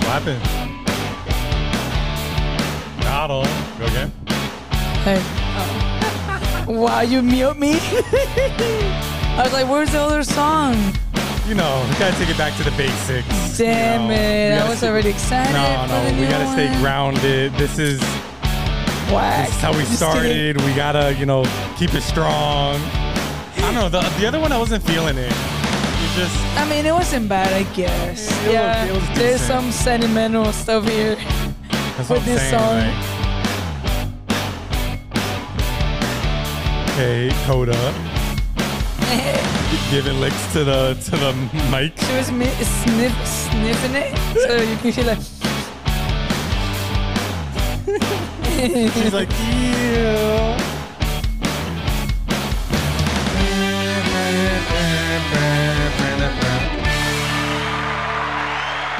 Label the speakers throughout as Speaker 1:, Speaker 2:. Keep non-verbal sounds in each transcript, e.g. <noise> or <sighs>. Speaker 1: happens. Donald. Go again.
Speaker 2: Hey. wow, you mute me? <laughs> I was like, where's the other song?
Speaker 1: You know, we gotta take it back to the basics. you
Speaker 2: Damn
Speaker 1: know. We
Speaker 2: it. I
Speaker 1: gotta
Speaker 2: was
Speaker 1: stay-
Speaker 2: already excited.
Speaker 1: No,
Speaker 2: for the
Speaker 1: no, we
Speaker 2: new
Speaker 1: gotta stay
Speaker 2: one.
Speaker 1: grounded. This is this
Speaker 2: Whack.
Speaker 1: is how we
Speaker 2: <laughs> Just kidding.
Speaker 1: started. We gotta, you know, keep it strong. I don't know. The, the other one, I wasn't feeling it. It just
Speaker 2: I mean, it wasn't bad, I
Speaker 1: It
Speaker 2: guess.
Speaker 1: was-
Speaker 2: yeah,
Speaker 1: it was
Speaker 2: there's
Speaker 1: decent.
Speaker 2: some sentimental stuff here.
Speaker 1: That's
Speaker 2: with this song.
Speaker 1: like- okay,
Speaker 2: <laughs>
Speaker 1: Coda, giving licks to the to the mic.
Speaker 2: she was mi- sniff, sniffing it, so you can hear like. <laughs>
Speaker 1: She's like, ew.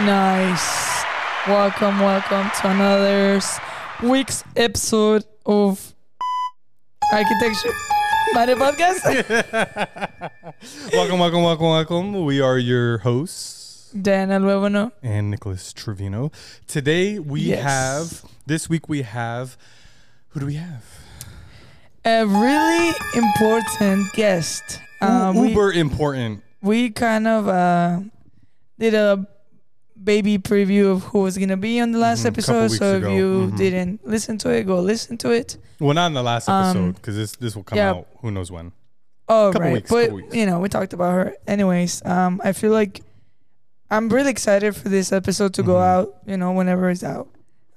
Speaker 2: Nice. Welcome, welcome to another s- week's episode of Architecture
Speaker 1: <laughs>
Speaker 2: Matter Podcast.
Speaker 1: Welcome, welcome, welcome, welcome. We are your hosts
Speaker 2: Daniel Webuno.
Speaker 1: and Nicholas Trevino. Today we
Speaker 2: Yes.
Speaker 1: have this week we have who do we have?
Speaker 2: A really important guest. Uh, we,
Speaker 1: Uber important.
Speaker 2: we kind of uh, did a baby preview of who was going to be on the last
Speaker 1: Mhm, couple
Speaker 2: episode.
Speaker 1: weeks
Speaker 2: So
Speaker 1: ago.
Speaker 2: if you
Speaker 1: Mhm.
Speaker 2: didn't listen to it, go listen to it.
Speaker 1: Well, not in the last
Speaker 2: Um,
Speaker 1: episode because this this will come
Speaker 2: yeah.
Speaker 1: out. Who knows when?
Speaker 2: Oh
Speaker 1: Couple
Speaker 2: right,
Speaker 1: weeks,
Speaker 2: but
Speaker 1: couple weeks.
Speaker 2: you know we talked about her. Anyways, um, I feel like I'm really excited for this episode to go
Speaker 1: Mhm.
Speaker 2: out. You know, whenever it's out.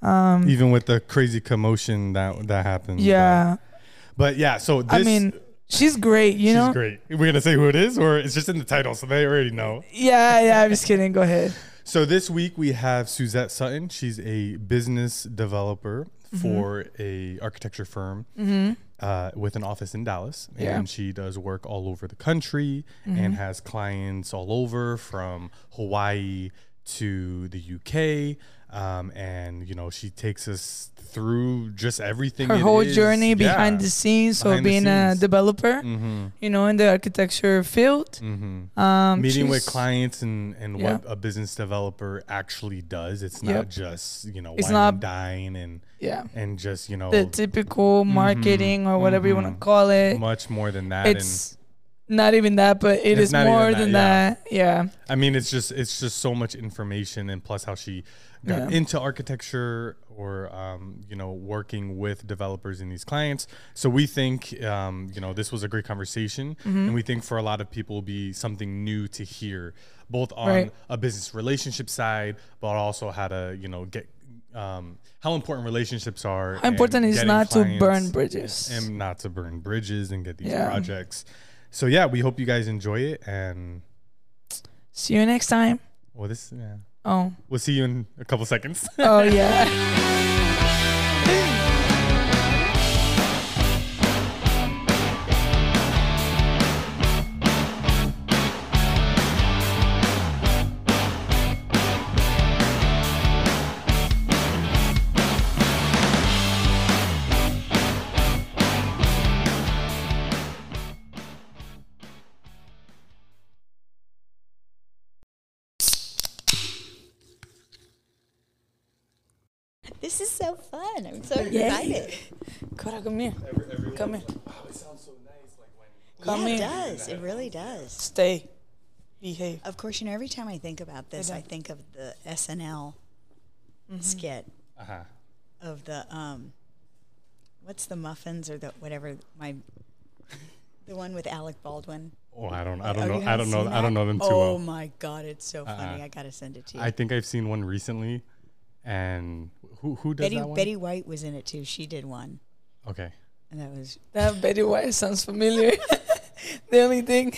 Speaker 2: Um,
Speaker 1: Even with the crazy commotion that that happened.
Speaker 2: yeah,
Speaker 1: but, but yeah. So this,
Speaker 2: I mean she's great. You
Speaker 1: she's
Speaker 2: know,
Speaker 1: great. We're gonna say who it is, or it's just in the title, so they already know.
Speaker 2: yeah, yeah. I'm just kidding. Go ahead.
Speaker 1: So this week we have Suzette Sutton. She's a business developer
Speaker 2: Mm-hmm.
Speaker 1: for a architecture firm uh, with an office in Dallas,
Speaker 2: Yeah. Mm-hmm.
Speaker 1: and she does work all over the country and has clients all over from Hawaii to the UK. Um, and you know she takes us through just everything.
Speaker 2: Her
Speaker 1: it
Speaker 2: whole
Speaker 1: is.
Speaker 2: journey behind
Speaker 1: Yeah.
Speaker 2: the scenes of
Speaker 1: Behind the
Speaker 2: being
Speaker 1: scenes. Mm-hmm.
Speaker 2: a developer. You know, in the architecture field. Um,
Speaker 1: meeting with
Speaker 2: she's-
Speaker 1: clients and, and what
Speaker 2: Yeah.
Speaker 1: a business developer actually does. It's not
Speaker 2: Yep.
Speaker 1: just you know
Speaker 2: It's
Speaker 1: wine
Speaker 2: not-
Speaker 1: and dine and
Speaker 2: Yeah,
Speaker 1: and just you know
Speaker 2: the typical
Speaker 1: Mm-hmm.
Speaker 2: marketing or whatever you want to call it.
Speaker 1: much more than that. and
Speaker 2: It's not even that, but it
Speaker 1: It's
Speaker 2: is
Speaker 1: not even
Speaker 2: more
Speaker 1: that,
Speaker 2: than
Speaker 1: yeah.
Speaker 2: that. Yeah.
Speaker 1: I mean, it's just it's just so much information, and plus how she got
Speaker 2: Yeah.
Speaker 1: into architecture or um, you know working with developers and these clients. So we think um, you know this was a great conversation,
Speaker 2: Mm-hmm.
Speaker 1: and we think for a lot of people will be something new to hear, both on
Speaker 2: Right.
Speaker 1: a business relationship side, but also how to you know get. Um, how important relationships are.
Speaker 2: How important
Speaker 1: and
Speaker 2: is
Speaker 1: getting
Speaker 2: not to
Speaker 1: clients.
Speaker 2: burn bridges.
Speaker 1: and not to burn bridges and get these
Speaker 2: Yeah.
Speaker 1: projects. So yeah, we hope you guys enjoy it, and
Speaker 2: See you next time.
Speaker 1: well, this yeah,
Speaker 2: Oh,
Speaker 1: we'll see you in a couple seconds. <laughs>
Speaker 2: oh yeah.
Speaker 3: This is so fun. I'm so
Speaker 2: Yay.
Speaker 3: excited.
Speaker 2: <laughs> Cora, come here. Come here. Come
Speaker 3: Yeah, it
Speaker 2: here.
Speaker 3: does. It really does.
Speaker 2: Stay. Behave.
Speaker 3: Of course, you know, every time I think about this, I think of the SNL skit
Speaker 1: Uh-huh.
Speaker 3: of the, um, what's the muffins or the whatever, my, the one with Alec Baldwin.
Speaker 1: Oh, I don't, I don't
Speaker 3: Oh, you
Speaker 1: know, I
Speaker 3: haven't
Speaker 1: don't know,
Speaker 3: seen
Speaker 1: I don't
Speaker 3: that?
Speaker 1: know them too
Speaker 3: Oh
Speaker 1: well. Uh-huh.
Speaker 3: my God, it's so funny. I got to send it to you.
Speaker 1: I think I've seen one recently, and who who does
Speaker 3: Betty,
Speaker 1: that one?
Speaker 3: Betty White was in it too. She did one.
Speaker 1: Okay,
Speaker 3: And that was,
Speaker 2: That Betty White sounds familiar. <laughs> the only thing.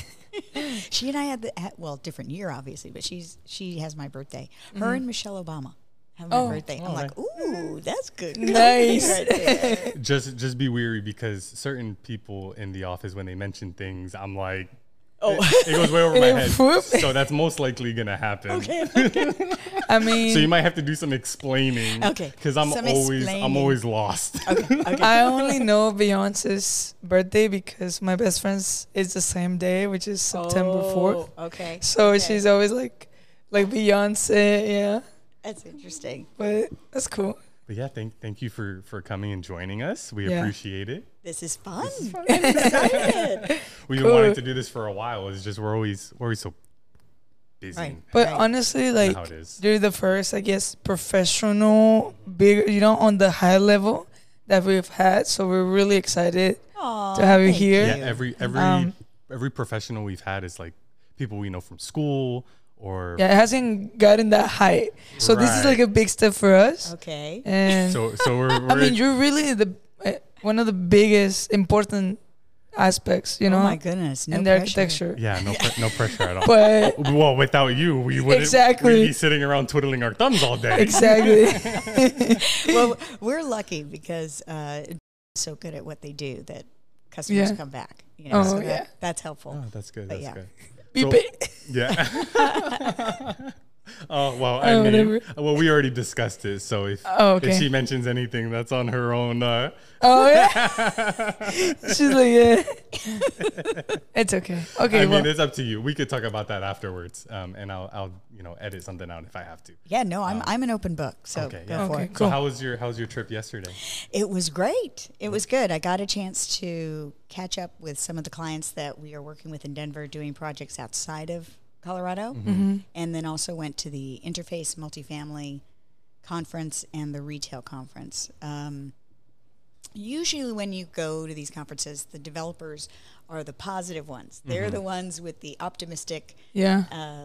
Speaker 3: she and I had the, had- well, different year, obviously, but she's, she has my birthday. Her and Michelle Obama have my
Speaker 2: Mm-hmm. Oh.
Speaker 3: birthday. I'm
Speaker 1: Okay.
Speaker 3: like, ooh, that's good.
Speaker 2: Nice.
Speaker 3: company right there."
Speaker 1: just just be weary because certain people in the office when they mention things, I'm like. Oh. It, it goes way over my
Speaker 2: And
Speaker 1: head.
Speaker 2: whoop.
Speaker 1: So that's most likely gonna happen. Okay.
Speaker 2: <laughs> I mean,
Speaker 1: So you might have to do some explaining.
Speaker 3: Okay.
Speaker 1: Because I'm
Speaker 3: Some
Speaker 1: always I'm
Speaker 3: explaining.
Speaker 1: always lost.
Speaker 2: I only know Beyonce's birthday because my best friend's is the same day, which is September 4th.
Speaker 3: Oh, Okay.
Speaker 2: So she's always like, like Beyonce, yeah.
Speaker 3: That's interesting.
Speaker 2: But that's cool.
Speaker 1: <laughs> But yeah, thank thank you for for coming and joining us. We
Speaker 2: Yeah.
Speaker 1: appreciate it.
Speaker 3: This is fun. I'm
Speaker 2: <laughs>
Speaker 3: excited.
Speaker 1: We've
Speaker 2: Cool.
Speaker 1: been wanting to do this for a while. It's just we're always we're always so busy.
Speaker 3: Right.
Speaker 2: But
Speaker 3: Right.
Speaker 2: honestly, like
Speaker 1: how it is.
Speaker 2: you're the first, I guess, professional, big, you know, on the high level that we've had. So we're really excited.
Speaker 3: Aw,
Speaker 2: To have you
Speaker 3: thank
Speaker 2: here.
Speaker 1: Yeah,
Speaker 3: you.
Speaker 1: every every
Speaker 2: Um,
Speaker 1: every professional we've had is like people we know from school or
Speaker 2: Yeah, it hasn't gotten that high. So this is
Speaker 1: Right.
Speaker 2: like a big step for us.
Speaker 3: okay.
Speaker 2: And
Speaker 1: so so we're, we're
Speaker 2: I mean, you're really the uh, one of the biggest important aspects, you know,
Speaker 3: oh my goodness. No
Speaker 2: in uh, the
Speaker 3: pressure.
Speaker 2: architecture.
Speaker 1: yeah, no pre- no pressure at all.
Speaker 2: But
Speaker 1: <laughs> well, without you, we wouldn't
Speaker 2: Exactly.
Speaker 1: we'd be sitting around twiddling our thumbs all day.
Speaker 2: exactly.
Speaker 3: well, we're lucky because uh, so good at what they do that customers
Speaker 2: Yeah.
Speaker 3: come back. You know,
Speaker 2: Oh,
Speaker 3: so that,
Speaker 2: yeah.
Speaker 3: that's helpful.
Speaker 1: Oh, that's good.
Speaker 3: But
Speaker 1: That's
Speaker 3: yeah.
Speaker 1: good.
Speaker 2: Be
Speaker 1: So-
Speaker 2: big. <laughs>
Speaker 1: Yeah. Oh well, I
Speaker 2: Oh,
Speaker 1: mean,
Speaker 2: whatever.
Speaker 1: well, we already discussed it. So if
Speaker 2: Oh,
Speaker 1: if
Speaker 2: okay.
Speaker 1: she mentions anything, that's on her own. Uh, <laughs>
Speaker 2: Oh yeah. She's like, yeah. it's okay. Okay.
Speaker 1: I
Speaker 2: well,
Speaker 1: mean, it's up to you. We could talk about that afterwards, um, and I'll, I'll, you know, edit something out if I have to.
Speaker 3: Yeah, no, I'm I'm an open book, so
Speaker 1: Oh. Okay,
Speaker 3: go
Speaker 1: yeah.
Speaker 3: for
Speaker 2: Okay.
Speaker 3: it.
Speaker 2: Cool.
Speaker 1: So, how was your how was your trip yesterday?
Speaker 3: It was great. It was good. I got a chance to catch up with some of the clients that we are working with in Denver, doing projects outside of Colorado,
Speaker 2: Mm-hmm.
Speaker 3: and then also went to the Interface Multifamily Conference and the Retail Conference. Um, usually when you go to these conferences the developers are the positive ones they're the ones with the optimistic
Speaker 2: yeah.
Speaker 3: uh,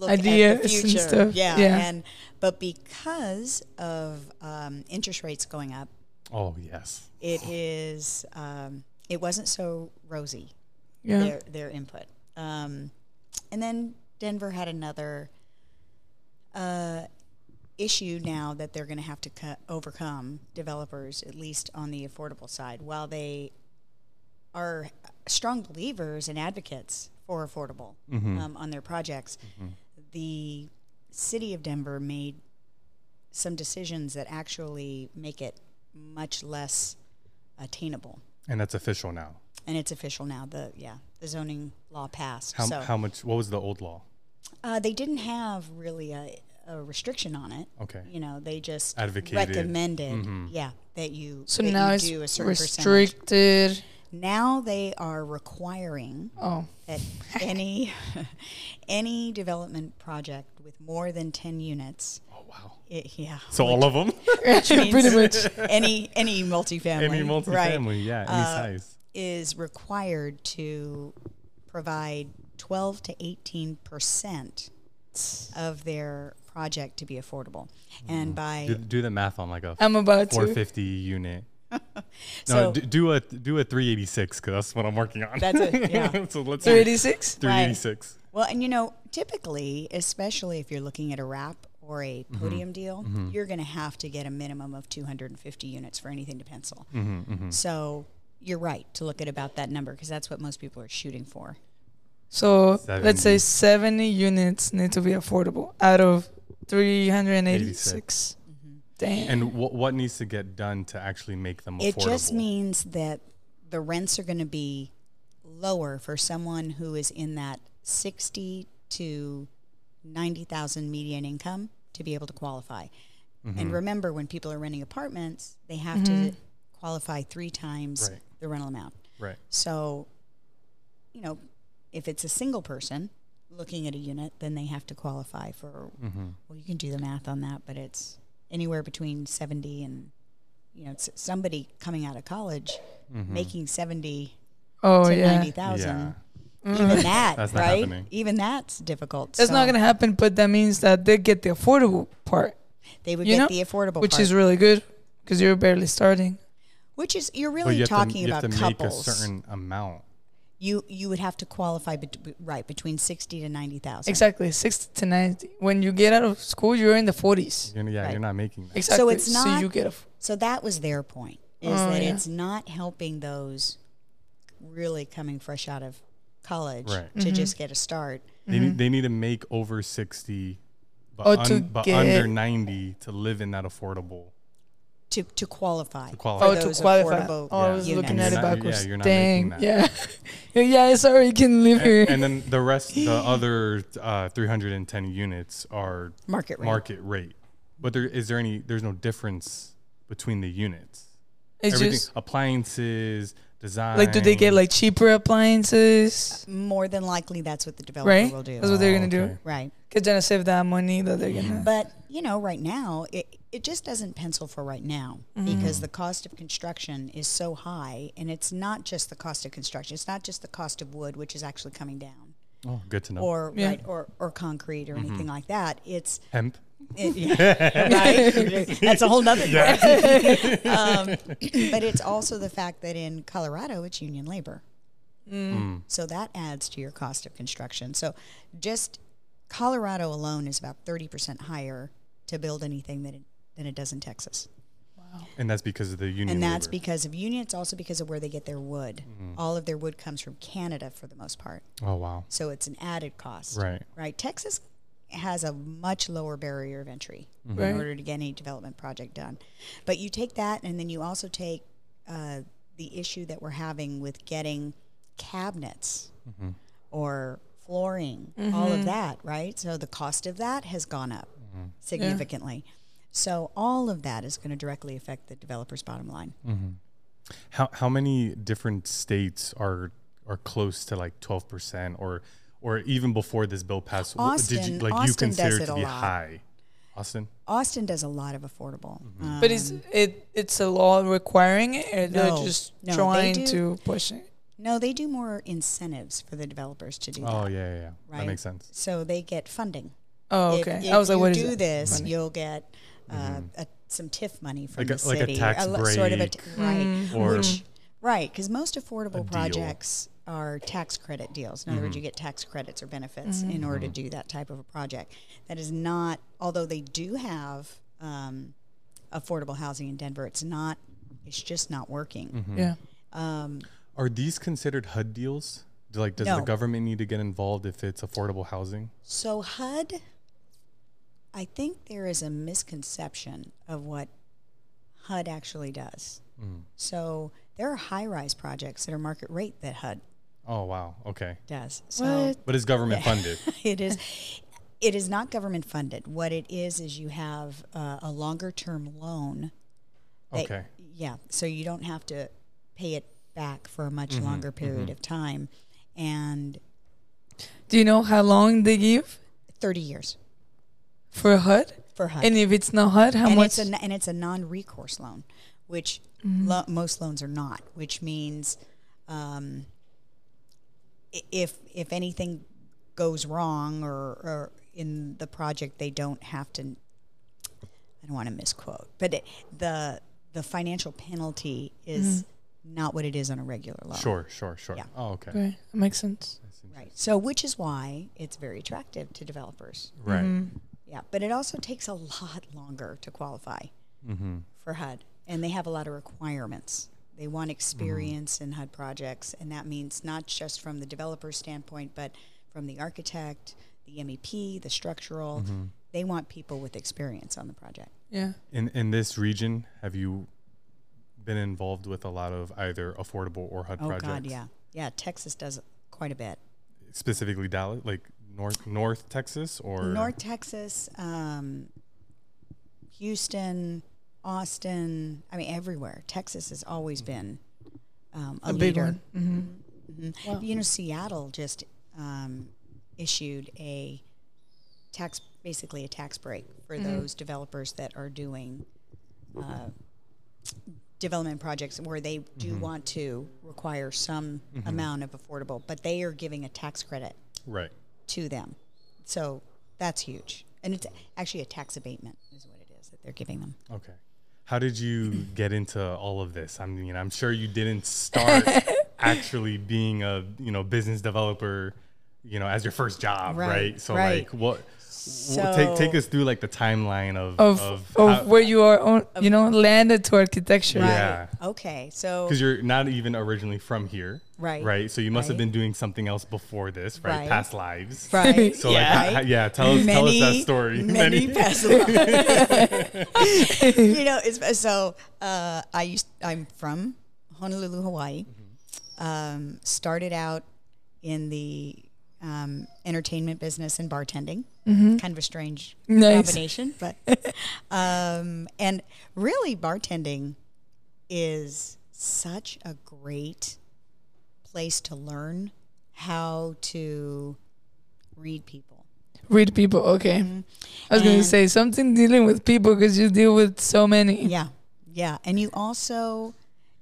Speaker 3: look at the
Speaker 2: Ideas and
Speaker 3: future
Speaker 2: stuff,
Speaker 3: Yeah,
Speaker 2: yeah.
Speaker 3: and but because of um, interest rates going up
Speaker 1: Oh yes,
Speaker 3: it is um, it wasn't so rosy
Speaker 2: Yeah.
Speaker 3: their their input. Um, and then Denver had another uh, issue now that they're going to have to co- overcome developers, at least on the affordable side, while they are strong believers and advocates for affordable um, on their projects. The city of Denver made some decisions that actually make it much less attainable
Speaker 1: and that's official now.
Speaker 3: and it's official now. The yeah, the zoning law passed.
Speaker 1: How
Speaker 3: so
Speaker 1: how much? What was the old law?
Speaker 3: uh, they didn't have really a, a restriction on it.
Speaker 1: Okay.
Speaker 3: You know, they just
Speaker 1: Advocated. Mm-hmm.
Speaker 3: recommended, yeah, that you
Speaker 2: So
Speaker 3: that
Speaker 2: now
Speaker 3: you
Speaker 2: it's
Speaker 3: do a certain percentage.
Speaker 2: restricted.
Speaker 3: Now they are requiring
Speaker 2: Oh. <laughs>
Speaker 3: that any <laughs> any development project with more than ten units,
Speaker 1: Oh wow.
Speaker 3: it, yeah,
Speaker 1: So all of them,
Speaker 2: Pretty much.
Speaker 3: <laughs> any any
Speaker 1: <laughs>
Speaker 3: multifamily,
Speaker 1: any
Speaker 3: right,
Speaker 1: multifamily, yeah, any
Speaker 2: Uh,
Speaker 1: size.
Speaker 3: is required to provide 12 to 18 percent of their project to be affordable, and by
Speaker 1: Do, do the math on like a
Speaker 2: I'm about to.
Speaker 1: 450 unit. No,
Speaker 3: So-
Speaker 1: d- do a do a 386 because that's what I'm working on.
Speaker 3: That's
Speaker 1: <laughs>
Speaker 3: it, yeah.
Speaker 1: so let's do
Speaker 2: 36.
Speaker 1: 386.
Speaker 3: well, and you know, typically, especially if you're looking at a wrap or a podium deal, you're going to have to get a minimum of 250 units for anything to pencil. So you're right to look at about that number because that's what most people are shooting for.
Speaker 2: So let's say
Speaker 1: 70.
Speaker 2: 70 units need to be affordable out of 386. Damn.
Speaker 1: And what what needs to get done to actually make them
Speaker 3: It
Speaker 1: affordable?
Speaker 3: just means that the rents are going to be lower for someone who is in that sixty to ninety thousand median income to be able to qualify.
Speaker 1: Mm-hmm.
Speaker 3: And remember, when people are renting apartments, they have to qualify three times
Speaker 1: Right.
Speaker 3: the rental amount.
Speaker 1: right.
Speaker 3: So, you know, if it's a single person looking at a unit, then they have to qualify for.
Speaker 1: Mm-hmm.
Speaker 3: Well, you can do the math on that, but it's anywhere between seventy and, you know, it's somebody coming out of college
Speaker 1: Mm-hmm.
Speaker 3: making seventy
Speaker 2: Oh,
Speaker 3: to
Speaker 2: yeah.
Speaker 3: ninety
Speaker 1: Yeah.
Speaker 3: thousand. Even
Speaker 1: <laughs>
Speaker 3: that,
Speaker 1: That's not
Speaker 3: right?
Speaker 1: happening.
Speaker 3: Even that's difficult.
Speaker 2: That's
Speaker 3: so
Speaker 2: not going to happen, but that means that they get the affordable part,
Speaker 3: They would
Speaker 2: you
Speaker 3: get
Speaker 2: know,
Speaker 3: the affordable,
Speaker 2: which
Speaker 3: part,
Speaker 2: is really good because you're barely starting.
Speaker 3: which is you're
Speaker 1: But
Speaker 3: really
Speaker 1: you have to,
Speaker 3: talking
Speaker 1: you
Speaker 3: about
Speaker 1: have to make
Speaker 3: couples.
Speaker 1: a certain amount.
Speaker 3: you you would have to qualify, bet- right, between sixty to ninety thousand.
Speaker 2: Exactly. 60 to 90. When you get out of school, you're in the 40s.
Speaker 1: You're, yeah,
Speaker 3: Right.
Speaker 1: you're not making that.
Speaker 2: Exactly.
Speaker 3: it's not-
Speaker 2: you get a. f-
Speaker 3: So that was their point is
Speaker 2: Oh,
Speaker 3: that
Speaker 2: yeah.
Speaker 3: it's not helping those really coming fresh out of college
Speaker 1: Right.
Speaker 3: to
Speaker 2: Mm-hmm.
Speaker 3: just get a start.
Speaker 1: They, need, they need to make over 60, but,
Speaker 2: Oh, to
Speaker 1: un, but
Speaker 2: get-
Speaker 1: under 90 to live in that affordable
Speaker 3: To, to qualify.
Speaker 1: quality.
Speaker 2: Oh,
Speaker 3: For those
Speaker 2: to qualify.
Speaker 3: affordable
Speaker 2: Oh, I was
Speaker 3: units.
Speaker 1: And
Speaker 2: looking at
Speaker 1: you're
Speaker 2: it
Speaker 1: not- yeah,
Speaker 2: backwards.
Speaker 1: you're not making
Speaker 2: Dang.
Speaker 1: <laughs>
Speaker 2: Yeah. <laughs> yeah, sorry, you can live here.
Speaker 1: and then
Speaker 3: <laughs>
Speaker 1: the rest, the other uh, 310 units are
Speaker 3: Market rate.
Speaker 1: market rate. But there is there any? There's no difference between the units.
Speaker 2: It's
Speaker 1: Everything
Speaker 2: just
Speaker 1: appliances, design.
Speaker 2: like, do they get like cheaper appliances?
Speaker 3: More than likely, that's what the developer
Speaker 2: Right?
Speaker 3: will do.
Speaker 2: That's what they're gonna do.
Speaker 1: Oh, okay.
Speaker 3: right.
Speaker 2: Cause then I save that money that they're gonna.
Speaker 3: But you know, right now it it just doesn't pencil for right now
Speaker 2: Mm-hmm.
Speaker 3: because the cost of construction is so high, and it's not just the cost of construction. It's not just the cost of wood, which is actually coming down,
Speaker 1: Oh, good to know.
Speaker 3: or
Speaker 2: Yeah.
Speaker 3: right, or or concrete or anything like that. It's
Speaker 1: Hemp.
Speaker 3: it, yeah, right. That's a whole nother. um, but it's also the fact that in Colorado it's union labor,
Speaker 1: Mm.
Speaker 3: so that adds to your cost of construction. So just Colorado alone is about thirty percent higher to build anything than it, than it does in Texas,
Speaker 1: And that's because of the union.
Speaker 3: and that's
Speaker 1: labor. Mm-hmm.
Speaker 3: because of union. It's also because of where they get their wood. All of their wood comes from Canada for the most part,
Speaker 1: Oh wow.
Speaker 3: so it's an added cost
Speaker 1: Right.
Speaker 3: right? Texas has a much lower barrier of entry
Speaker 2: Right.
Speaker 3: in order to get any development project done. But you take that, and then you also take uh, the issue that we're having with getting cabinets or flooring, all
Speaker 2: Mm-hmm.
Speaker 3: of that, right? So the cost of that has gone up significantly. So all of that is going to directly affect the developer's bottom line.
Speaker 1: How how many different states are are close to like twelve percent or or even before this bill passed? what
Speaker 3: Austin-
Speaker 1: like you
Speaker 3: Austin does
Speaker 1: consider
Speaker 3: it
Speaker 1: to
Speaker 3: a
Speaker 1: be
Speaker 3: lot.
Speaker 1: high? Austin.
Speaker 3: Austin does a lot of affordable. um,
Speaker 2: But is it it's a law requiring it, or
Speaker 3: No.
Speaker 2: they're just
Speaker 3: No, they
Speaker 2: trying
Speaker 3: do.
Speaker 2: to push it?
Speaker 3: no, they do more incentives for the developers to do that.
Speaker 1: Oh yeah, yeah, yeah. That
Speaker 3: Right.
Speaker 1: makes sense.
Speaker 3: So they get funding.
Speaker 2: Oh,
Speaker 3: If-
Speaker 2: okay.
Speaker 3: If,
Speaker 2: I was like,
Speaker 3: you
Speaker 2: what is
Speaker 3: do
Speaker 2: it?
Speaker 3: this,
Speaker 2: Money. Mm-hmm.
Speaker 3: you'll get uh, a, some TIF money from
Speaker 1: Like a-
Speaker 3: the
Speaker 1: like a
Speaker 3: city,
Speaker 1: tax
Speaker 3: lo- sort of a t- right,
Speaker 1: Or-
Speaker 2: Mm-hmm.
Speaker 3: which right because most affordable
Speaker 1: deal. Mm-hmm.
Speaker 3: projects are tax credit deals. In other words, you get tax credits or benefits
Speaker 2: Mm-hmm.
Speaker 3: in order to do that type of a project. That is not, although they do have um, affordable housing in Denver, it's not. It's just not working.
Speaker 2: Yeah.
Speaker 1: Are these considered HUD deals? Do, like, does the
Speaker 3: No.
Speaker 1: government need to get involved if it's affordable housing?
Speaker 3: So HUD, I think there is a misconception of what HUD actually does. So there are high-rise projects that are market rate that HUD
Speaker 1: Oh wow, okay.
Speaker 3: does. So
Speaker 1: But it's government
Speaker 3: <laughs>
Speaker 1: funded.
Speaker 3: it is it is not government funded. What it is is you have uh, a longer-term loan. that-
Speaker 1: Okay.
Speaker 3: Yeah. So you don't have to pay it back for a much longer period of time, and
Speaker 2: Do you know how long they give
Speaker 3: thirty years
Speaker 2: for HUD?
Speaker 3: for HUD.
Speaker 2: And if it's not HUD, how
Speaker 3: and
Speaker 2: much?
Speaker 3: it's a and it's a non-recourse loan, which lo- most loans are not. Which means, um, i- if if anything goes wrong or, or in the project, they don't have to. I don't want to misquote, but it, the the financial penalty is not what it is on a regular loan.
Speaker 1: Sure, sure, sure.
Speaker 3: Yeah.
Speaker 1: Oh, okay.
Speaker 2: Okay, that makes sense.
Speaker 3: Right. So, which is why it's very attractive to developers.
Speaker 1: Right.
Speaker 2: Mm-hmm.
Speaker 3: Yeah, but it also takes a <laughs> lot longer to qualify for HUD, and they have a lot of requirements. They want experience in HUD projects, and that means not just from the developer's standpoint, but from the architect, the MEP, the structural. They want people with experience on the project.
Speaker 2: Yeah.
Speaker 1: In in this region, have you been involved with a lot of either affordable or HUD
Speaker 3: Oh
Speaker 1: projects?
Speaker 3: God, yeah, yeah. Texas does quite a bit.
Speaker 1: Specifically Dallas, like North North Texas or
Speaker 3: North Texas, um, Houston, Austin. I mean, everywhere. Texas has always been um, a,
Speaker 2: A big
Speaker 3: leader. Mm-hmm.
Speaker 2: one. hmm
Speaker 3: You know, Seattle just um, issued a tax, basically a tax break for
Speaker 2: Mm-hmm.
Speaker 3: those developers that are doing uh, development projects where they do want to require some amount of affordable, but they are giving a tax credit
Speaker 1: Right.
Speaker 3: to them. So that's huge. And it's actually a tax abatement, is what it is that they're giving them.
Speaker 1: Okay. How did you get into all of this? I mean, I'm sure you didn't
Speaker 3: <laughs>
Speaker 1: start actually being a you know business developer, you know, as your first job, right?
Speaker 3: Right,
Speaker 1: So
Speaker 3: right.
Speaker 1: like, what? wh- take take
Speaker 3: So-
Speaker 1: us through like the timeline of of
Speaker 2: Of of,
Speaker 1: because
Speaker 2: where you are, on, you know, landed to architecture.
Speaker 1: Right. Yeah.
Speaker 3: Okay.
Speaker 1: <laughs>
Speaker 3: So
Speaker 1: you're not even originally from here,
Speaker 3: Right,
Speaker 1: Right. So you must have
Speaker 3: right.
Speaker 1: been doing something else before this, right?
Speaker 3: Right.
Speaker 1: Past lives,
Speaker 3: right.
Speaker 1: <laughs> So yeah. like, ha- ha- yeah. Tell us tell us that story.
Speaker 3: Many, <laughs> pass along. you know, it's, so uh, I used, I'm from Honolulu, Hawaii. Um, started out in the um, entertainment business and bartending. Kind of a strange
Speaker 2: Nice.
Speaker 3: combination, but um, and really bartending is such a great place to learn how to read people.
Speaker 2: Read people. Okay. I was going to
Speaker 3: Mm-hmm. And-
Speaker 2: say something dealing with people because you deal with so many.
Speaker 3: Yeah, yeah, and you also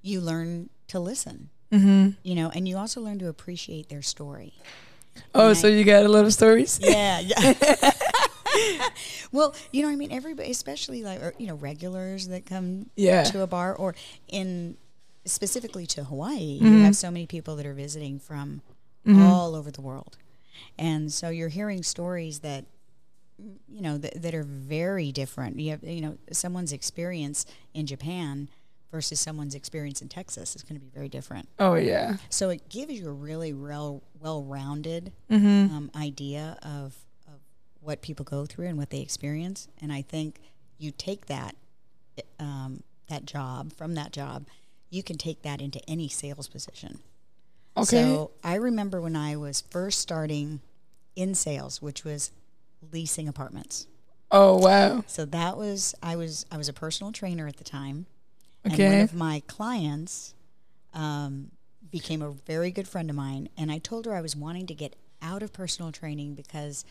Speaker 3: you learn to listen. You know, and you also learn to appreciate their story.
Speaker 2: oh,
Speaker 3: and
Speaker 2: so
Speaker 3: I-
Speaker 2: you got a lot of stories?
Speaker 3: Yeah, yeah. well, you know, I mean, everybody, especially like or, you know regulars that come
Speaker 2: Yeah.
Speaker 3: to a bar or in specifically to Hawaii, you have so many people that are visiting from all over the world, and so you're hearing stories that you know that, that are very different. You have you know someone's experience in Japan versus someone's experience in Texas is going to be very different.
Speaker 2: Oh, yeah.
Speaker 3: So it gives you a really well well-rounded um, idea of, of what people go through and what they experience. And I think you take that um, that job from that job, you can take that into any sales position.
Speaker 2: Okay.
Speaker 3: So I remember when I was first starting in sales, which was leasing apartments.
Speaker 2: oh, wow.
Speaker 3: So that was I was I was a personal trainer at the time. And
Speaker 2: Okay.
Speaker 3: one of my clients um, became a very good friend of mine, and I told her I was wanting to get out of personal training because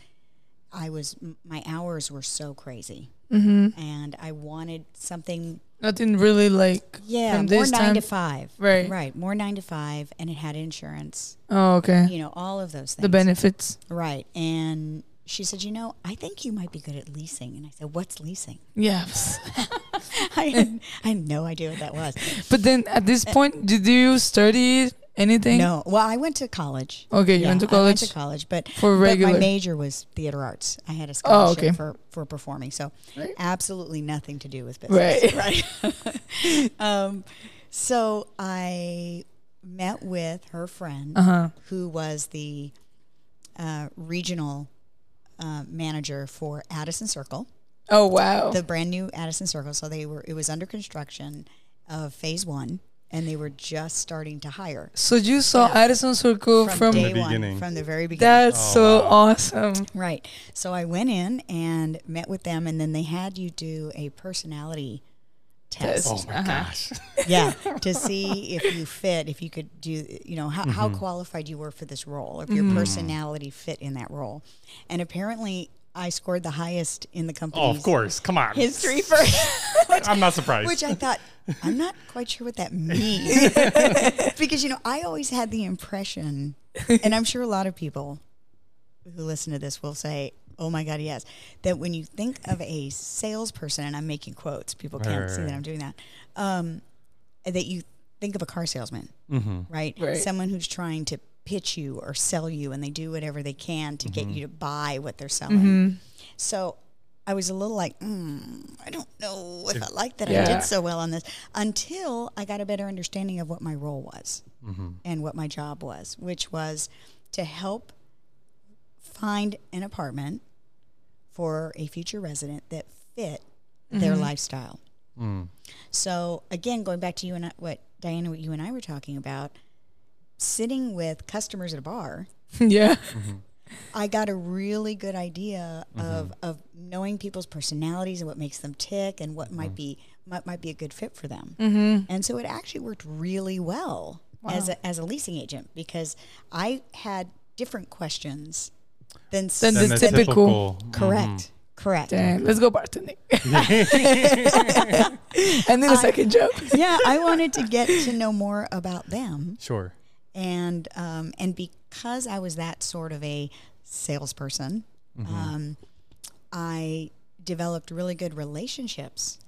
Speaker 3: I was m- my hours were so crazy, mm-hmm. and I wanted something
Speaker 2: Nothing really like
Speaker 3: yeah
Speaker 2: from
Speaker 3: more
Speaker 2: this
Speaker 3: nine
Speaker 2: time.
Speaker 3: to five
Speaker 2: Right.
Speaker 3: right more nine to five, and it had insurance,
Speaker 2: oh, okay.
Speaker 3: you know, all of those things,
Speaker 2: the benefits.
Speaker 3: right? And she said, you know, I think you might be good at leasing, and I said, what's leasing?
Speaker 2: Yes. <laughs>
Speaker 3: <laughs> I had, I had no idea what that was.
Speaker 2: but then at this point, did you study anything?
Speaker 3: Uh, No. Well, I went to college.
Speaker 2: Okay, Oh, you went to
Speaker 3: I went to
Speaker 2: college?
Speaker 3: college, but
Speaker 2: For
Speaker 3: but
Speaker 2: regular.
Speaker 3: my major was theater arts. I had a
Speaker 2: Oh,
Speaker 3: scholarship
Speaker 2: okay.
Speaker 3: for for performing, so
Speaker 2: Right.
Speaker 3: absolutely nothing to do with business.
Speaker 2: Right.
Speaker 3: Right. um, so I met with her friend,
Speaker 2: Uh-huh.
Speaker 3: who was the uh, regional uh, manager for Addison Circle
Speaker 2: <laughs> Oh, wow.
Speaker 3: the brand new Addison Circle. So they were it was under construction of phase one, and they were just starting to hire
Speaker 2: so you saw Addison Circle from,
Speaker 1: the
Speaker 3: day one,
Speaker 1: beginning.
Speaker 3: from the very beginning.
Speaker 2: That's so awesome.
Speaker 3: right. So I went in and met with them, and then they had you do a personality test.
Speaker 1: Oh my gosh. <laughs>
Speaker 3: yeah, to see if you fit, if you could do, you know, how,
Speaker 1: Mm-hmm.
Speaker 3: how qualified you were for this role, if your personality fit in that role, and apparently. I scored the highest in the company's
Speaker 1: Oh, of course. Come on.
Speaker 3: history for
Speaker 1: I'm not surprised.
Speaker 3: Which
Speaker 1: <laughs>
Speaker 3: I thought, I'm not quite sure what that means. because, you know, I always had the impression, and I'm sure a lot of people who listen to this will say, oh my God, yes, that when you think of a salesperson, and I'm making quotes, people can't
Speaker 1: Right,
Speaker 3: see that
Speaker 1: right.
Speaker 3: I'm doing that, um, that you think of a car salesman, right?
Speaker 2: Right.
Speaker 3: Someone who's trying to pitch you or sell you, and they do whatever they can to get you to buy what they're selling. So I was a little like, mm, I don't know if I like that I
Speaker 2: Yeah.
Speaker 3: did so well on this until I got a better understanding of what my role was and what my job was, which was to help find an apartment for a future resident that fit their lifestyle. So again, going back to you and I, what Diana, what you and I were talking about, sitting with customers at a bar.
Speaker 2: Uh-huh. <laughs> yeah.
Speaker 3: I got a really good idea
Speaker 2: Mm-hmm.
Speaker 3: of of knowing people's personalities and what makes them tick and what
Speaker 2: Mm-hmm.
Speaker 3: might be might, might be a good fit for them. Mm-hmm. And so it actually worked really well as a, as a leasing agent because I had different questions than,
Speaker 1: Than
Speaker 2: Than the Mm-hmm.
Speaker 1: the
Speaker 3: than-
Speaker 2: typical-
Speaker 1: <laughs>
Speaker 3: correct correct.
Speaker 2: Damn, let's go bartending. <laughs> and then a second job.
Speaker 3: <laughs> yeah, I wanted to get to know more about them
Speaker 1: <laughs> Sure.
Speaker 3: and um, and because I was that sort of a salesperson, um, I developed really good relationships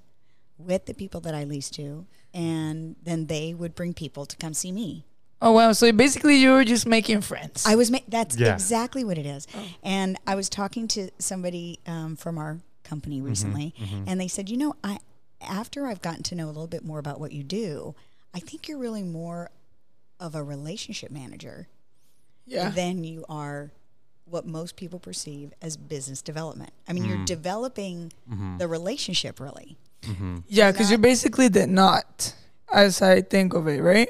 Speaker 3: with the people that I leased to, and then they would bring people to come see me.
Speaker 2: Oh wow! So basically, you were just making friends.
Speaker 3: I was ma- that's
Speaker 1: Yeah.
Speaker 3: exactly what it is. And I was talking to somebody um, from our company recently, and they said, you know, I after I've gotten to know a little bit more about what you do, I think you're really more of a relationship manager
Speaker 2: yeah.
Speaker 3: then you are what most people perceive as business development. I mean, you're developing the relationship really.
Speaker 2: Yeah, because you're basically the knot,
Speaker 1: Mm-hmm.
Speaker 2: as I think of it, right?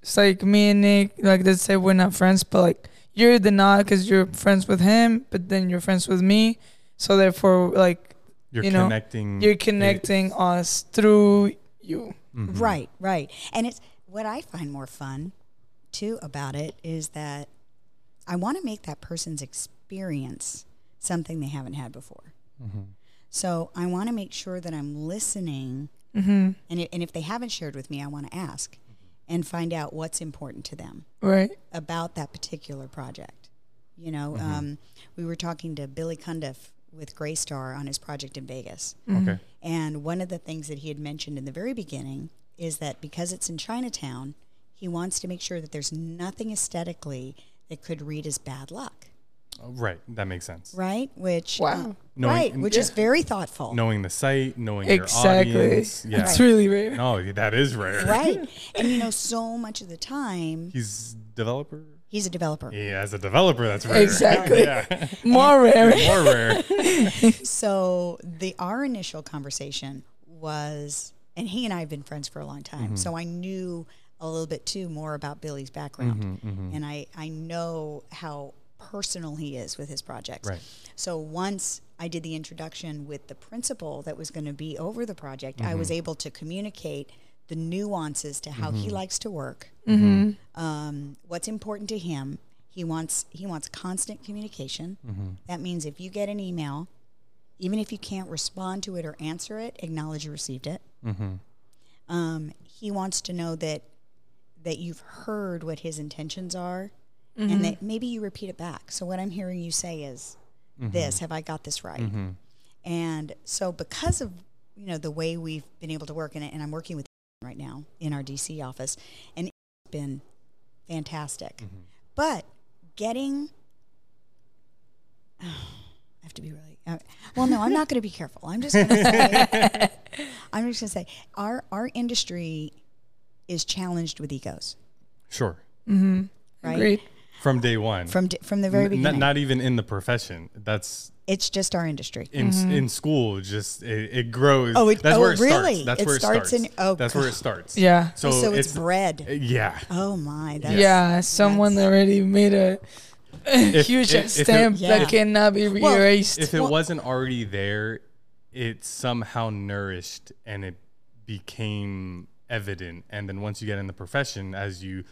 Speaker 2: It's like me and Nick, like let's say we're not friends, but like you're the nod because you're friends with him, but then you're friends with me. So therefore, like
Speaker 1: You're
Speaker 2: you know,
Speaker 1: connecting.
Speaker 2: you're
Speaker 1: it-
Speaker 2: connecting us through you.
Speaker 1: Mhm.
Speaker 3: Right, right. And it's what I find more fun too about it is that I want to make that person's experience something they haven't had before. So I want to make sure that I'm listening. And, i- and if they haven't shared with me, I want to ask and find out what's important to them
Speaker 2: Right.
Speaker 3: about that particular project. You know, um, we were talking to Billy Cundiff with Graystar on his project in Vegas.
Speaker 1: Okay.
Speaker 3: And one of the things that he had mentioned in the very beginning is that because it's in Chinatown, he wants to make sure that there's nothing aesthetically that could read as bad luck,
Speaker 1: Oh, Right. That makes sense.
Speaker 3: right? Which um,
Speaker 2: Wow.
Speaker 1: Knowing-
Speaker 3: right, which is very thoughtful,
Speaker 1: Knowing the site, knowing your
Speaker 2: Exactly.
Speaker 1: audience. Yeah.
Speaker 2: It's really rare.
Speaker 1: No, that is rare.
Speaker 3: right? and you know, so much of the time
Speaker 1: He's developer.
Speaker 3: he's a developer,
Speaker 1: Yeah, as a developer, that's rare.
Speaker 2: Exactly.
Speaker 1: yeah.
Speaker 2: <laughs> More rare.
Speaker 1: More rare.
Speaker 3: so the our initial conversation was and he and i have been friends for a long time so i knew a little bit too more about billy's background and i i know how personal he is with his projects
Speaker 1: Right.
Speaker 3: so once i did the introduction with the principal that was going to be over the project i was able to communicate the nuances to how he likes to work um, what's important to him. He wants he wants constant communication. That means if you get an email, even if you can't respond to it or answer it, acknowledge you received it. Um, he wants to know that that you've heard what his intentions are, and that maybe you repeat it back. So what I'm hearing you say is, "This have I got this right?" And so because of you know the way we've been able to work in it, and I'm working with <laughs> right now in our DC office, and <laughs> it's been fantastic. But getting, I have to be really. Uh, well, no, I'm not going to be careful. I'm just going to say, I'm just going to say, our our industry is challenged with egos,
Speaker 1: Sure.
Speaker 3: right?
Speaker 2: <laughs> Agreed.
Speaker 1: From day one.
Speaker 3: From d- from the very
Speaker 1: N-
Speaker 3: beginning,
Speaker 1: not, not even in the profession. That's
Speaker 3: it's just our industry.
Speaker 1: in in school. Just it, it grows.
Speaker 3: Mm-hmm. Oh, it-
Speaker 1: that's
Speaker 3: oh,
Speaker 1: where it
Speaker 3: really?
Speaker 1: starts. That's
Speaker 3: It
Speaker 1: where it
Speaker 3: starts
Speaker 1: starts.
Speaker 3: in- oh,
Speaker 1: that's where it starts.
Speaker 2: Yeah.
Speaker 1: So,
Speaker 3: so it's,
Speaker 1: it's,
Speaker 3: bred.
Speaker 2: <laughs>
Speaker 1: yeah.
Speaker 3: Oh my, that's,
Speaker 2: Yeah. Someone already made a huge
Speaker 1: if- if it-
Speaker 2: stamp that
Speaker 3: Yeah.
Speaker 2: cannot be
Speaker 3: Well,
Speaker 2: erased.
Speaker 1: If it wasn't already there, it somehow nourished and it became evident. And then once you get in the profession, as you,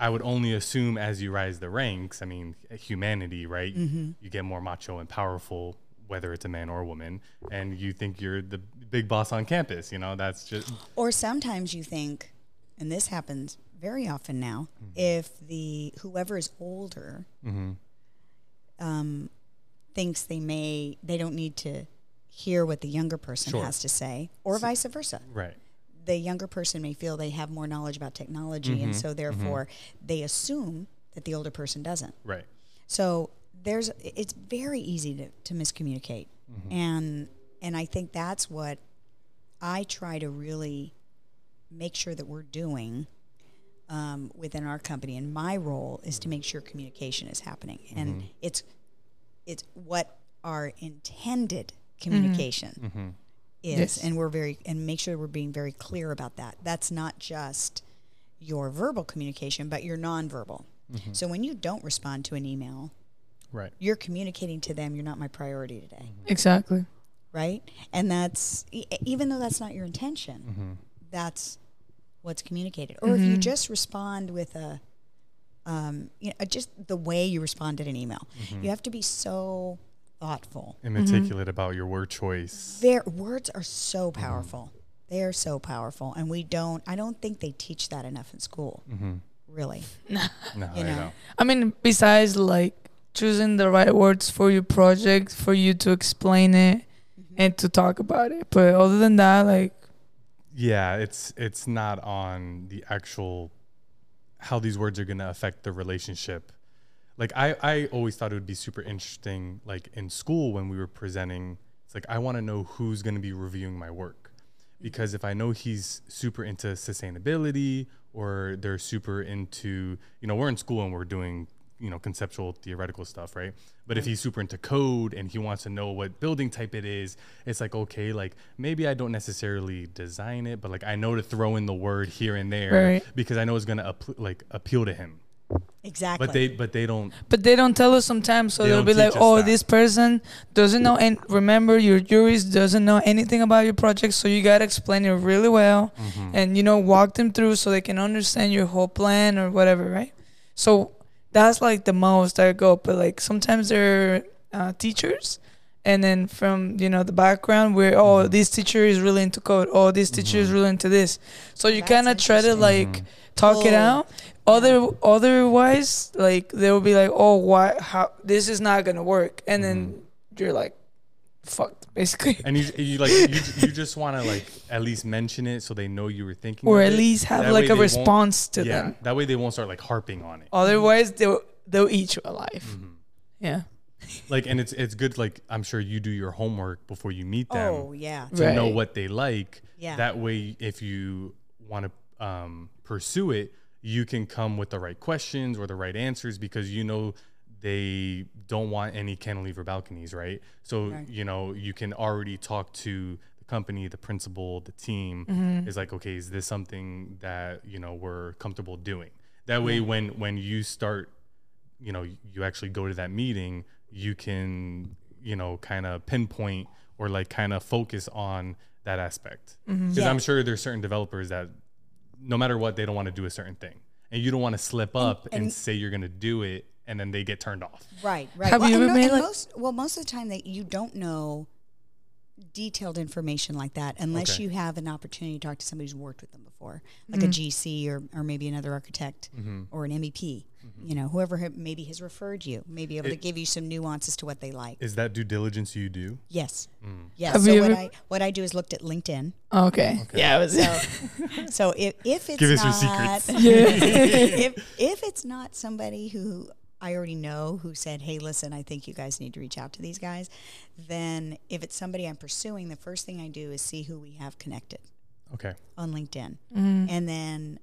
Speaker 1: I would only assume as you rise the ranks, I mean, humanity, right?
Speaker 3: Mm-hmm.
Speaker 1: You get more macho and powerful, whether it's a man or a woman, and you think you're the big boss on campus. You know, that's just
Speaker 3: Or sometimes you think, and this happens very often now,
Speaker 1: Mm-hmm.
Speaker 3: if the whoever is older um, thinks they may they don't need to hear what the younger person
Speaker 1: Sure.
Speaker 3: has to say, or vice versa.
Speaker 1: right.
Speaker 3: The younger person may feel they have more knowledge about technology, and so therefore they assume that the older person doesn't.
Speaker 1: Right.
Speaker 3: So there's it's very easy to, to miscommunicate. And and I think that's what I try to really make sure that we're doing um, within our company. And my role is to make sure communication is happening. And it's it's what our intended communication is.
Speaker 2: Yes.
Speaker 3: And we're very and make sure we're being very clear about that. That's not just your verbal communication, but your nonverbal. So when you don't respond to an email,
Speaker 1: Right.
Speaker 3: you're communicating to them, you're not my priority today,
Speaker 1: Mm-hmm.
Speaker 2: exactly.
Speaker 3: right? And that's e- even though that's not your intention,
Speaker 1: Mm-hmm.
Speaker 3: that's what's communicated. Or if you just respond with a, um, you know, just the way you respond at an email,
Speaker 1: Mm-hmm.
Speaker 3: you have to be so thoughtful.
Speaker 1: And meticulous about your word choice.
Speaker 3: Their words are so
Speaker 1: Mm-hmm.
Speaker 3: powerful. They are so powerful, and we don't. I don't think they teach that enough in school.
Speaker 1: Mm-hmm.
Speaker 3: Really,
Speaker 1: No,
Speaker 3: You
Speaker 1: I
Speaker 3: know.
Speaker 1: know.
Speaker 2: I mean, besides like choosing the right words for your project, for you to explain it and to talk about it. But other than that, like,
Speaker 1: yeah it's it's not on the actual how these words are going to affect the relationship like i i always thought it would be super interesting like in school when we were presenting it's like i want to know who's going to be reviewing my work because if i know he's super into sustainability or they're super into you know we're in school and we're doing you know conceptual theoretical stuff right but if he's super into code and he wants to know what building type it is it's like okay like maybe i don't necessarily design it but like i know to throw in the word here and there
Speaker 2: Right.
Speaker 1: because i know it's going to like appeal to him
Speaker 3: Exactly.
Speaker 1: But they but they don't
Speaker 2: But they don't tell us sometimes, so
Speaker 1: They
Speaker 2: they
Speaker 1: don't
Speaker 2: will be like,
Speaker 1: teach us
Speaker 2: "Oh,
Speaker 1: that."
Speaker 2: this person doesn't know." And remember, your jurist doesn't know anything about your project, so you gotta explain it really well,
Speaker 1: Mm-hmm.
Speaker 2: and you know, walk them through so they can understand your whole plan or whatever, right? So that's like the most I go. But like sometimes they're uh, teachers, and then from you know the background where oh
Speaker 1: Mm-hmm.
Speaker 2: this teacher is really into code, oh this teacher is really into this, so you
Speaker 3: That's
Speaker 2: kind of try to
Speaker 3: interesting.
Speaker 2: like talk it
Speaker 3: Oh.
Speaker 2: out. Other otherwise, like they will be like, oh why how this is not gonna work, and then you're like, fucked <laughs> basically,
Speaker 1: and you, you like you, you just want to like at least mention it so they know you were thinking
Speaker 2: or
Speaker 1: of
Speaker 2: at
Speaker 1: it.
Speaker 2: least have
Speaker 1: That way
Speaker 2: like
Speaker 1: they
Speaker 2: a
Speaker 1: won't-
Speaker 2: response to
Speaker 1: yeah
Speaker 2: them.
Speaker 1: that way they won't start like harping on it
Speaker 2: Otherwise, they'll they'll eat you alive. Yeah,
Speaker 1: like and it's it's good like i'm sure you do your homework before you meet them
Speaker 3: oh yeah.
Speaker 1: to know
Speaker 2: Right.
Speaker 1: what they like
Speaker 3: Yeah.
Speaker 1: that way if you want to um, pursue it you can come with the right questions or the right answers because you know they don't want any cantilever balconies right so you know you can already talk to the company the principal the team is like okay is this something that you know we're comfortable doing that way when when you start you know you actually go to that meeting you can you know kind of pinpoint or like kind of focus on that aspect because
Speaker 3: Yeah.
Speaker 1: i'm sure there's certain developers that no matter what they don't want to do a certain thing and you don't want to slip up and, say you're going to do it and then they get turned off
Speaker 3: Right, right.
Speaker 2: Have
Speaker 3: well,
Speaker 2: you
Speaker 3: and
Speaker 2: ever
Speaker 3: no-
Speaker 2: made,
Speaker 3: and
Speaker 2: like-
Speaker 3: most, well, most of the time that you don't know detailed information like that unless
Speaker 1: Okay.
Speaker 3: you have an opportunity to talk to somebody who's worked with them before, like
Speaker 2: Mm-hmm.
Speaker 3: a GC or, or maybe another architect or an MEP,
Speaker 2: Mm-hmm.
Speaker 3: you know, whoever ha- maybe has referred you, may be able to
Speaker 1: It-
Speaker 3: give you some nuances to what they like.
Speaker 1: is that due diligence you do
Speaker 3: Yes. Yes.
Speaker 2: Mm. Have
Speaker 3: so
Speaker 2: you
Speaker 3: what
Speaker 2: ever-
Speaker 3: I what I do is looked at LinkedIn.
Speaker 2: okay. Yeah, it was.
Speaker 3: So if, if it's
Speaker 1: Give us
Speaker 3: not
Speaker 1: your secrets.
Speaker 3: <laughs> if if it's not somebody who I already know who said, "Hey, listen, I think you guys need to reach out to these guys," then if it's somebody I'm pursuing, the first thing I do is see who we have connected
Speaker 1: okay
Speaker 3: on LinkedIn, and then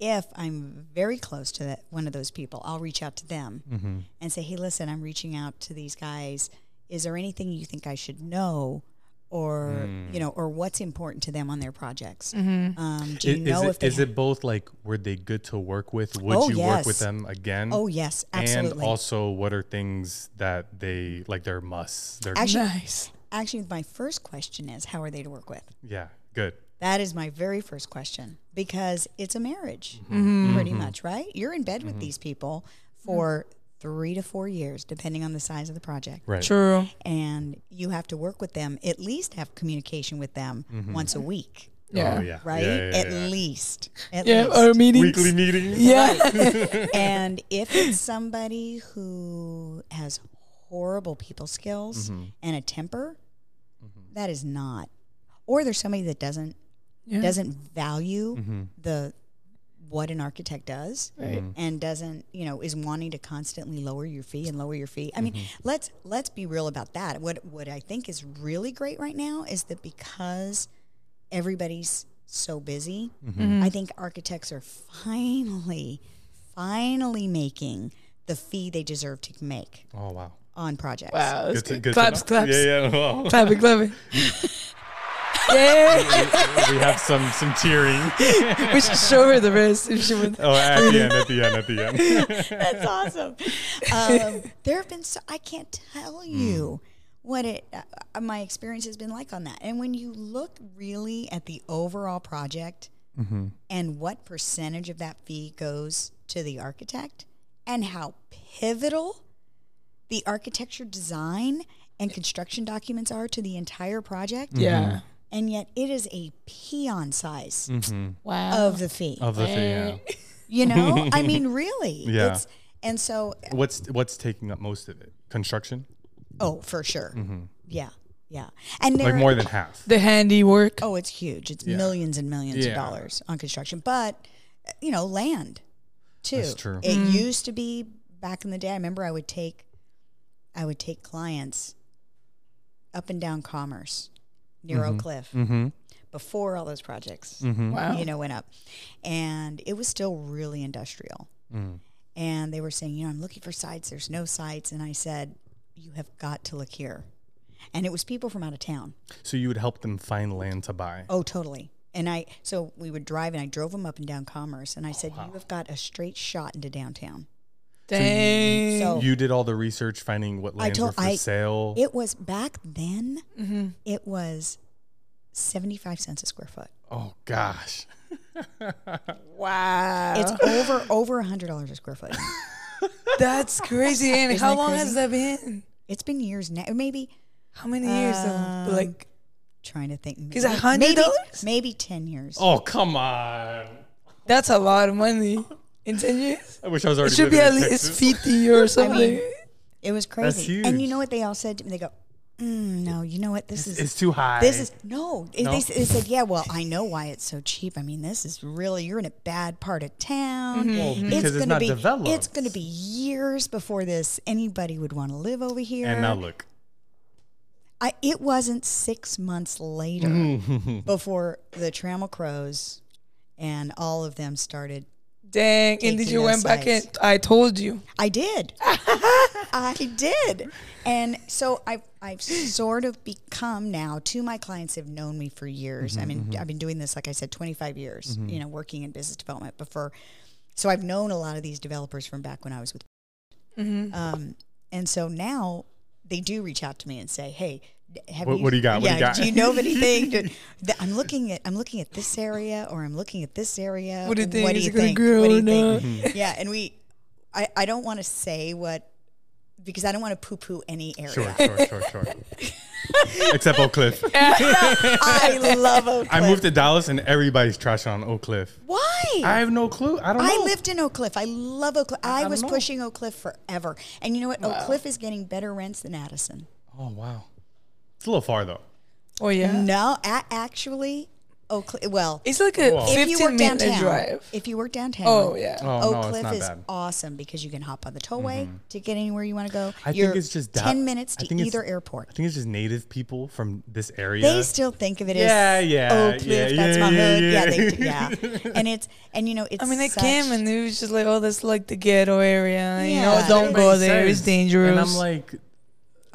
Speaker 3: if I'm very close to that, one of those people, I'll reach out to them
Speaker 1: Mm-hmm.
Speaker 3: and say, "Hey, listen, I'm reaching out to these guys. Is there anything you think I should know?" Or
Speaker 1: Mm.
Speaker 3: you know, or what's important to them on their projects? Um, do you
Speaker 1: is, is
Speaker 3: know
Speaker 1: it,
Speaker 3: if they
Speaker 1: is
Speaker 3: ha-
Speaker 1: it both like were they good to work with would
Speaker 3: Oh,
Speaker 1: you work with
Speaker 3: yes.
Speaker 1: them again
Speaker 3: Oh yes,
Speaker 1: and
Speaker 3: absolutely.
Speaker 1: also what are things that they like their musts their
Speaker 3: actually,
Speaker 2: Nice.
Speaker 3: actually, my first question is, how are they to work with?
Speaker 1: yeah good
Speaker 3: That is my very first question because it's a marriage,
Speaker 1: Mm-hmm.
Speaker 3: pretty much, right? You're in bed with these people for three to four years, depending on the size of the project,
Speaker 1: right
Speaker 2: True.
Speaker 1: Oh,
Speaker 3: and you have to work with them. At least have communication with them once a week,
Speaker 2: Yeah.
Speaker 1: oh Mm-hmm. yeah
Speaker 3: right?
Speaker 1: yeah, yeah,
Speaker 3: at
Speaker 1: yeah.
Speaker 3: least, at
Speaker 2: Yeah,
Speaker 3: least.
Speaker 2: our meetings.
Speaker 1: weekly meetings
Speaker 2: Yeah.
Speaker 3: and if it's somebody who has horrible people skills and a temper, that is not. Or there's somebody that doesn't
Speaker 2: Yeah.
Speaker 3: doesn't value the what an architect does
Speaker 2: Right.
Speaker 3: and doesn't you know is wanting to constantly lower your fee and lower your fee. I mean, let's let's be real about that. What what I think is really great right now is that because everybody's so busy, I think architects are finally finally making the fee they deserve to make
Speaker 1: oh wow
Speaker 3: on projects.
Speaker 2: Wow, that's
Speaker 1: Good to-
Speaker 2: good.
Speaker 1: good to
Speaker 2: claps,
Speaker 1: know.
Speaker 2: claps.
Speaker 1: Yeah, yeah. wow. <laughs>
Speaker 2: Clapping, clapping. yeah.
Speaker 1: we have some some cheering.
Speaker 2: We should show her the rest if she would.
Speaker 1: Oh, at the end, at the end, at the end.
Speaker 3: <laughs> That's awesome. Um, there have been so I can't tell
Speaker 2: Hmm.
Speaker 3: you what it uh, my experience has been like on that. And when you look really at the overall project
Speaker 2: Mm-hmm.
Speaker 3: and what percentage of that fee goes to the architect, and how pivotal the architecture design and construction documents are to the entire project,
Speaker 1: Mm-hmm.
Speaker 2: Yeah.
Speaker 3: and yet it is a peon size
Speaker 2: Wow.
Speaker 3: of the fee.
Speaker 1: Mm-hmm. Of the thing, yeah. <laughs>
Speaker 3: You know, I mean, really,
Speaker 1: Yeah.
Speaker 3: it's and so
Speaker 1: What's what's taking up most of it? Construction,
Speaker 3: Oh, for sure. Yeah, yeah. And there,
Speaker 1: Mm-hmm. like more than half.
Speaker 2: The handiwork.
Speaker 3: oh, it's huge. It's millions and millions
Speaker 1: Yeah.
Speaker 3: of dollars on construction, but uh, you know, land too.
Speaker 1: That's true.
Speaker 3: It used to be back in the day. I remember I would take, I would take clients up and down Commerce, near
Speaker 1: Mm-hmm.
Speaker 3: Oak Cliff, before all those projects
Speaker 2: Wow.
Speaker 3: you know, went up. And it was still really industrial.
Speaker 1: Mm.
Speaker 3: And they were saying, you know, I'm looking for sites. There's no sites. And I said, you have got to look here. And it was people from out of town.
Speaker 1: So you would help them find land to buy.
Speaker 3: Oh, totally. And I,
Speaker 1: Oh,
Speaker 3: so we would drive and I drove them up and down Commerce. And I said, you have got a straight shot into downtown.
Speaker 2: Dang.
Speaker 3: So
Speaker 1: You did all the research finding what lands
Speaker 3: told-
Speaker 1: were for
Speaker 3: Oh. I-
Speaker 1: sale.
Speaker 3: it was back then.
Speaker 1: Mm-hmm.
Speaker 3: It was seventy-five cents a square foot.
Speaker 1: oh gosh.
Speaker 2: wow.
Speaker 3: It's over over a hundred dollars a square foot.
Speaker 2: <laughs> That's crazy. And how
Speaker 3: that
Speaker 2: long
Speaker 3: crazy?
Speaker 2: has that been?
Speaker 3: It's been years now. Maybe
Speaker 2: How many years though?
Speaker 3: Um,
Speaker 2: Like
Speaker 3: trying to think.
Speaker 2: Is it
Speaker 3: maybe-
Speaker 2: $100?
Speaker 3: maybe- Maybe ten years.
Speaker 1: Oh come on.
Speaker 2: that's a lot of money. In ten years?
Speaker 1: I wish I was
Speaker 2: It
Speaker 1: already.
Speaker 2: should be
Speaker 1: living
Speaker 2: at
Speaker 1: in
Speaker 2: least
Speaker 1: Texas.
Speaker 2: <laughs> fifty or something.
Speaker 3: It was crazy.
Speaker 1: That's
Speaker 3: And you
Speaker 1: huge.
Speaker 3: know what they all said to me? They go, mm, no, you know what? This is
Speaker 1: It's too high.
Speaker 3: this is no. They-
Speaker 1: No?
Speaker 3: They, s- they said, yeah. Well, I know why it's so cheap. I mean, this is really you're in a bad part of town.
Speaker 1: Well, because it's
Speaker 3: gonna
Speaker 1: not
Speaker 3: be
Speaker 1: developed.
Speaker 3: it's going to be years before this anybody would want to live over here.
Speaker 1: And now look.
Speaker 3: I, it wasn't six months later
Speaker 1: Mm-hmm. <laughs>
Speaker 3: before the Trammel Crows and all of them started.
Speaker 2: Dang. And did
Speaker 3: Taking
Speaker 2: you went
Speaker 3: those
Speaker 2: back and I told you. <laughs>
Speaker 3: I did. I did. And so I've, I've sort of become now, two of my clients have known me for
Speaker 2: Mm-hmm,
Speaker 3: years. I mean, I've been doing this, like I said, 25 years, you know, working in business development before. So I've known a lot of these developers from back when I was with.
Speaker 2: Mm-hmm.
Speaker 3: Um, and so now they do reach out to me and say, hey, d- have
Speaker 1: What- what do you got? What do
Speaker 3: Yeah,
Speaker 1: you got?
Speaker 3: do you know of
Speaker 2: <laughs>
Speaker 3: anything? to- that I'm looking at I'm looking at this area, or I'm looking at this area.
Speaker 2: What do you think?
Speaker 3: What do
Speaker 2: Is
Speaker 3: you
Speaker 2: it gonna
Speaker 3: think?
Speaker 2: grow
Speaker 3: What do
Speaker 2: or
Speaker 3: you
Speaker 2: not?
Speaker 3: think? yeah, and we, I, I don't want to say what, because I don't want to poo poo any area.
Speaker 1: Sure, sure, sure, sure. Except Oak Cliff.
Speaker 3: <laughs> I love Oak Cliff.
Speaker 1: I moved to Dallas and everybody's trash on Oak Cliff.
Speaker 3: Why?
Speaker 1: I
Speaker 3: I,
Speaker 1: have no clue. I don't know.
Speaker 3: lived in Oak Cliff. I love Oak Cliff. I,
Speaker 1: don't
Speaker 3: was
Speaker 1: know.
Speaker 3: pushing Oak Cliff forever. And you know what? Oak Cliff is getting better rents than Addison.
Speaker 1: Oh wow. It's a little far though.
Speaker 2: Oh yeah.
Speaker 3: No, a- actually, Oak Cliff, well,
Speaker 2: It's like a
Speaker 1: Wow.
Speaker 3: if you work
Speaker 2: fifteen minute
Speaker 3: downtown,
Speaker 2: drive.
Speaker 3: if you work downtown,
Speaker 2: Oh yeah.
Speaker 1: Oh
Speaker 3: Oak
Speaker 1: no, it's
Speaker 3: Cliff
Speaker 1: not
Speaker 3: is
Speaker 1: bad. Mm-hmm.
Speaker 3: awesome because you can hop on the tollway to get anywhere you want to go.
Speaker 1: I
Speaker 3: You're
Speaker 1: think it's just da-
Speaker 3: ten minutes
Speaker 1: I
Speaker 3: to
Speaker 1: think it's-
Speaker 3: either
Speaker 1: I
Speaker 3: airport.
Speaker 1: think it's just native people from this area.
Speaker 3: They still think of it
Speaker 1: Yeah,
Speaker 3: as
Speaker 1: yeah,
Speaker 3: Oak
Speaker 1: yeah,
Speaker 3: Cliff. that's
Speaker 1: yeah,
Speaker 3: my
Speaker 1: yeah,
Speaker 3: hood. Yeah,
Speaker 1: yeah.
Speaker 3: they do, yeah. And it's and you know it's.
Speaker 2: I mean, I
Speaker 3: such-
Speaker 2: came and it was just like, oh, that's like the ghetto area. You
Speaker 3: Yeah.
Speaker 2: know,
Speaker 3: It
Speaker 2: don't
Speaker 1: It
Speaker 2: go
Speaker 1: makes
Speaker 2: there. It's
Speaker 1: sense.
Speaker 2: dangerous.
Speaker 1: And I'm like,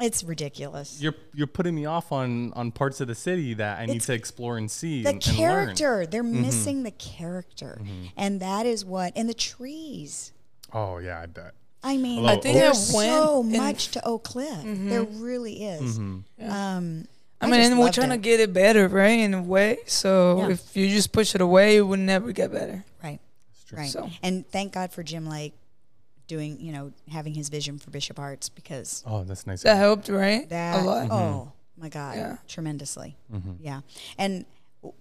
Speaker 3: it's ridiculous.
Speaker 1: you're you're putting me off on on parts of the city that I need
Speaker 3: It's-
Speaker 1: to explore and see.
Speaker 3: The
Speaker 1: and, and learn. Mm-hmm.
Speaker 3: character they're missing the character, and that is what and the trees.
Speaker 1: Oh yeah, I bet.
Speaker 3: I mean,
Speaker 1: I think I
Speaker 3: there's
Speaker 2: went
Speaker 3: so
Speaker 2: in-
Speaker 3: much to Oak Cliff. There really is.
Speaker 1: Mm-hmm.
Speaker 3: Um,
Speaker 2: I mean,
Speaker 3: just
Speaker 2: and we're
Speaker 3: loved
Speaker 2: trying to
Speaker 3: it.
Speaker 2: get it better, right? In a way. So
Speaker 3: Yeah.
Speaker 2: if you just push it away, it will never get better.
Speaker 3: right,
Speaker 1: true.
Speaker 3: right.
Speaker 2: So-
Speaker 3: And thank God for Jim Lake doing you know having his vision for Bishop Arts because
Speaker 1: Oh, that's nice.
Speaker 2: That helped, right?
Speaker 3: that
Speaker 2: a lot. Mm-hmm.
Speaker 3: oh my god
Speaker 2: Yeah.
Speaker 3: tremendously yeah and O-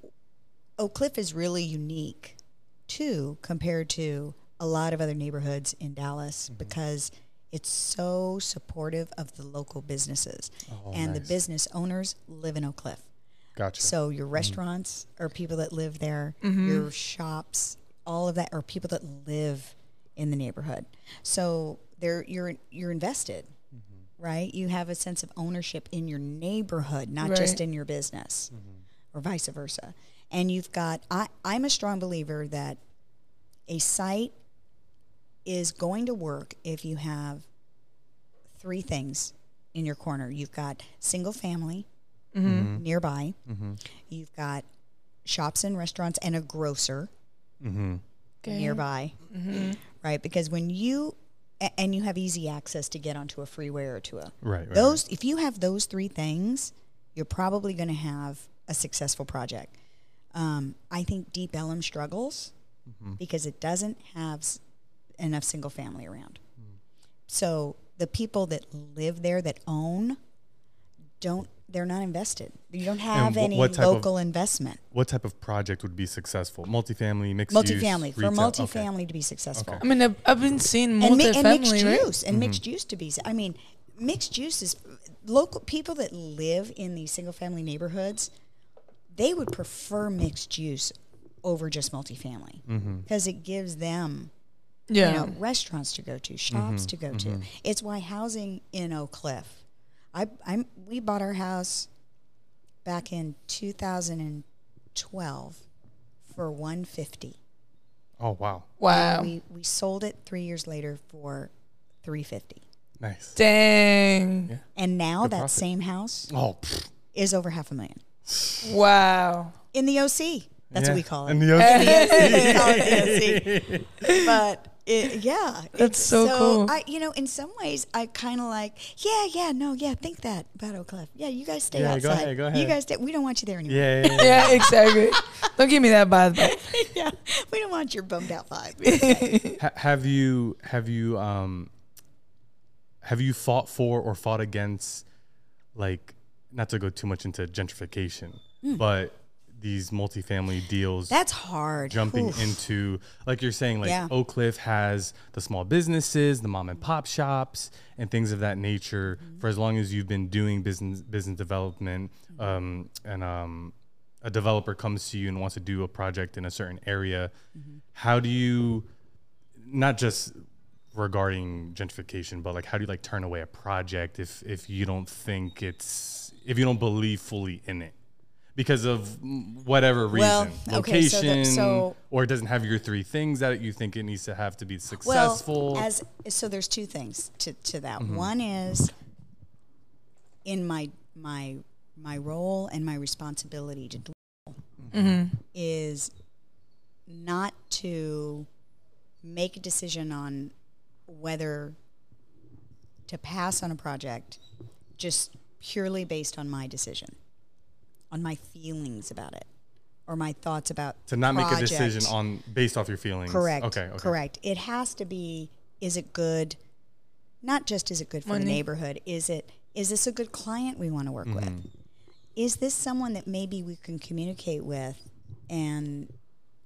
Speaker 3: oak cliff is really unique too compared to a lot of other neighborhoods in dallas
Speaker 2: Mm-hmm.
Speaker 3: because it's so supportive of the local businesses
Speaker 2: Oh,
Speaker 3: and the business owners live in oak cliff
Speaker 1: Gotcha.
Speaker 3: so
Speaker 2: Mm-hmm.
Speaker 3: your restaurants are people that live there, your shops, all of that are people that live in the neighborhood. So they're you're you're invested, right? You have a sense of ownership in your neighborhood, not
Speaker 2: Right.
Speaker 3: just in your business, or vice versa. And you've got I I'm a strong believer that a site is going to work if you have three things in your corner. You've got single family nearby. You've got shops and restaurants and a grocer nearby, right? Because when you a- and you have easy access to get onto a freeway or to a
Speaker 1: right, right.
Speaker 3: those if you have those three things, you're probably going to have a successful project. Um, I think Deep Ellum struggles
Speaker 1: Mm-hmm.
Speaker 3: because it doesn't have s- enough single family around.
Speaker 1: Mm.
Speaker 3: So the people that live there that own don't they're not invested. You don't have
Speaker 1: wh-
Speaker 3: any
Speaker 1: what type of-
Speaker 3: local investment.
Speaker 1: What type of project would be successful? Multifamily, mixed use,
Speaker 3: Multifamily for
Speaker 1: retail? Okay.
Speaker 3: multifamily to be successful.
Speaker 2: I mean, I've, I've been seeing
Speaker 3: and, mi- and mixed
Speaker 2: multifamily, right?
Speaker 3: use and mixed use to be i mean mixed use is local people that live in these single family neighborhoods they would prefer mixed use over just multifamily because it gives them
Speaker 2: Yeah.
Speaker 3: you know restaurants to go to shops to go to it's why housing in oak cliff i i'm we bought our house back in 2012 for 150
Speaker 1: Oh wow,
Speaker 2: Wow.
Speaker 3: we we sold it 3 years later for 350
Speaker 1: nice.
Speaker 2: Dang.
Speaker 3: And now that
Speaker 1: profit.
Speaker 3: same house
Speaker 1: Oh, pfft.
Speaker 3: is over half a million
Speaker 2: Wow.
Speaker 3: in the OC. That's
Speaker 1: Yeah.
Speaker 3: <laughs> what we call it.
Speaker 1: And the other-
Speaker 3: We call it the OC. But It, yeah,
Speaker 2: That's so cool.
Speaker 3: I, you know, in some ways, I kind of like, yeah, yeah, no, yeah, think that about Oak Cliff. Yeah, you guys stay
Speaker 1: Yeah,
Speaker 3: outside.
Speaker 1: go ahead, go
Speaker 3: You
Speaker 1: ahead.
Speaker 3: guys, stay, we don't want you there anymore.
Speaker 1: Yeah, yeah, yeah.
Speaker 3: <laughs>
Speaker 2: yeah, exactly. Don't give me that bad vibe.
Speaker 3: yeah, <laughs> we don't want your bummed out vibe.
Speaker 1: Ha- have you have you um have you fought for or fought against like not to go too much into gentrification,
Speaker 3: Hmm.
Speaker 1: but these multifamily deals
Speaker 3: That's hard.
Speaker 1: jumping
Speaker 3: Oof.
Speaker 1: into like you're saying like
Speaker 3: Yeah.
Speaker 1: Oak Cliff has the small businesses, the mom and pop shops and things of that nature
Speaker 3: Mm-hmm.
Speaker 1: for as long as you've been doing business business development
Speaker 3: Mm-hmm.
Speaker 1: um, and um, a developer comes to you and wants to do a project in a certain area
Speaker 3: Mm-hmm.
Speaker 1: how do you not just regarding gentrification but like how do you like turn away a project if if you don't think it's if you don't believe fully in it because of mm, whatever reason
Speaker 3: Well, okay, so
Speaker 1: location
Speaker 3: the- so-
Speaker 1: or it doesn't have your three things that you think it needs to have to be successful Mm-hmm.
Speaker 3: Well, as so, there's two things to to that. One is in my my my role and my responsibility to dwell is not to make a decision on whether to pass on a project just purely based on my decision, on my feelings about it, or my thoughts about
Speaker 1: to not make a
Speaker 3: project.
Speaker 1: decision on based off your feelings
Speaker 3: Correct.
Speaker 1: okay, okay.
Speaker 3: Correct. It has to be is it good? Not just is it good for the neighborhood, is it is this a good client we want to work with?
Speaker 1: Mm-hmm.
Speaker 3: Is this someone that maybe we can communicate with and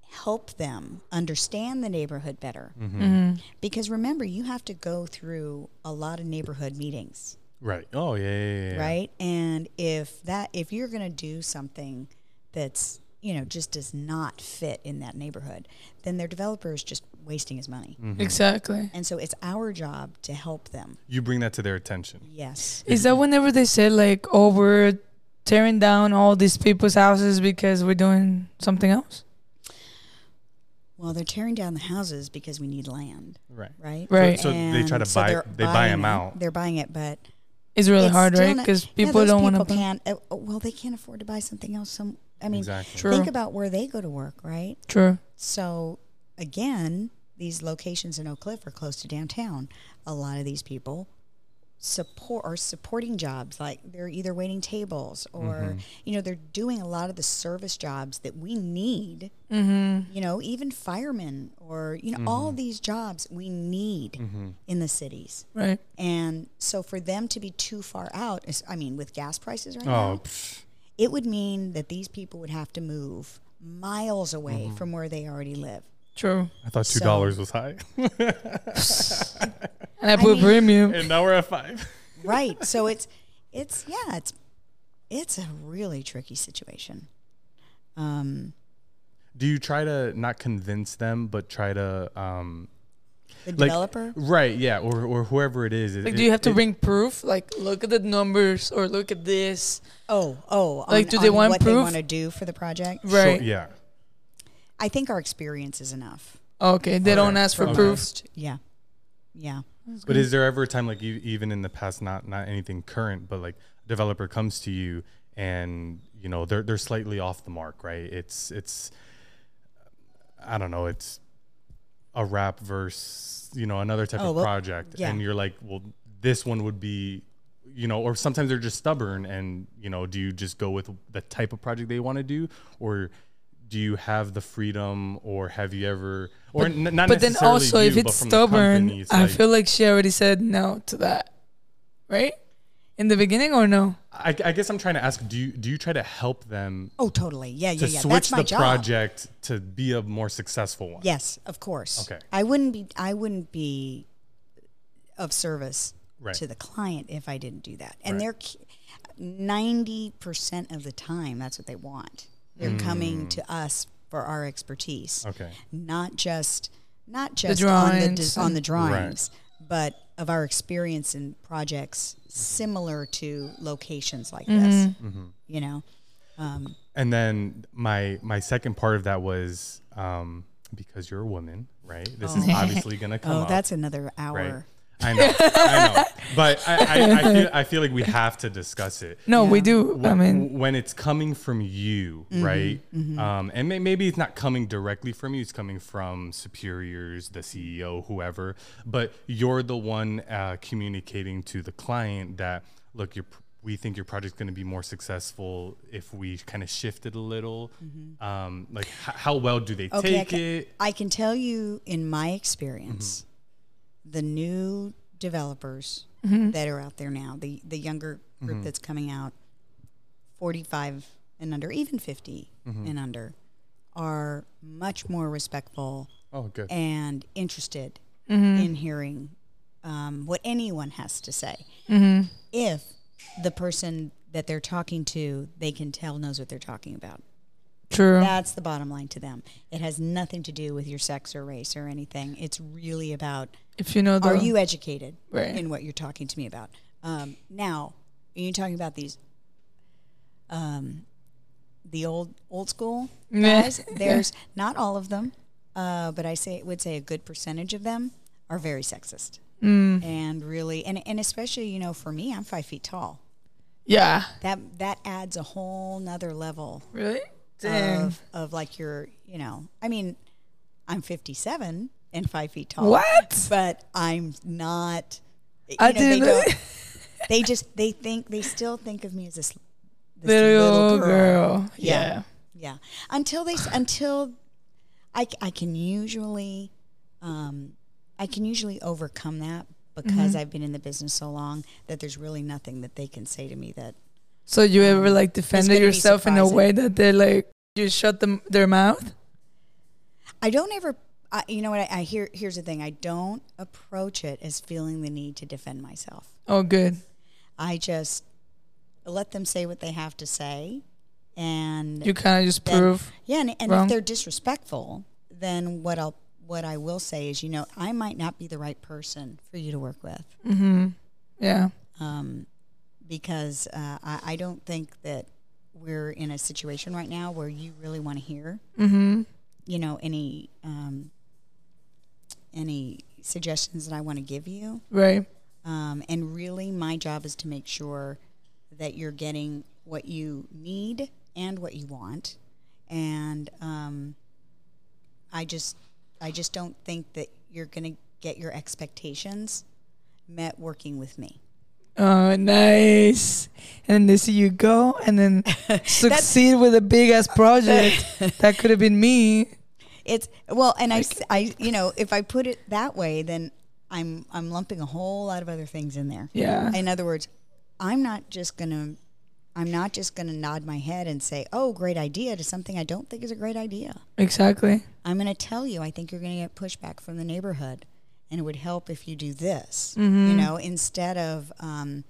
Speaker 3: help them understand the neighborhood better?
Speaker 1: Mm-hmm.
Speaker 3: Because remember, you have to go through a lot of neighborhood meetings
Speaker 1: right oh yeah, yeah, yeah, yeah.
Speaker 3: right and if that if you're going to do something that's you know just does not fit in that neighborhood then their developer is just wasting his money
Speaker 1: Mm. Mm-hmm.
Speaker 2: Exactly.
Speaker 3: and so it's our job to help them
Speaker 1: you bring that to their attention
Speaker 3: yes
Speaker 2: Is that whenever they said like, "Oh, we're tearing down all these people's houses because we're doing something else"?
Speaker 3: well they're tearing down the houses because we need land
Speaker 1: right
Speaker 3: right
Speaker 2: Right.
Speaker 1: So- so they try to buy-
Speaker 3: they're
Speaker 1: they buy
Speaker 3: buying
Speaker 1: 'em
Speaker 3: it.
Speaker 1: out.
Speaker 3: they're buying it but
Speaker 2: It's really
Speaker 3: it's
Speaker 2: hard,
Speaker 3: still
Speaker 2: right?
Speaker 3: not-
Speaker 2: Because
Speaker 3: yeah,
Speaker 2: people
Speaker 3: those
Speaker 2: don't want
Speaker 3: people
Speaker 2: to.
Speaker 3: can't uh, uh, well they can't afford to buy something else some i mean
Speaker 1: exactly
Speaker 2: True.
Speaker 3: think about where they go to work right
Speaker 2: True.
Speaker 3: So again, these locations in Oak Cliff are close to downtown. A lot of these people support are supporting jobs like they're either waiting tables or you know they're doing a lot of the service jobs that we need you know even firemen or you know all these jobs we need in the cities
Speaker 2: Right.
Speaker 3: and so for them to be too far out is- i mean with gas prices right now
Speaker 1: oh pfft.
Speaker 3: it would mean that these people would have to move miles away from where they already live.
Speaker 2: True.
Speaker 1: i thought two
Speaker 3: So-
Speaker 1: dollars was high <laughs>
Speaker 2: And I put
Speaker 3: mean-
Speaker 2: premium.
Speaker 1: and now we're at five
Speaker 3: Right. so it's it's yeah, it's it's a really tricky situation. Um
Speaker 1: do you try to not convince them but try to um
Speaker 3: the
Speaker 1: like
Speaker 3: developer
Speaker 1: right yeah or, or whoever it is
Speaker 2: Like, do you have to bring proof? Like, look at the numbers or look at this.
Speaker 3: Oh, oh,
Speaker 2: Like,
Speaker 3: on-
Speaker 2: do they
Speaker 3: on
Speaker 2: want
Speaker 3: what they
Speaker 2: proof?
Speaker 3: want to do for the project?
Speaker 2: Right.
Speaker 1: yeah
Speaker 3: I think our experience is enough.
Speaker 2: Okay. They don't ask for
Speaker 1: Okay.
Speaker 2: proof.
Speaker 3: Yeah. Yeah.
Speaker 1: But is there ever a time like you, even in the past, not not anything current, but like a developer comes to you and you know they're they're slightly off the mark, right? It's it's I don't know, it's a rap verse, you know, another type
Speaker 3: Oh,
Speaker 1: of
Speaker 3: well,
Speaker 1: project,
Speaker 3: yeah.
Speaker 1: and you're like, well, this one would be. You know, or sometimes they're just stubborn, and you know, do you just go with the type of project they want to do, or do you have the freedom, or have you ever, or n- not?
Speaker 2: But then
Speaker 1: necessarily
Speaker 2: also,
Speaker 1: you,
Speaker 2: if
Speaker 1: but
Speaker 2: it's
Speaker 1: from the
Speaker 2: stubborn,
Speaker 1: company, it's
Speaker 2: I
Speaker 1: like-
Speaker 2: feel like she already said no to that, right? In the beginning or no?
Speaker 1: I, I guess I'm trying to ask: Do you do you try to help them
Speaker 3: Oh, totally. Yeah, yeah,
Speaker 1: to
Speaker 3: yeah.
Speaker 1: switch
Speaker 3: That's my
Speaker 1: the
Speaker 3: job.
Speaker 1: project to be a more successful one?
Speaker 3: Yes, of course.
Speaker 1: Okay.
Speaker 3: I wouldn't be I wouldn't be of service
Speaker 1: Right.
Speaker 3: to the client if I didn't do that. And they're ninety percent of the time that's what they want. They're
Speaker 1: Mm.
Speaker 3: coming to us for our expertise,
Speaker 1: Okay.
Speaker 3: not just not just on
Speaker 2: drawings
Speaker 3: the de- on
Speaker 2: and-
Speaker 3: the drawings, but of our experience in projects similar to locations like this.
Speaker 1: Mm-hmm.
Speaker 3: You know, um,
Speaker 1: And then my my second part of that was um, because you're a woman, right? This is obviously gonna come
Speaker 3: oh,
Speaker 1: up.
Speaker 3: that's another hour.
Speaker 1: right? I know. I know. but I, I, I, feel, I feel like we have to discuss it.
Speaker 2: No, we do. I
Speaker 1: Wh-
Speaker 2: mean,
Speaker 1: when it's coming from you,
Speaker 3: Mm-hmm,
Speaker 1: right? Um, and may- maybe it's not coming directly from you; it's coming from superiors, the CEO, whoever. But you're the one uh, communicating to the client that, look, your we think your project's going to be more successful if we kind of shift it a little. Um, like, h- how well do they
Speaker 3: Mm-hmm. Okay, I
Speaker 1: take
Speaker 3: can,
Speaker 1: it?
Speaker 3: I can tell you in my experience, the new developers
Speaker 1: Mm-hmm.
Speaker 3: that are out there now, the the younger group that's coming out, forty five and under, even 50 and under, are much more respectful
Speaker 1: Oh, good.
Speaker 3: and interested in hearing um, what anyone has to say. If the person that they're talking to, they can tell knows what they're talking about.
Speaker 2: true.
Speaker 3: That's the bottom line to them. It has nothing to do with your sex or race or anything. It's really about
Speaker 2: if you know the
Speaker 3: are you educated
Speaker 2: Oh. Right.
Speaker 3: in what you're talking to me about? Um, now, are you talking about these um, the old old school
Speaker 2: Meh.
Speaker 3: <laughs> guys? There's not all of them, uh, but I say would say a good percentage of them are very sexist
Speaker 2: Mm.
Speaker 3: and really and and especially you know for me I'm five feet tall.
Speaker 2: <laughs> yeah
Speaker 3: That that adds a whole nother level
Speaker 2: really damn
Speaker 3: of, of like your, you know, I mean, I'm 57 and five feet tall.
Speaker 2: what
Speaker 3: But I'm not. you
Speaker 2: I
Speaker 3: know, they,
Speaker 2: didn't- <laughs>
Speaker 3: don't- they just they think they still think of me as this, this
Speaker 2: little, girl,
Speaker 3: Yeah.
Speaker 2: yeah.
Speaker 3: Yeah, until they s- until I c- I can usually um, I can usually overcome that because I've been in the business so long that there's really nothing that they can say to me that
Speaker 2: So you ever like defended
Speaker 3: Um, gonna be
Speaker 2: yourself in a
Speaker 3: surprising.
Speaker 2: way that they're like you shut them their mouth?
Speaker 3: I don't ever. I, you know what? I, I hear. Here's the thing. I don't approach it as feeling the need to defend myself.
Speaker 2: Oh, good.
Speaker 3: I just let them say what they have to say, and
Speaker 2: You kind of just
Speaker 3: Then-
Speaker 2: prove.
Speaker 3: yeah, and, and
Speaker 2: wrong.
Speaker 3: if they're disrespectful, then what I'll what I will say is, you know, I might not be the right person for you to work with
Speaker 2: Yeah.
Speaker 3: um, because uh, I, I don't think that we're in a situation right now where you really want to hear, you know, any um, any suggestions that I want to give you.
Speaker 2: Right.
Speaker 3: Um, and really, my job is to make sure that you're getting what you need and what you want. And um, I just, I just don't think that you're going to get your expectations met working with me.
Speaker 2: Oh, nice. And then they see you go and
Speaker 3: <laughs>
Speaker 2: then succeed with a big ass project. that could have been me.
Speaker 3: It's well, and I, s- I- you know, if I put it that way, then I'm, I'm lumping a whole lot of other things in there.
Speaker 2: Yeah.
Speaker 3: In other words, I'm not just gonna, I'm not just gonna nod my head and say, "Oh, great idea," to something I don't think is a great idea.
Speaker 2: Exactly.
Speaker 3: I'm going to tell you, I think you're going to get pushback from the neighborhood, and it would help if you do this,
Speaker 2: Mm-hmm.
Speaker 3: you know, instead of, um,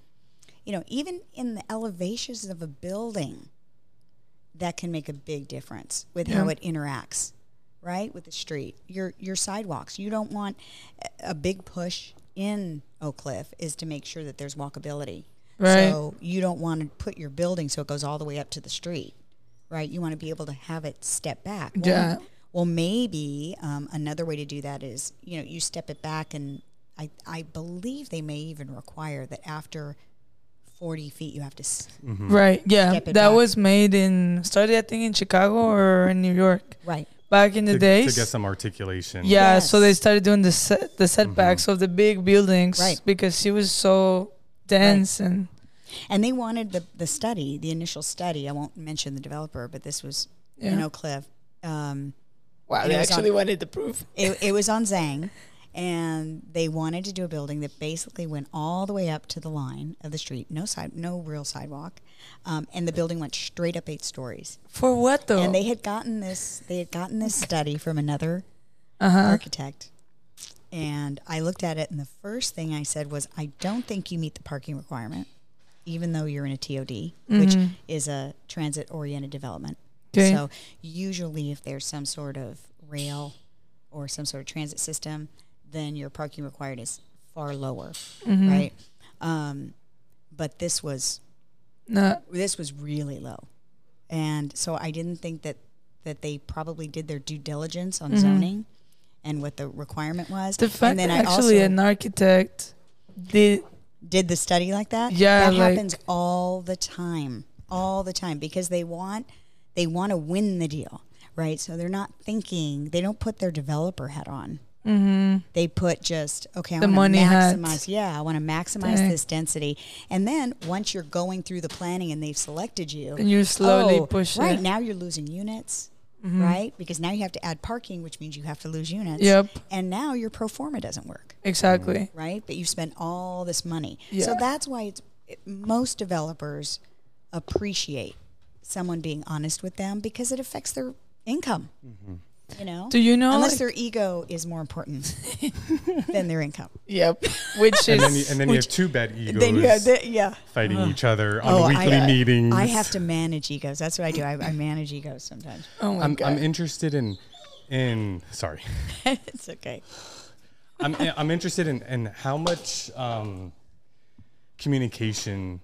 Speaker 3: you know, even in the elevations of a building, that can make a big difference with how
Speaker 2: Yeah.
Speaker 3: it interacts, right, with the street, your your sidewalks. You don't want a- a big push in Oak Cliff is to make sure that there's walkability.
Speaker 2: Right.
Speaker 3: So you don't want to put your building so it goes all the way up to the street, right? You want to be able to have it step back. Well,
Speaker 2: Yeah.
Speaker 3: well, maybe um, another way to do that is, you know, you step it back, and I, I believe they may even require that after 40 feet, you have to. S-
Speaker 1: Mm-hmm.
Speaker 2: Right. Yeah.
Speaker 3: Step
Speaker 2: That
Speaker 3: it back.
Speaker 2: was made in started I think in Chicago or in New York
Speaker 3: right.
Speaker 2: back in the
Speaker 1: To, to
Speaker 2: days.
Speaker 1: get some articulation.
Speaker 2: Yeah, so they
Speaker 3: Yes.
Speaker 2: started doing the set, the setbacks
Speaker 1: Mm-hmm.
Speaker 2: of the big buildings
Speaker 3: Right.
Speaker 2: because it was so dense and
Speaker 3: And they wanted the, the study, the initial study. I won't mention the developer, but this was in
Speaker 2: Yeah.
Speaker 3: Oak Cliff. Um,
Speaker 2: wow,
Speaker 3: And they it was actually
Speaker 2: wanted the proof.
Speaker 3: it, it was
Speaker 2: <laughs>
Speaker 3: on Zang, and they wanted to do a building that basically went all the way up to the line of the street, no side, no real sidewalk, um, and the building went straight up eight stories.
Speaker 2: For what though?
Speaker 3: And they had gotten this, they had gotten this study from another
Speaker 2: uh-huh.
Speaker 3: architect. And I looked at it, and the first thing I said was, I don't think you meet the parking requirement, even though you're in a TOD, which is a transit oriented development.
Speaker 2: 'Kay.
Speaker 3: So, usually, if there's some sort of rail or some sort of transit system, then your parking required is far lower,
Speaker 2: Mm-hmm.
Speaker 3: right? Um, but this was
Speaker 2: No.
Speaker 3: this was really low and so i didn't think that that they probably did their due diligence on zoning and what the requirement was
Speaker 2: The fact
Speaker 3: and then
Speaker 2: that actually
Speaker 3: i also
Speaker 2: an architect did
Speaker 3: did the study like that.
Speaker 2: Yeah,
Speaker 3: that
Speaker 2: like-
Speaker 3: happens all the time, all the time, because they want they want to win the deal, right? So they're not thinking. They don't put their developer hat on. Mm-hmm. They put just okay. I
Speaker 2: The
Speaker 3: wanna
Speaker 2: money hat.
Speaker 3: maximize. Yeah, I want to maximize
Speaker 2: Dang.
Speaker 3: this density, and then once you're going through the planning and they've selected you,
Speaker 2: And you slowly
Speaker 3: oh,
Speaker 2: push
Speaker 3: Right
Speaker 2: it. Mm-hmm.
Speaker 3: now, you're losing units. Right, because now you have to add parking, which means you have to lose units.
Speaker 2: Yep.
Speaker 3: And now your pro forma doesn't work
Speaker 2: Exactly.
Speaker 3: right? But you spent all this money.
Speaker 2: Yeah.
Speaker 3: So that's why it's it, most developers appreciate someone being honest with them because it affects their income. You know?
Speaker 2: Do you know?
Speaker 3: Unless
Speaker 2: like-
Speaker 3: their ego is more important <laughs> than their income.
Speaker 2: yep. <laughs> Which
Speaker 1: Mm-hmm. And then, you,
Speaker 2: is
Speaker 1: and then you have two bad egos
Speaker 3: yeah.
Speaker 1: fighting each other on weekly
Speaker 3: Uh-huh. Oh, I, uh,
Speaker 1: meetings.
Speaker 3: I have to manage egos. That's what I do. I, I manage egos sometimes.
Speaker 2: oh my
Speaker 1: I'm, I'm
Speaker 2: god.
Speaker 1: interested in, in sorry, <laughs>
Speaker 3: it's okay.
Speaker 1: I'm I'm interested in in how much um, communication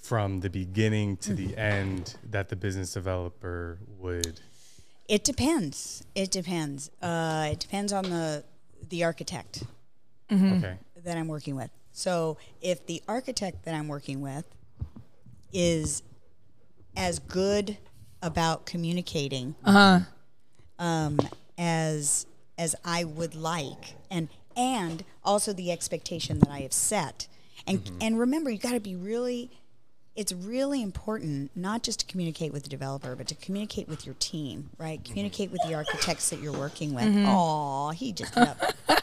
Speaker 1: from the beginning to
Speaker 3: Mm-hmm.
Speaker 1: the end that the business developer would.
Speaker 3: It depends. It depends. Uh, it depends on the the architect. Mm-hmm.
Speaker 1: Okay.
Speaker 3: that I'm working with. So if the architect that I'm working with is as good about communicating
Speaker 2: Uh huh.
Speaker 3: um, as as I would like, and and also the expectation that I have set, and and remember, you got to be really. It's really important not just to communicate with the developer, but to communicate with your team, right? Communicate with the architects that you're working with. Oh, he just, lo-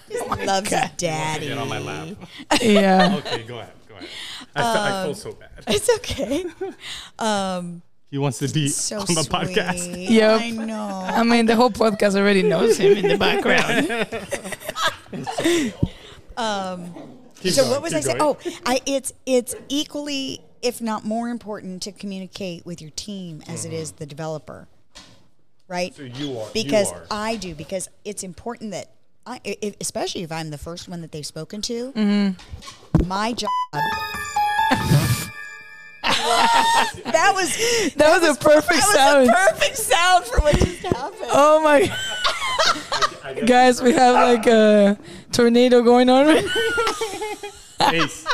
Speaker 3: just loves his daddy.
Speaker 1: Get on my lap.
Speaker 3: Eh.
Speaker 1: <laughs>
Speaker 2: Yeah.
Speaker 1: Okay, go ahead. Go ahead. I, fe- I
Speaker 3: Um,
Speaker 1: feel so bad.
Speaker 3: It's okay. Um,
Speaker 1: He wants to be
Speaker 3: <laughs> so
Speaker 1: on the
Speaker 3: sweet.
Speaker 1: podcast.
Speaker 2: Yep.
Speaker 3: I know.
Speaker 2: I mean, the whole podcast already knows him in the background.
Speaker 1: Keep
Speaker 3: So
Speaker 1: going,
Speaker 3: what was
Speaker 1: keep
Speaker 3: I saying?
Speaker 1: going.
Speaker 3: Oh, I, it's it's equally, if not more important, to communicate with your team as it is the developer, right?
Speaker 1: Mm-hmm. So you are.
Speaker 3: because
Speaker 1: you are.
Speaker 3: I do because it's important that I, i- if, especially if I'm the first one that they've spoken to, my <laughs> job. that was that,
Speaker 2: That was a perfect sound.
Speaker 3: was a perfect sound for what just happened.
Speaker 2: oh my. <laughs> Guys, we have like a tornado going on. right now.
Speaker 3: Oh.
Speaker 1: Ace.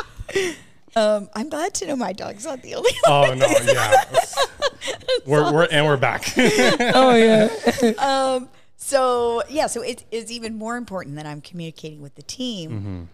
Speaker 3: Um, I'm glad to know my dog's not the only one. <laughs>
Speaker 1: Oh no, yeah. we're we're and we're back.
Speaker 2: Oh yeah.
Speaker 3: Um, so yeah, so it is even more important that I'm communicating with the team,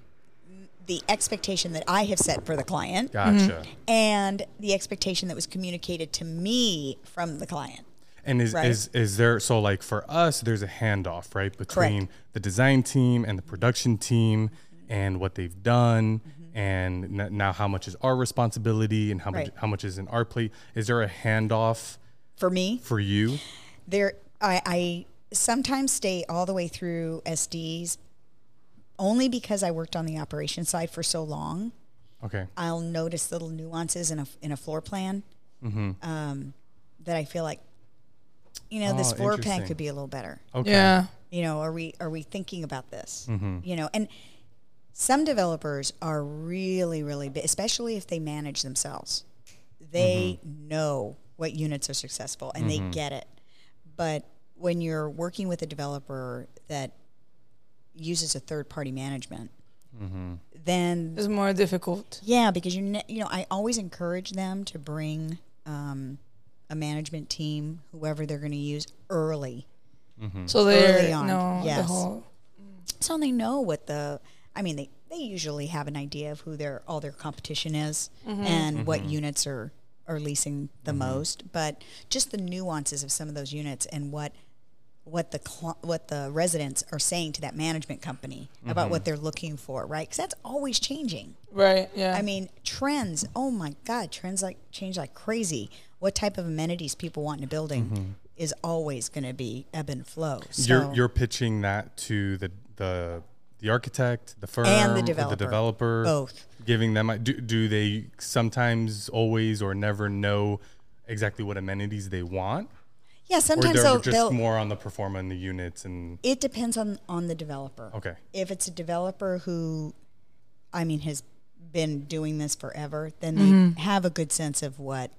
Speaker 1: Mm-hmm.
Speaker 3: the expectation that I have set for the
Speaker 1: <laughs>
Speaker 3: client,
Speaker 1: Gotcha.
Speaker 3: and the expectation that was communicated to me from the client.
Speaker 1: And is,
Speaker 3: Right.
Speaker 1: is is there so like for us there's a handoff, right? Between the design team and the production team and what they've done and n- now how much is our responsibility and how much
Speaker 3: Mm-hmm. Right.
Speaker 1: how much is in our plate? Is there a handoff
Speaker 3: For me,
Speaker 1: for you?
Speaker 3: there I, I sometimes stay all the way through SDs only because I worked on the operations side for so long.
Speaker 1: Okay.
Speaker 3: I'll notice little nuances in a in a floor plan
Speaker 1: Mm-hmm.
Speaker 3: um, that I feel like, you know, this
Speaker 1: Oh,
Speaker 3: floor plan
Speaker 1: interesting.
Speaker 3: could be a little better.
Speaker 1: Okay.
Speaker 2: Yeah.
Speaker 3: You know, are we are we thinking about this? You know, and some developers are really really big, especially if they manage themselves. They know what units are successful and they get it. But when you're working with a developer that uses a third party management, then
Speaker 2: It's more difficult.
Speaker 3: yeah, because you ne- you know I always encourage them to bring um, a management team, whoever they're going to use, early,
Speaker 2: So they
Speaker 3: Early on,
Speaker 2: no the
Speaker 3: yes.
Speaker 2: whole
Speaker 3: so they know what the. I mean, they they usually have an idea of who their all their competition is and
Speaker 1: Mm-hmm.
Speaker 3: what units are are leasing the most, but just the nuances of some of those units and what what the cl- what the residents are saying to that management company
Speaker 1: Mm-hmm.
Speaker 3: about what they're looking for, right? Because that's always changing.
Speaker 2: right. Yeah.
Speaker 3: I mean, trends. Oh my God, trends like change like crazy. What type of amenities people want in a building is always going to be ebb and flow. So,
Speaker 1: Mm-hmm. You're you're pitching that to the the the architect, the firm, or
Speaker 3: developer.
Speaker 1: developer,
Speaker 3: Both.
Speaker 1: giving them. a- Do, do they sometimes, always, or never know exactly what amenities they want,
Speaker 3: yeah,
Speaker 1: or
Speaker 3: sometimes
Speaker 1: they're
Speaker 3: they'll,
Speaker 1: just
Speaker 3: they'll
Speaker 1: more on the performa and the units and
Speaker 3: it depends on on the developer.
Speaker 1: okay,
Speaker 3: If it's a developer who, I mean, has been doing this forever, then they have a good sense of what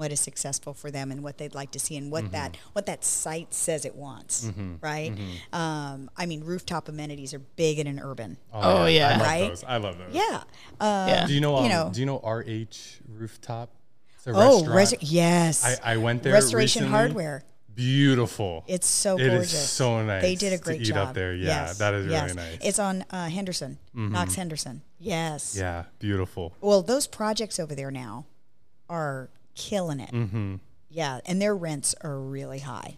Speaker 3: what is successful for them and what they'd like to see and what that
Speaker 1: Mm-hmm.
Speaker 3: what that site says it wants, right? Um, I mean, rooftop amenities are big in an urban.
Speaker 2: Oh, yeah.
Speaker 1: I love
Speaker 3: Right?
Speaker 1: those. I love those.
Speaker 3: Yeah. Uh,
Speaker 2: yeah.
Speaker 1: Do you know? Um,
Speaker 3: You know.
Speaker 1: Do you know RH Rooftop? It's a
Speaker 3: Oh,
Speaker 1: restaurant.
Speaker 3: res- yes.
Speaker 1: I, I went there.
Speaker 3: Restoration
Speaker 1: recently.
Speaker 3: Hardware.
Speaker 1: Beautiful.
Speaker 3: It's so
Speaker 1: It is
Speaker 3: gorgeous.
Speaker 1: so nice
Speaker 3: They did a
Speaker 1: to
Speaker 3: great
Speaker 1: eat
Speaker 3: job
Speaker 1: up there. Yeah,
Speaker 3: Yes,
Speaker 1: that is really
Speaker 3: yes.
Speaker 1: nice. Mm-hmm.
Speaker 3: It's on uh, Henderson, Knox Henderson. Yes.
Speaker 1: yeah, beautiful.
Speaker 3: Well, those projects over there now are killing it. Mm-hmm. Yeah, and their rents are really high,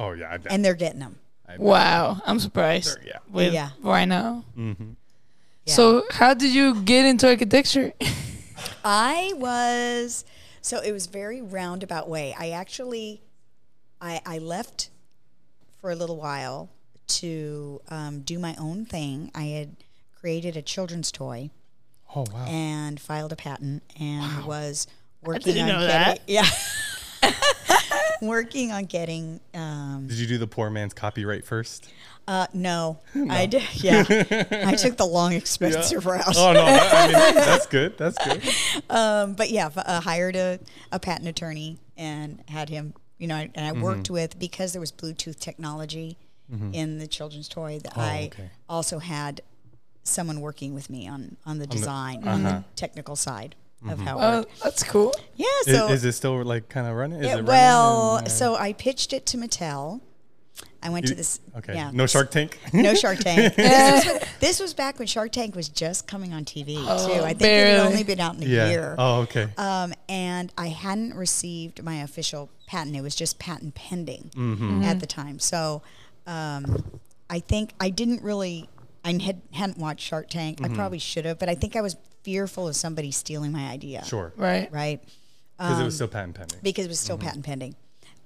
Speaker 1: Oh yeah, I-
Speaker 3: and they're getting them.
Speaker 2: Wow, I'm surprised.
Speaker 1: Yeah.
Speaker 2: With
Speaker 3: Yeah.
Speaker 2: right now. So how did you get into architecture?
Speaker 3: I was so it was very roundabout way. I actually, I I left for a little while to um, do my own thing. I had created a children's toy
Speaker 1: Oh wow.
Speaker 3: and filed a patent and was working
Speaker 2: didn't
Speaker 3: on
Speaker 2: know
Speaker 3: getting, <laughs> yeah, working on getting um,
Speaker 1: Did you do the poor man's copyright
Speaker 3: <laughs>
Speaker 1: first?
Speaker 3: Uh, no, I did.
Speaker 1: <laughs>
Speaker 3: Yeah, I took the long, expensive route.
Speaker 1: Oh no, that- I <laughs> mean, that's good. That's good.
Speaker 3: Um, <laughs> but yeah, f- uh, hired a, a patent attorney and had him. You know, and I
Speaker 1: Mm-hmm.
Speaker 3: worked with because there was Bluetooth technology in the children's toy. That I
Speaker 1: Oh, okay.
Speaker 3: also had someone working with me on on the design,
Speaker 1: uh-huh.
Speaker 3: on the, technical side of how. It
Speaker 2: oh,
Speaker 3: worked.
Speaker 2: that's cool.
Speaker 3: Yeah.
Speaker 1: Mm-hmm. Is,
Speaker 3: So
Speaker 1: is it still like kind of running? Is
Speaker 3: yeah,
Speaker 1: it running?
Speaker 3: well,
Speaker 1: And, uh,
Speaker 3: so I pitched it to Mattel. I went to
Speaker 1: you-
Speaker 3: this.
Speaker 1: okay.
Speaker 3: Yeah.
Speaker 1: No Shark
Speaker 3: <laughs>
Speaker 1: Tank.
Speaker 3: No Shark Tank. this, was, this was back when Shark Tank was just coming on TV too. I think it had
Speaker 2: barely.
Speaker 3: only been out in
Speaker 1: <laughs>
Speaker 3: a
Speaker 1: yeah.
Speaker 3: year.
Speaker 1: Oh okay.
Speaker 3: Um, and I hadn't received my official patent. It was just patent pending
Speaker 1: Mm-hmm.
Speaker 3: at the time. So um, I think I didn't really, I had, hadn't watched Shark Tank.
Speaker 1: Mm-hmm.
Speaker 3: I probably should have, but I think I was fearful of somebody stealing my idea.
Speaker 1: sure.
Speaker 2: Right.
Speaker 3: Right
Speaker 1: Because
Speaker 3: um,
Speaker 1: it was still patent pending.
Speaker 3: because it was still patent pending.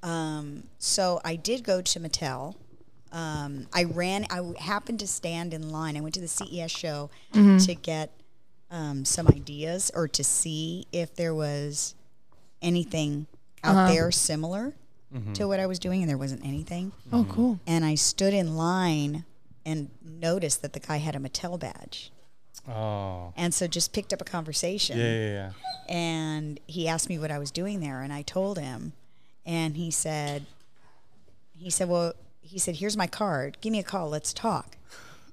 Speaker 3: Um, so I did go to Mattel. Um, I ran. I w- happened to stand in line. I went to the CES show to get um, some ideas or to see if there was anything out there similar to what I was doing, and there wasn't anything.
Speaker 2: Oh, cool.
Speaker 3: And I stood in line and noticed that the guy had a Mattel badge,
Speaker 1: Oh.
Speaker 3: and so just picked up a conversation
Speaker 1: Yeah, yeah, yeah.
Speaker 3: and he asked me what I was doing there, and I told him, and he said, he said, well, he said, here's my card, give me a call, let's talk,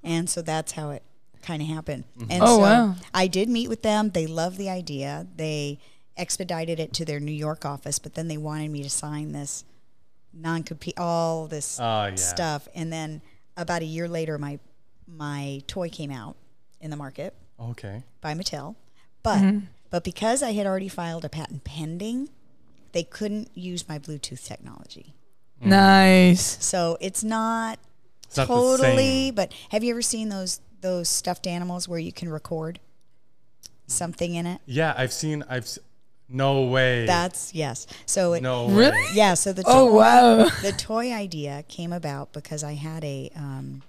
Speaker 3: and so that's how it kind of happened.
Speaker 1: Mm-hmm.
Speaker 3: And
Speaker 2: Oh,
Speaker 3: so
Speaker 2: wow.
Speaker 3: I did meet with them. They loved the idea. They expedited it to their New York office, but then they wanted me to sign this non-compete, all this
Speaker 1: Oh, yeah.
Speaker 3: stuff, and then about a year later, my my toy came out in the market
Speaker 1: Okay.
Speaker 3: by Mattel. But
Speaker 2: Mm-hmm.
Speaker 3: but because I had already filed a patent pending, they couldn't use my Bluetooth technology.
Speaker 2: Nice.
Speaker 3: So it's not
Speaker 1: It's not the
Speaker 3: totally.
Speaker 1: same.
Speaker 3: But have you ever seen those those stuffed animals where you can record something in it?
Speaker 1: Yeah, I've seen. I've. s- No way.
Speaker 3: That's yes. So it,
Speaker 1: no way.
Speaker 2: Really?
Speaker 3: yeah. So the toy,
Speaker 2: Oh wow.
Speaker 3: the toy idea came about because I had a. Um,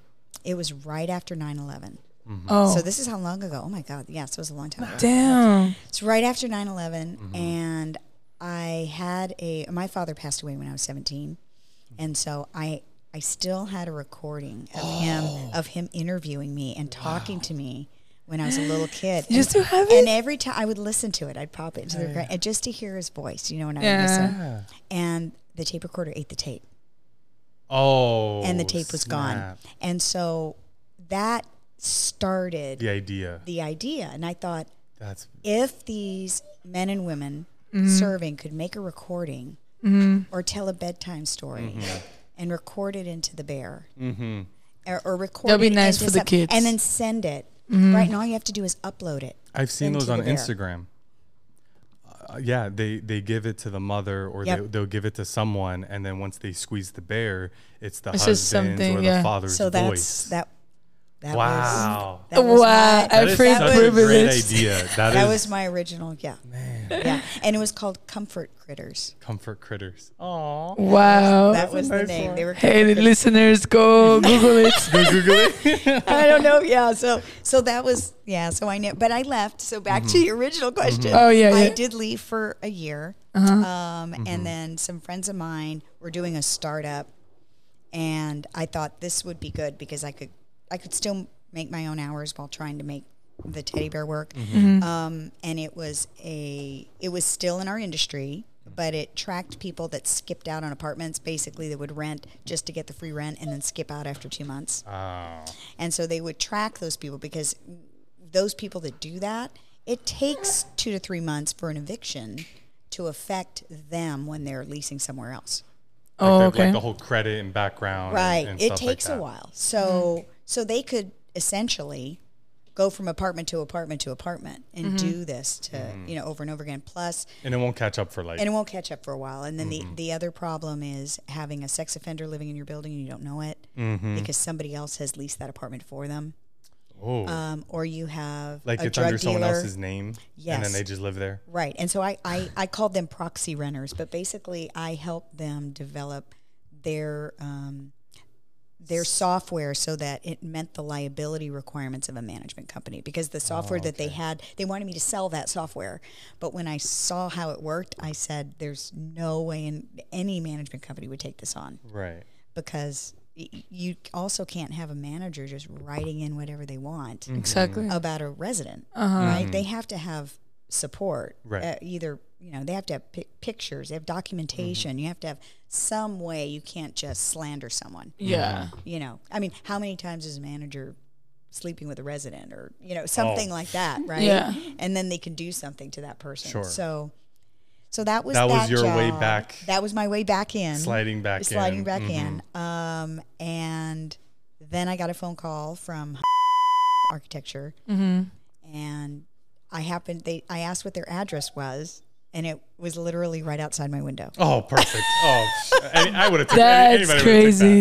Speaker 3: it was right after 9-11.
Speaker 2: Oh
Speaker 3: So this is how long ago? Oh my God! Yes, it was a long time. ago.
Speaker 2: damn.
Speaker 3: It's right after 9 11, and I had a. My father passed away when I was 17, and so I. I still had a recording of him of him interviewing me and talking to me when I was a little kid.
Speaker 2: You
Speaker 3: and,
Speaker 2: still have
Speaker 3: and
Speaker 2: it?
Speaker 3: every time I would listen to it, I'd pop it into the record, and just to hear his voice, you know, when I
Speaker 2: Yeah.
Speaker 3: would listen.
Speaker 1: Yeah.
Speaker 3: And the tape recorder ate the tape
Speaker 1: Oh.
Speaker 3: and the tape was
Speaker 1: snap.
Speaker 3: gone. And so that started
Speaker 1: The idea.
Speaker 3: the idea. And I thought,
Speaker 1: That's
Speaker 3: if these men and women serving could make a recording or tell a bedtime story
Speaker 1: Mm-hmm.
Speaker 3: and record it into the bear or, or record
Speaker 2: That'd be
Speaker 3: it
Speaker 2: nice
Speaker 3: into
Speaker 2: for the
Speaker 3: some-
Speaker 2: kids.
Speaker 3: and then send it right now all you have to do is upload it
Speaker 1: I've seen
Speaker 3: into
Speaker 1: those on
Speaker 3: the bear.
Speaker 1: Instagram. Uh, yeah, they they give it to the mother, or they,
Speaker 3: Yep.
Speaker 1: they'll give it to someone, and then once they squeeze the bear, it's the
Speaker 2: It's just
Speaker 1: husband's
Speaker 2: something,
Speaker 1: or the
Speaker 2: yeah.
Speaker 1: father's
Speaker 3: so that's
Speaker 1: voice.
Speaker 3: that that was
Speaker 1: wow,
Speaker 3: that was
Speaker 2: Wow.
Speaker 3: my,
Speaker 2: I
Speaker 1: that is
Speaker 2: feel
Speaker 1: such a great
Speaker 2: privileged.
Speaker 3: <laughs>
Speaker 1: idea.
Speaker 3: that was my original yeah yeah and it was called comfort critters
Speaker 1: comfort critters.
Speaker 3: Oh.
Speaker 1: Aww.
Speaker 2: Wow.
Speaker 3: that was the
Speaker 1: nice
Speaker 3: name
Speaker 1: one.
Speaker 3: they were
Speaker 2: hey, the listeners,
Speaker 3: <laughs>
Speaker 2: go Google it.
Speaker 1: Google it.
Speaker 3: I don't know. Yeah. So so that was yeah. So I knew, but I left. So back to the original question.
Speaker 2: Oh, yeah,
Speaker 3: I
Speaker 2: yeah. Uh-huh.
Speaker 3: did leave for a year, um, and then some friends of mine were doing a startup, and I thought this would be good because I could I could still make my own hours while trying to make
Speaker 2: Mm-hmm.
Speaker 3: the teddy bear work. Um, and it was a it was still in our industry. but it tracked people that skipped out on apartments. Basically, they would rent just to get the free rent and then skip out after two months.
Speaker 1: Oh.
Speaker 3: And so they would track those people because those people that do that, it takes two to three months for an eviction to affect them when they're leasing somewhere else.
Speaker 1: Like
Speaker 2: Oh,
Speaker 1: the-
Speaker 2: okay.
Speaker 1: Like the whole credit and background. and-
Speaker 3: Right.
Speaker 1: and
Speaker 3: it
Speaker 1: stuff like
Speaker 3: takes
Speaker 1: that.
Speaker 3: a while. So so they could essentially go from apartment to apartment to apartment and do this to
Speaker 1: Mm-hmm.
Speaker 3: you know over and over again. Plus
Speaker 1: And it won't catch up for like.
Speaker 3: and it won't catch up for a while. And then
Speaker 1: Mm-hmm.
Speaker 3: the, the other problem is having a sex offender living in your building and you don't know it
Speaker 1: Mm-hmm.
Speaker 3: because somebody else has leased that apartment for them.
Speaker 1: oh.
Speaker 3: Um, or you have
Speaker 1: like
Speaker 3: a
Speaker 1: it's
Speaker 3: drug
Speaker 1: under someone
Speaker 3: dealer.
Speaker 1: else's name. And
Speaker 3: Yes.
Speaker 1: then they just live there.
Speaker 3: Right. And so I, I, I called them proxy renters, but basically I helped them develop their um, their software so that it met the liability requirements of a management company because the
Speaker 1: Oh,
Speaker 3: software that they had they wanted me to sell that software but when i saw how it worked i said there's no way in any management company would take this on
Speaker 1: Right.
Speaker 3: because y- you also can't have a manager just writing in whatever they
Speaker 1: Mm-hmm.
Speaker 3: want
Speaker 2: Exactly.
Speaker 3: about a resident, right? They have to have support.
Speaker 1: Right.
Speaker 3: Uh, either you know they have to have pi- pictures, they have documentation.
Speaker 1: Mm-hmm.
Speaker 3: You have to have some way. You can't just slander someone.
Speaker 2: Yeah.
Speaker 3: You know, I mean, how many times is a manager sleeping with a resident or you know something
Speaker 1: Oh.
Speaker 3: like that, right?
Speaker 2: Yeah.
Speaker 3: And then they can do something to that person.
Speaker 1: Sure.
Speaker 3: So, so that was
Speaker 1: That was
Speaker 3: that,
Speaker 1: your way
Speaker 3: job.
Speaker 1: back.
Speaker 3: That was my way back in
Speaker 1: Sliding back
Speaker 3: sliding
Speaker 1: in.
Speaker 3: back
Speaker 1: Mhm.
Speaker 3: in. Um, and then I got a phone call from <laughs> architecture,
Speaker 1: Mm-hmm.
Speaker 3: and I happened. They I asked what their address was, and it was literally right outside my window. <laughs>
Speaker 1: Oh, perfect. Oh, sh- I, I would have taken any- anybody would've
Speaker 2: That's
Speaker 1: took
Speaker 2: crazy.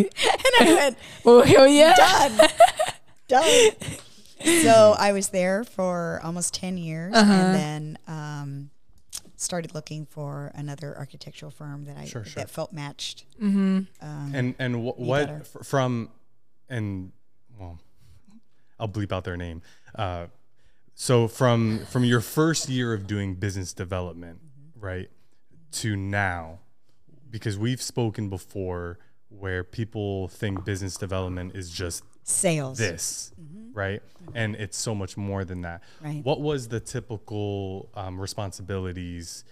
Speaker 3: And I went,
Speaker 2: Oh hell yeah.
Speaker 1: <laughs>
Speaker 3: done, done.
Speaker 1: Mm-hmm.
Speaker 3: So I was there for almost ten years,
Speaker 1: Uh-huh.
Speaker 3: and then. Um, started looking for another architectural firm that I
Speaker 1: Sure, sure. Mm.
Speaker 3: that felt matched.
Speaker 1: that. And and wh- what f- from and well, I'll bleep out their name. Uh, so from from your first year of doing business development,
Speaker 3: Mm-hmm.
Speaker 1: right, to now, because we've spoken before where people think business development is just
Speaker 3: Sales.
Speaker 1: this, right? And it's so much more than that.
Speaker 3: Mm-hmm. Right.
Speaker 1: What was the typical um, responsibilities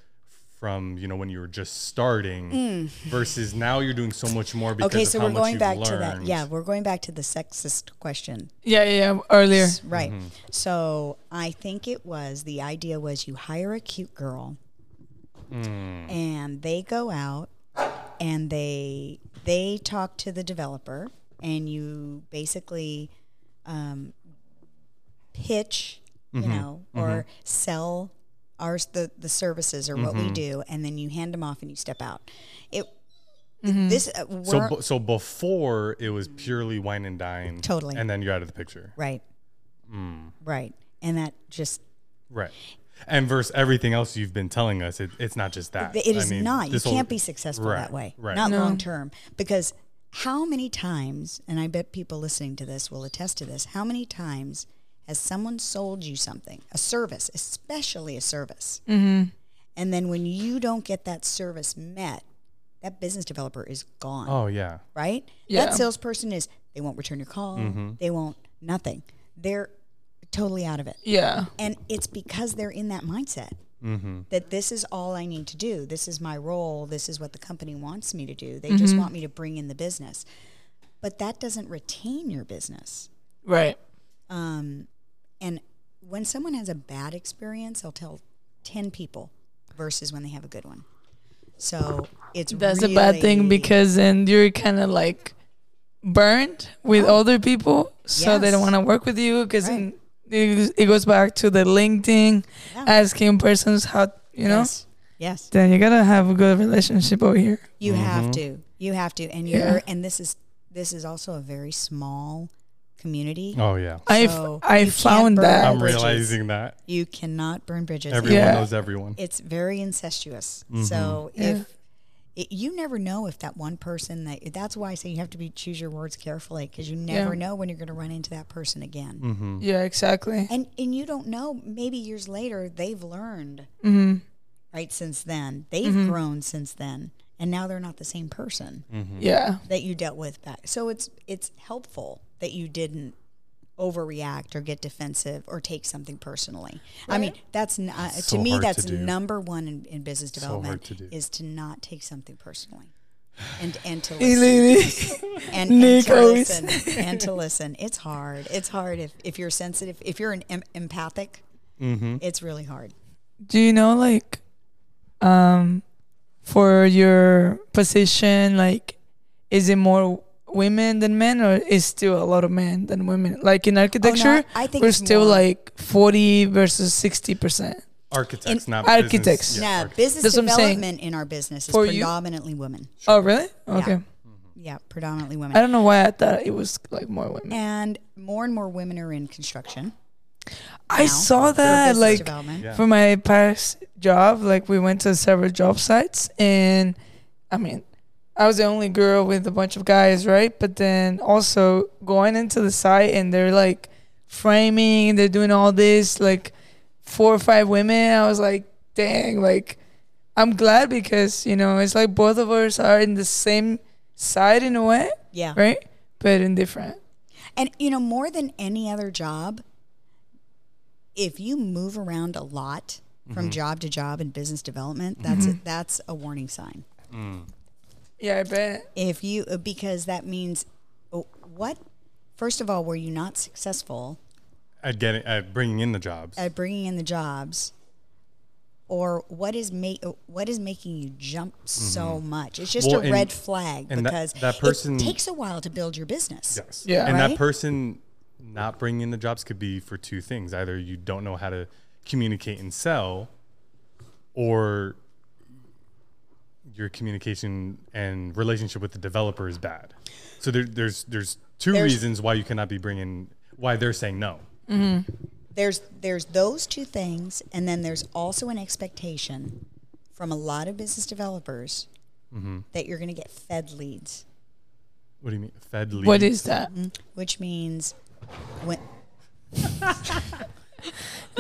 Speaker 1: from you know when you were just starting versus now you're doing so much more because
Speaker 3: Mm. Okay,
Speaker 1: of
Speaker 3: so
Speaker 1: how
Speaker 3: we're
Speaker 1: much
Speaker 3: going
Speaker 1: you've
Speaker 3: back
Speaker 1: learned.
Speaker 3: to that. Yeah, we're going back to the sexist question.
Speaker 2: Yeah, yeah, yeah. Earlier.
Speaker 3: Right. So I think it was the idea was you hire a cute girl and they go out and they they talk to the developer and you basically um, pitch, you know, or sell our the, the services or what we do and then you hand them off and you step out. It this uh, we're,
Speaker 1: So bu- so before it was purely wine and dine,
Speaker 3: Totally.
Speaker 1: and then you're out of the picture,
Speaker 3: right. Right. And that just
Speaker 1: right? And versus everything else you've been telling us, it, it's not just that.
Speaker 3: Th- It
Speaker 1: I
Speaker 3: is
Speaker 1: mean,
Speaker 3: not. You
Speaker 1: this whole-
Speaker 3: can't be successful
Speaker 1: Right,
Speaker 3: that way.
Speaker 1: right.
Speaker 3: Not long term. Because how many times, and I bet people listening to this will attest to this, how many times has someone sold you something, a service, especially a service? And then when you don't get that service met, that business developer is gone
Speaker 1: Oh yeah,
Speaker 3: right?
Speaker 2: Yeah.
Speaker 3: That salesperson is they won't return your call,
Speaker 1: Mm-hmm.
Speaker 3: they won't nothing. They're totally out of it.
Speaker 2: Yeah.
Speaker 3: And it's because they're in that mindset that this is all I need to do. This is my role. This is what the company wants me to do. They
Speaker 2: Mm-hmm.
Speaker 3: just want me to bring in the business. But that doesn't retain your business.
Speaker 2: Right.
Speaker 3: And when someone has a bad experience, they'll tell 10 people versus when they have a good one. So it's
Speaker 2: That's a bad thing
Speaker 3: really-
Speaker 2: because then you're kind of like burned with other people, so they don't
Speaker 3: Oh. Yes.
Speaker 2: want to work with you because
Speaker 3: Right.
Speaker 2: it, it goes back to the LinkedIn
Speaker 3: Yeah.
Speaker 2: asking persons how you know.
Speaker 3: Yes. Yes.
Speaker 2: Then you gotta have a good relationship over here.
Speaker 3: You have to. You have to. And
Speaker 2: Yeah.
Speaker 3: you're and this is this is also a very small community.
Speaker 1: oh yeah.
Speaker 2: I
Speaker 3: So
Speaker 2: f- I
Speaker 3: you can't
Speaker 2: found
Speaker 3: burn
Speaker 2: that.
Speaker 1: I'm
Speaker 3: bridges.
Speaker 1: realizing that
Speaker 3: You cannot burn bridges.
Speaker 1: everyone
Speaker 2: Yeah.
Speaker 1: knows everyone.
Speaker 3: It's very incestuous. So
Speaker 2: Yeah.
Speaker 3: if it, you never know if that one person that that's why I say you have to be choose your words carefully because you never know when you're going to run into that person again.
Speaker 2: Yeah, exactly.
Speaker 3: And and you don't know maybe years later they've learned. Right since then. They've grown since then. And now they're not the same person.
Speaker 2: Yeah,
Speaker 3: <laughs> that you dealt with back. So it's it's helpful that you didn't overreact or get defensive or take something personally. I
Speaker 2: Right.
Speaker 3: mean, that's n- uh, to
Speaker 1: so
Speaker 3: me
Speaker 1: hard
Speaker 3: that's
Speaker 1: to do.
Speaker 3: number one in, in business
Speaker 1: So hard
Speaker 3: development
Speaker 1: to do.
Speaker 3: is to not take something personally. And, and
Speaker 2: <sighs>
Speaker 3: to listen
Speaker 2: Eleni.
Speaker 3: and, and
Speaker 2: Nick
Speaker 3: to
Speaker 2: always-
Speaker 3: listen and
Speaker 2: <laughs>
Speaker 3: to listen it's hard it's hard if, if you're sensitive if you're an em- empathic
Speaker 1: Mm-hmm.
Speaker 3: it's really hard
Speaker 2: Do you know like um for your position like is it more women than men or is still a lot of men than women? Like in architecture
Speaker 3: Oh, I think
Speaker 2: we're
Speaker 3: it's
Speaker 2: still
Speaker 3: more-
Speaker 2: like 40 versus 60%.
Speaker 1: Architects, not
Speaker 2: Architects.
Speaker 1: Business.
Speaker 3: now
Speaker 1: Yeah, architects.
Speaker 3: business
Speaker 2: That's what I'm saying.
Speaker 3: development in our business is
Speaker 2: For you-
Speaker 3: predominantly women
Speaker 2: Oh, really? Okay.
Speaker 3: yeah predominantly
Speaker 2: I
Speaker 3: women
Speaker 2: don't know why I thought it was like more women.
Speaker 3: and more and more women are in construction
Speaker 2: I
Speaker 3: now
Speaker 2: saw
Speaker 3: for
Speaker 2: that
Speaker 3: business
Speaker 2: like
Speaker 3: development
Speaker 1: Yeah.
Speaker 2: for my past job, like we went to several job sites, and I mean, I was the only girl with a bunch of guys, right? But then also going into the site and they're like framing, they're doing all this, like four or five women. I was like, dang, like I'm glad because you know it's like both of us are in the same side in a way,
Speaker 3: yeah
Speaker 2: right? But in different.
Speaker 3: and you know more than any other job if you move around a lot
Speaker 1: Mm-hmm.
Speaker 3: from job to job in business development that's a, that's a warning sign
Speaker 2: Yeah, I bet.
Speaker 3: if you uh, because that means oh, what first of all were you not successful
Speaker 1: At getting at bringing in the jobs.
Speaker 3: at bringing in the jobs or what is make what is making you jump so much it's just
Speaker 1: Mm-hmm. Well,
Speaker 3: a
Speaker 1: and-
Speaker 3: red flag
Speaker 1: and that-
Speaker 3: because
Speaker 1: that person-
Speaker 3: it takes a while to build your business
Speaker 1: Yes.
Speaker 2: Yeah.
Speaker 1: And that
Speaker 3: Right?
Speaker 1: person not bringing in the jobs could be for two things. Either you don't know how to communicate and sell, or your communication and relationship with the developer is bad. So there, there's there's two
Speaker 3: There's-
Speaker 1: reasons why you cannot be bringing why they're saying no.
Speaker 3: there's there's those two things and then there's also an expectation from a lot of business developers
Speaker 1: Mm-hmm.
Speaker 3: that you're going to get fed leads
Speaker 1: What do you mean? Fed lead.
Speaker 2: What is that?
Speaker 3: which means when,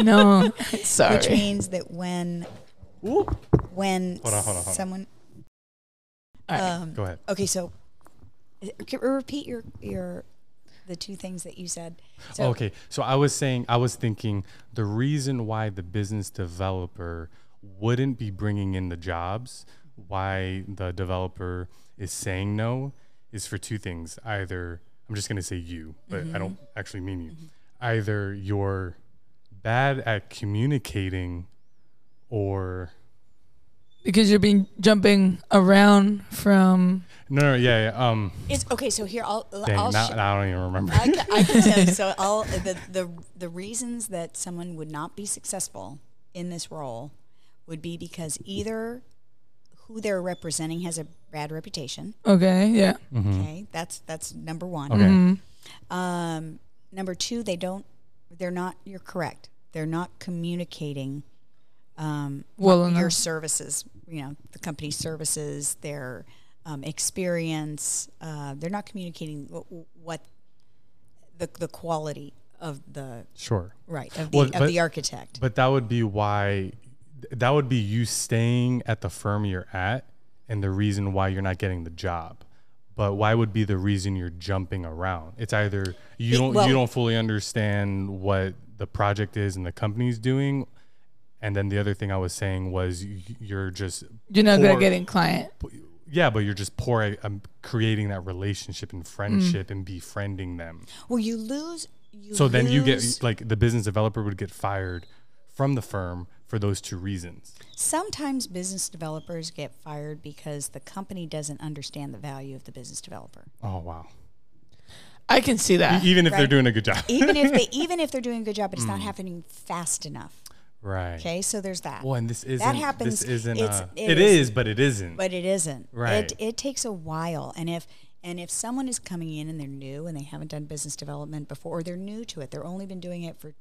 Speaker 2: No, sorry.
Speaker 3: which means that when when
Speaker 1: Hold on, hold on, hold on.
Speaker 3: someone
Speaker 2: All right.
Speaker 3: um,
Speaker 1: Go ahead.
Speaker 3: okay so uh, c- repeat your your the two things that you said so
Speaker 1: okay. So I was saying, I was thinking the reason why the business developer wouldn't be bringing in the jobs, why the developer is saying no, is for two things. Either, I'm just going to say you, but I don't
Speaker 3: Mm-hmm.
Speaker 1: actually mean you. Either you're bad at communicating or.
Speaker 2: because you're being jumping around from
Speaker 1: No, no, yeah, yeah. Um,
Speaker 3: it's okay so here i'll
Speaker 1: dang,
Speaker 3: i'll
Speaker 1: now,
Speaker 3: sh-
Speaker 1: now I don't even remember.
Speaker 3: I, ca- I can tell you so all the, the the reasons that someone would not be successful in this role would be because either who they're representing has a bad reputation
Speaker 2: okay yeah
Speaker 3: Mm. okay that's that's number
Speaker 1: <laughs>
Speaker 3: one
Speaker 1: Mm-hmm. Okay.
Speaker 3: Um, number two, they don't. They're not. You're correct. They're not communicating um,
Speaker 2: Well
Speaker 3: what your
Speaker 2: enough.
Speaker 3: services. You know, the company's services, their um, experience. Uh, they're not communicating what, what the the quality of the
Speaker 1: Sure.
Speaker 3: right of the
Speaker 1: Well,
Speaker 3: of
Speaker 1: but-
Speaker 3: the architect.
Speaker 1: But that would be why that would be you staying at the firm you're at and the reason why you're not getting the job. But why would be the reason you're jumping around? It's either you
Speaker 3: It-
Speaker 1: don't
Speaker 3: well-
Speaker 1: you don't fully understand what the project is and the company's doing. And then the other thing I was saying was y- you're just
Speaker 2: you're not
Speaker 1: Or-
Speaker 2: gonna get in client
Speaker 1: yeah, but you're just poor at um, creating that relationship and friendship and befriending them.
Speaker 3: well, you lose. You
Speaker 1: So then you
Speaker 3: lose-
Speaker 1: get like the business developer would get fired from the firm for those two reasons.
Speaker 3: Sometimes business developers get fired because the company doesn't understand the value of the business developer.
Speaker 1: Oh wow.
Speaker 2: i can see that
Speaker 1: Even if they're
Speaker 3: Right. E-
Speaker 1: doing a good job.
Speaker 3: even
Speaker 1: <laughs>
Speaker 3: if they even if they're doing a good job, but it's not
Speaker 1: Hmm.
Speaker 3: happening fast enough.
Speaker 1: Right.
Speaker 3: Okay, so there's that.
Speaker 1: Well, and this isn't
Speaker 3: happens.
Speaker 1: this isn't
Speaker 3: It's-
Speaker 1: a,
Speaker 3: it
Speaker 1: it
Speaker 3: is.
Speaker 1: is, but it isn't.
Speaker 3: But it isn't.
Speaker 1: Right.
Speaker 3: It it takes a while, and if and if someone is coming in and they're new and they haven't done business development before, or they're new to it, they're only been doing it for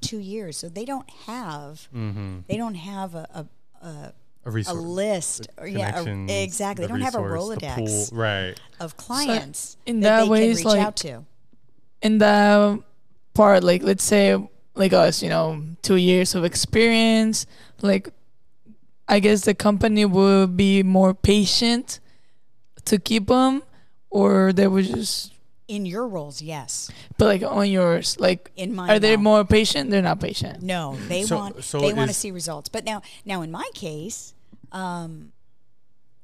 Speaker 3: two years, so they don't have
Speaker 1: Mm-hmm.
Speaker 3: they don't have a. a, a
Speaker 1: a
Speaker 3: a
Speaker 1: resource.
Speaker 3: list, or yeah,
Speaker 1: connections,
Speaker 3: a, exactly.
Speaker 1: the
Speaker 3: They don't have a
Speaker 1: resource, the pool.
Speaker 3: Rolodex
Speaker 1: Right.
Speaker 3: of clients
Speaker 2: in
Speaker 3: that,
Speaker 2: that
Speaker 3: they
Speaker 2: way,
Speaker 3: can
Speaker 2: it's
Speaker 3: reach
Speaker 2: like-
Speaker 3: out to.
Speaker 2: in the part like let's say like us you know two years of experience like i guess the company will be more patient to keep them or they would just
Speaker 3: In your roles, yes.
Speaker 2: But like on yours, like
Speaker 3: In mine,
Speaker 2: are they
Speaker 3: no.
Speaker 2: more patient? They're not patient.
Speaker 3: No, they
Speaker 1: So-
Speaker 3: want
Speaker 1: so
Speaker 3: they want
Speaker 1: is-
Speaker 3: to see results. But now, now in my case, um,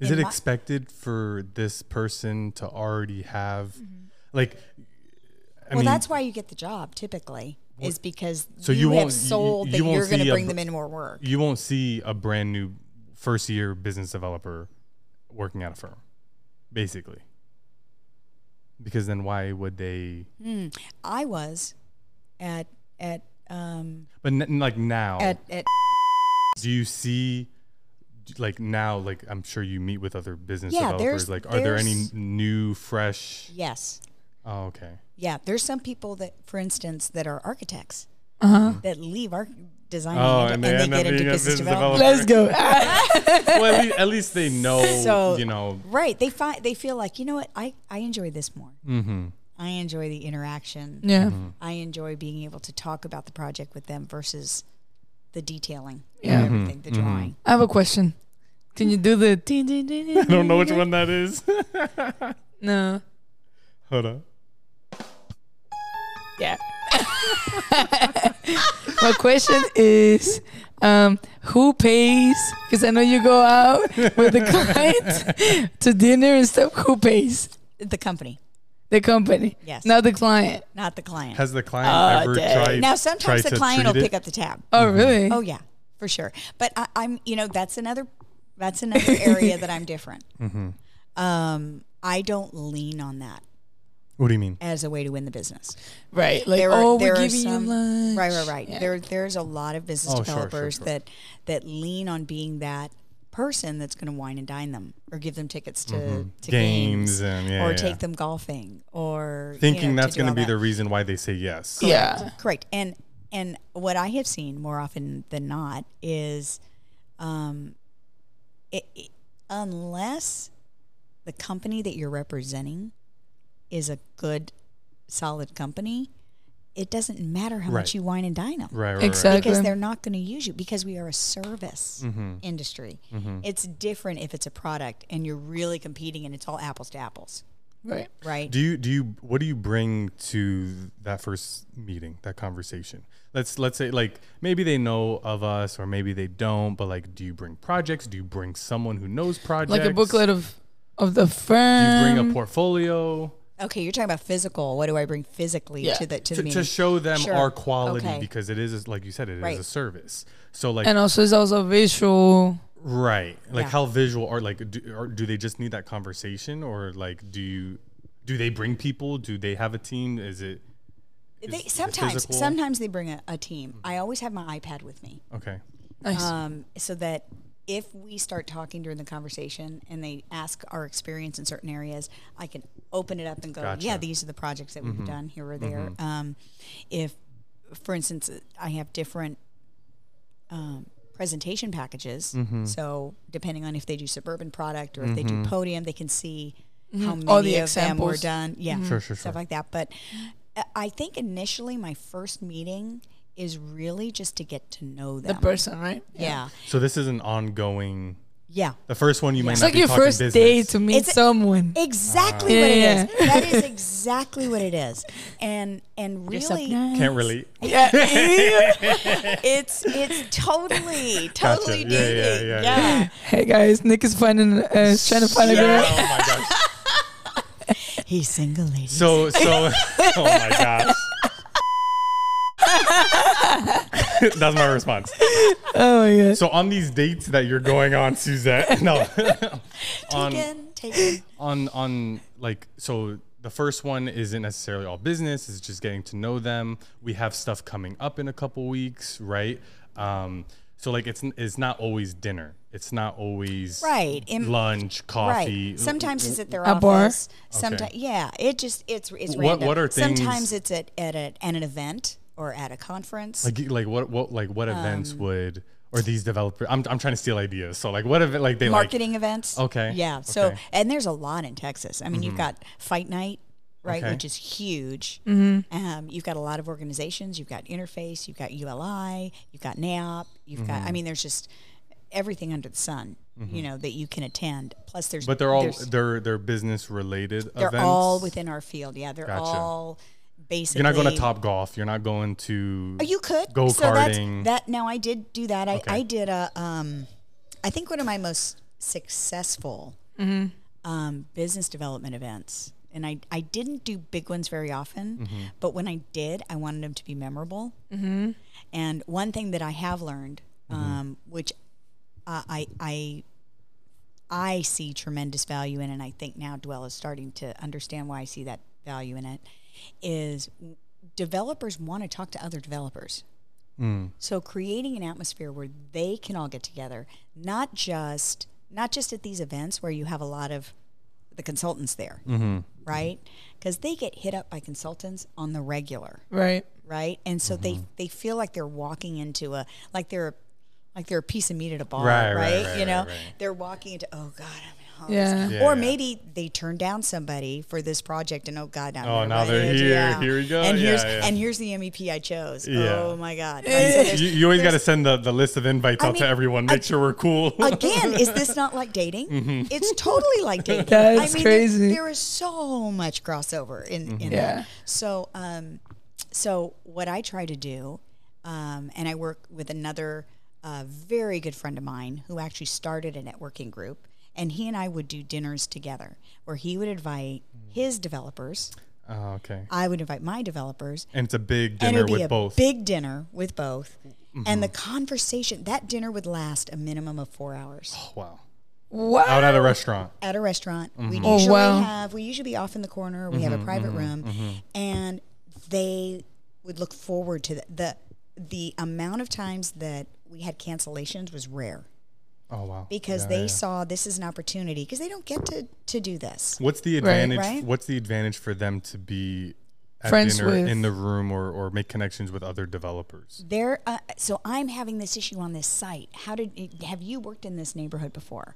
Speaker 1: Is
Speaker 3: in
Speaker 1: it
Speaker 3: my-
Speaker 1: expected for this person to already have, like, I
Speaker 3: Mm-hmm. well,
Speaker 1: mean,
Speaker 3: that's why you get the job typically is because
Speaker 1: So
Speaker 3: you,
Speaker 1: you won't-
Speaker 3: have
Speaker 1: you-
Speaker 3: sold
Speaker 1: you
Speaker 3: that
Speaker 1: won't
Speaker 3: you're going
Speaker 1: see
Speaker 3: to
Speaker 1: a
Speaker 3: bring
Speaker 1: br-
Speaker 3: them in more work.
Speaker 1: you won't see a brand new first year business developer working at a firm, basically. Because then why would they?
Speaker 3: I was at at um,
Speaker 1: But n- like now,
Speaker 3: at at
Speaker 1: do you see like now like i'm sure you meet with other business
Speaker 3: Yeah,
Speaker 1: developers
Speaker 3: there's-
Speaker 1: like are there any
Speaker 3: there's-
Speaker 1: new fresh
Speaker 3: yes,
Speaker 1: oh
Speaker 3: <laughs>
Speaker 1: okay
Speaker 3: yeah. There's some people that, for instance, that are architects
Speaker 2: Uh huh.
Speaker 3: that leave arch designing
Speaker 1: Oh,
Speaker 3: and,
Speaker 1: and they
Speaker 3: and
Speaker 1: end
Speaker 3: they
Speaker 1: up
Speaker 3: get into
Speaker 1: being a
Speaker 3: business,
Speaker 1: business
Speaker 3: development.
Speaker 2: Let's go.
Speaker 1: well at least, at least they know
Speaker 3: So-
Speaker 1: you know
Speaker 3: Right? They find they feel like you know what I I enjoy this more.
Speaker 1: mm-hmm.
Speaker 3: I enjoy the interaction.
Speaker 2: yeah.
Speaker 3: I enjoy being able to talk about the project with them versus the detailing,
Speaker 2: Yeah.
Speaker 3: and everything, the drawing.
Speaker 2: I have a question. Can you do the?
Speaker 1: i don't know which one that is <laughs>
Speaker 2: No.
Speaker 1: hold on
Speaker 2: Yeah. My question is, um, who pays? Because I know you go out with the client <laughs> to dinner and stuff. Who pays?
Speaker 3: The company,
Speaker 2: The company,
Speaker 3: Yes.
Speaker 2: not the client.
Speaker 3: not the client.
Speaker 1: has the client
Speaker 2: Oh,
Speaker 1: ever
Speaker 2: dang.
Speaker 1: tried
Speaker 3: Uh, now, sometimes
Speaker 1: tried to
Speaker 3: the client will
Speaker 1: treat it?
Speaker 3: pick up the tab.
Speaker 2: Oh,
Speaker 1: Mm-hmm.
Speaker 2: really?
Speaker 3: Oh yeah, for sure. But I, I'm, you know, that's another, that's another area that I'm different. Um, I don't lean on that
Speaker 1: what do you mean
Speaker 3: as a way to win the business.
Speaker 2: right. Like,
Speaker 3: There are,
Speaker 2: oh,
Speaker 3: there
Speaker 2: we're
Speaker 3: are
Speaker 2: giving
Speaker 3: some,
Speaker 2: you lunch.
Speaker 3: Right, right, right.
Speaker 2: Yeah.
Speaker 3: There, there's a lot of business
Speaker 1: Oh, sure, sure,
Speaker 3: developers
Speaker 1: sure.
Speaker 3: that that lean on being that person that's going to wine and dine them or give them tickets to, to
Speaker 1: Mm-hmm. Games and- yeah,
Speaker 3: or
Speaker 1: yeah.
Speaker 3: take them golfing or you
Speaker 1: thinking
Speaker 3: know, to
Speaker 1: that's
Speaker 3: do
Speaker 1: going to
Speaker 3: all
Speaker 1: be
Speaker 3: that.
Speaker 1: the reason why they say yes
Speaker 2: yeah.
Speaker 3: Correct. And and what I have seen more often than not is, um, it, it- unless the company that you're representing is a good, solid company, it doesn't matter how
Speaker 1: Right.
Speaker 3: much you wine and dine them
Speaker 1: right right,
Speaker 2: Exact-
Speaker 1: right.
Speaker 3: because
Speaker 2: Okay.
Speaker 3: they're not going to use you because we are a service
Speaker 1: Mm-hmm.
Speaker 3: industry. It's different if it's a product and you're really competing and it's all apples to apples,
Speaker 2: Right.
Speaker 3: right?
Speaker 1: do you do you what do you bring to that first meeting that conversation let's let's say like maybe they know of us or maybe they don't but like do you bring projects do you bring someone who knows projects
Speaker 2: Like a booklet of of the
Speaker 1: do you
Speaker 2: firm.
Speaker 1: bring a portfolio
Speaker 3: okay, you're talking about physical. What do I bring physically
Speaker 2: Yeah.
Speaker 3: to the to
Speaker 1: to,
Speaker 3: the meeting?
Speaker 1: to show them
Speaker 3: Sure.
Speaker 1: our quality
Speaker 3: Okay.
Speaker 1: because it is like you said it is
Speaker 3: Right.
Speaker 1: a service so like
Speaker 2: and also, it's also visual.
Speaker 1: right like
Speaker 3: Yeah.
Speaker 1: how visual are like do, or do they just need that conversation or like do you do they bring people do they have a team is it
Speaker 3: They,
Speaker 1: Is it
Speaker 3: sometimes,
Speaker 1: physical? Mm-hmm.
Speaker 3: sometimes they bring a, a team. I always have my iPad with me,
Speaker 1: okay
Speaker 2: Nice.
Speaker 3: um, so that if we start talking during the conversation and they ask our experience in certain areas, I can open it up and go, "Yeah,
Speaker 1: Gotcha. Mm-hmm.
Speaker 3: these are the projects that we've done here or there." Um, if, for instance, I have different um, presentation packages,
Speaker 1: Mm-hmm.
Speaker 3: so depending on if they do suburban product or if they do podium, they can see how many
Speaker 2: Mm-hmm. All the
Speaker 3: of them
Speaker 2: examples.
Speaker 3: were
Speaker 2: Mm-hmm.
Speaker 3: done. Yeah,
Speaker 1: Sure, sure, sure.
Speaker 3: stuff like that. But uh, I think initially my first meeting is really just to get to know
Speaker 2: the
Speaker 3: them.
Speaker 2: person, right?
Speaker 3: yeah,
Speaker 1: so this is an ongoing
Speaker 3: yeah.
Speaker 1: The first one you might
Speaker 2: It's
Speaker 1: not
Speaker 2: like
Speaker 1: be
Speaker 2: your
Speaker 1: talking
Speaker 2: first
Speaker 1: business.
Speaker 2: day to meet
Speaker 3: It's a-
Speaker 2: someone.
Speaker 3: Exactly
Speaker 2: Ah.
Speaker 3: what it
Speaker 2: Yeah,
Speaker 3: is. That is exactly what it is. And and really,
Speaker 1: Can't
Speaker 2: <laughs>
Speaker 1: relate.
Speaker 2: Yeah.
Speaker 3: <laughs> it's it's totally totally
Speaker 1: Yeah, yeah,
Speaker 3: dating.
Speaker 1: yeah,
Speaker 3: Yeah,
Speaker 1: yeah.
Speaker 2: hey guys, Nick is finding uh, is trying to find a girl.
Speaker 1: Oh my
Speaker 2: <laughs>
Speaker 1: gosh.
Speaker 3: he's single, ladies.
Speaker 1: So so <laughs> oh my gosh. <laughs> That's my response.
Speaker 2: Oh my god.
Speaker 1: So on these dates that you're going on, Suzette. <laughs>
Speaker 2: <laughs>
Speaker 1: No. on
Speaker 3: taken, taken.
Speaker 1: on on like so the first one isn't necessarily all business, it's just getting to know them. We have stuff coming up in a couple weeks, right? Um so like it's it's not always dinner. It's not always
Speaker 3: Right. In-
Speaker 1: lunch, coffee.
Speaker 3: Right. Sometimes it's at their
Speaker 2: A bar?
Speaker 3: office. Sometimes, yeah. It just it's it's
Speaker 1: What-
Speaker 3: random.
Speaker 1: what are things-
Speaker 3: Sometimes it's at at, a, at an event or at a conference.
Speaker 1: Like like what what like what events
Speaker 3: Um,
Speaker 1: would or these developers? I'm I'm trying to steal ideas. So like what if like they
Speaker 3: marketing events.
Speaker 1: Okay,
Speaker 3: Yeah. So
Speaker 1: okay. Mm-hmm.
Speaker 3: and there's a lot in Texas. I mean, you've got Fight Night, right,
Speaker 1: Okay.
Speaker 3: which is huge. Um, you've got a lot of organizations. You've got
Speaker 1: Mm-hmm.
Speaker 3: Interface. You've got ULI. You've got NAOP. You've got. I mean, there's just everything under the sun. you know, that you can attend. Plus, there's
Speaker 1: But they're all
Speaker 3: there's-
Speaker 1: they're they're business related
Speaker 3: they're
Speaker 1: events.
Speaker 3: all within our field. Yeah, they're
Speaker 1: Gotcha.
Speaker 3: all basically.
Speaker 1: You're not going to top golf. You're not going to
Speaker 3: Oh, you could
Speaker 1: go
Speaker 3: So that's,
Speaker 1: karting.
Speaker 3: that now I did do that. I,
Speaker 1: Okay.
Speaker 3: I did a um, I think one of my most successful um, business development events. And I, I didn't do big ones very often, but when I did, I wanted them to be memorable. And one thing that I have learned, um, which uh, I I I see tremendous value in, and I think now Dwell is starting to understand why I see that value in it, is developers want to talk to other developers. So creating an atmosphere where they can all get together, not just not just at these events where you have a lot of the consultants there,
Speaker 1: Mm-hmm.
Speaker 3: right? Because they get hit up by consultants on the regular
Speaker 2: Right.
Speaker 3: right? And so they
Speaker 1: Mm-hmm.
Speaker 3: they feel like they're walking into a like they're like they're a piece of meat at a bar,
Speaker 1: Right,
Speaker 3: right?
Speaker 1: right, right,
Speaker 3: you know,
Speaker 1: right, right.
Speaker 3: they're walking into oh god, I'm hungry.
Speaker 2: Yeah.
Speaker 1: Yeah, yeah.
Speaker 3: or maybe they turned down somebody for this project, and oh god, now
Speaker 1: Oh,
Speaker 3: they're
Speaker 1: now they're
Speaker 3: invited.
Speaker 1: here.
Speaker 3: Yeah.
Speaker 1: Here we go.
Speaker 3: And
Speaker 1: Yeah,
Speaker 3: here's
Speaker 1: yeah.
Speaker 3: and here's the MEP I chose.
Speaker 1: Yeah.
Speaker 3: Oh my
Speaker 1: <laughs>
Speaker 3: god!
Speaker 1: you, you always got to send the, the list of invites
Speaker 3: I
Speaker 1: out to
Speaker 3: mean,
Speaker 1: everyone. Make
Speaker 3: I-
Speaker 1: sure we're cool.
Speaker 3: Again, is
Speaker 2: <laughs>
Speaker 3: this not like dating? It's totally like dating.
Speaker 2: Mm-hmm. That
Speaker 3: I
Speaker 2: is
Speaker 3: mean,
Speaker 2: crazy. Mm-hmm.
Speaker 3: There, there is so much crossover in, in
Speaker 2: Yeah.
Speaker 3: that. So, um, so what I try to do, um, and I work with another uh, very good friend of mine who actually started a networking group, and he and I would do dinners together where he would invite his developers,
Speaker 1: <laughs> oh, okay.
Speaker 3: I would invite my developers,
Speaker 1: And it's a big
Speaker 3: and
Speaker 1: dinner
Speaker 3: it'd be
Speaker 1: with
Speaker 3: a
Speaker 1: both. Mm-hmm.
Speaker 3: big dinner with both. And the conversation that dinner would last a minimum of four hours
Speaker 1: wow. Out
Speaker 2: Wow.
Speaker 1: at a restaurant.
Speaker 3: at a restaurant. We'd
Speaker 1: Mm-hmm.
Speaker 2: Oh,
Speaker 3: usually
Speaker 2: wow.
Speaker 3: have we usually be off in the corner. We have a private room,
Speaker 1: mm-hmm.
Speaker 3: and they would look forward to the, the the amount of times that we had cancellations was rare
Speaker 1: Oh wow.
Speaker 3: because
Speaker 1: Yeah,
Speaker 3: they
Speaker 1: yeah.
Speaker 3: saw this is an opportunity because they don't get to to do this.
Speaker 1: What's the advantage?
Speaker 3: right?
Speaker 1: What's the advantage for them to be at
Speaker 2: Friends
Speaker 1: dinner
Speaker 2: with.
Speaker 1: in the room or, or make connections with other developers?
Speaker 3: There, uh, so I'm having this issue on this site. How did have you worked in this neighborhood before?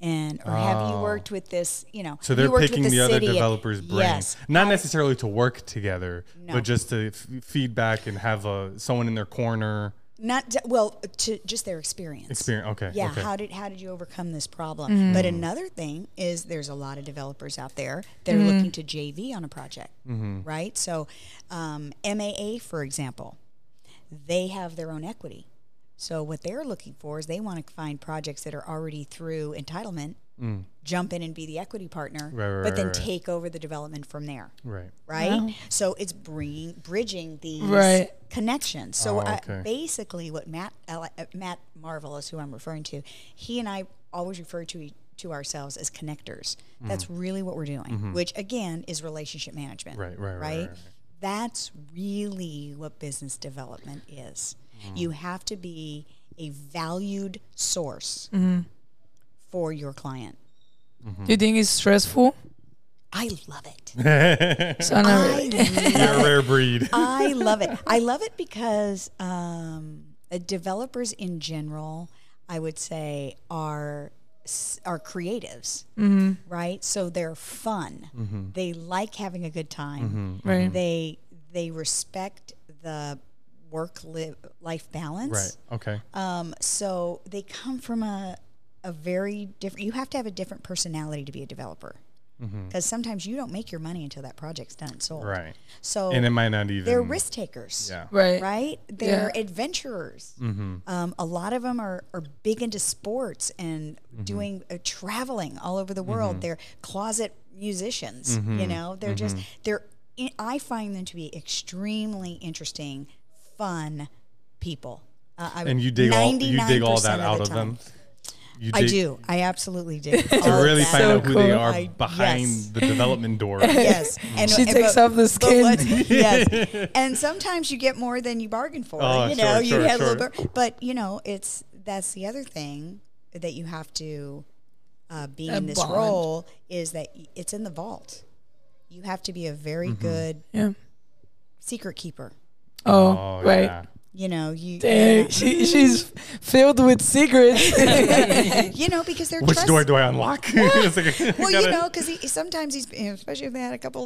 Speaker 3: And or have you worked with this? You know,
Speaker 1: Oh. So
Speaker 3: have
Speaker 1: they're
Speaker 3: you worked with
Speaker 1: picking the, other
Speaker 3: city?
Speaker 1: developers' brains,
Speaker 3: Yes,
Speaker 1: not necessarily to work together,
Speaker 3: No.
Speaker 1: but just to f- feedback and have a, someone in their corner.
Speaker 3: not well to just their experience.
Speaker 1: Experience. Okay.
Speaker 3: yeah
Speaker 1: Okay.
Speaker 3: how did how did you overcome this problem but another thing is there's a lot of developers out there that are looking to jv on a project
Speaker 1: Mm-hmm.
Speaker 3: right so um, maa for example they have their own equity so what they're looking for is they want to find projects that are already through entitlement jump in and be the equity partner
Speaker 1: Mm. Right, right,
Speaker 3: but then
Speaker 1: right, right.
Speaker 3: take over the development from there
Speaker 1: right.
Speaker 3: right? So it's bringing bridging these
Speaker 2: Right.
Speaker 3: connections. So
Speaker 1: Oh,
Speaker 3: uh,
Speaker 1: okay.
Speaker 3: basically, what Matt Ele- uh, Matt Marvel is who I'm referring to. He and I always refer to e- to ourselves as connectors.
Speaker 1: Mm-hmm.
Speaker 3: That's really what we're doing, which again is relationship management.
Speaker 1: Right, right, right, right, right.
Speaker 3: That's really what business development is.
Speaker 1: Mm-hmm.
Speaker 3: You have to be a valued source for your client. Uh-huh.
Speaker 2: Do you think it's stressful?
Speaker 3: I love
Speaker 1: <laughs>
Speaker 3: it.
Speaker 2: It's on
Speaker 3: <laughs>
Speaker 2: a-
Speaker 3: I
Speaker 1: You're a rare
Speaker 3: <laughs>
Speaker 1: breed. <laughs>
Speaker 3: I love it. I love it because um, uh, developers in general, I would say, are s- are creatives, right? So they're fun.
Speaker 1: Mm-hmm.
Speaker 3: They like having a good time.
Speaker 2: Right.
Speaker 3: They they respect the work live life
Speaker 1: right.
Speaker 3: balance.
Speaker 1: Okay.
Speaker 3: Um, so they come from a a very different. You have to have a different personality to be a developer. Because sometimes you don't make your money until that project's done and sold.
Speaker 1: Mm-hmm. Right.
Speaker 3: So
Speaker 1: And it might not even.
Speaker 3: they're risk takers
Speaker 1: Mm-hmm. Yeah. Mm-hmm.
Speaker 2: Right.
Speaker 3: right they're
Speaker 2: Yeah.
Speaker 3: adventurers um, a lot of them are, are big into sports and
Speaker 1: Mm-hmm.
Speaker 3: doing uh, traveling all over the world they're closet musicians you
Speaker 1: Mm-hmm.
Speaker 3: know they're just they're i- i find them to be extremely interesting fun people uh, I,
Speaker 1: And you dig all you dig all that
Speaker 3: 99%
Speaker 1: out
Speaker 3: the
Speaker 1: of,
Speaker 3: time.
Speaker 1: them. You
Speaker 3: i
Speaker 1: dig-
Speaker 3: do i absolutely do
Speaker 1: <laughs> To really find
Speaker 2: So
Speaker 1: out who they
Speaker 2: cool.
Speaker 1: are
Speaker 3: I-
Speaker 1: behind
Speaker 3: yes.
Speaker 1: the development
Speaker 2: <laughs>
Speaker 1: door. Oh,
Speaker 3: yes and
Speaker 2: She
Speaker 3: and
Speaker 2: takes
Speaker 3: but-
Speaker 2: off the
Speaker 3: <laughs> but
Speaker 2: skin.
Speaker 3: what-
Speaker 2: <laughs>
Speaker 3: yes and sometimes you get more than you bargained for
Speaker 1: Oh,
Speaker 3: you
Speaker 1: sure,
Speaker 3: know you
Speaker 1: sure,
Speaker 3: get a
Speaker 1: sure.
Speaker 3: little bit but you know it's that's the other thing that you have to uh, being in this
Speaker 2: bond.
Speaker 3: role is that y- it's in the vault you have to be a very
Speaker 1: Mm-hmm.
Speaker 3: good
Speaker 2: Yeah.
Speaker 3: secret keeper
Speaker 2: Oh,
Speaker 1: Oh,
Speaker 2: right.
Speaker 1: yeah.
Speaker 3: you know you
Speaker 2: Dang, she, she's filled with secrets.
Speaker 3: <laughs>
Speaker 2: <laughs>
Speaker 3: Mm-hmm. you know because they're
Speaker 1: Which
Speaker 3: trust-
Speaker 1: door do I unlock? <laughs> It's like, I
Speaker 3: <laughs> well
Speaker 1: gotta-
Speaker 3: you know because he, sometimes he's especially if they had a couple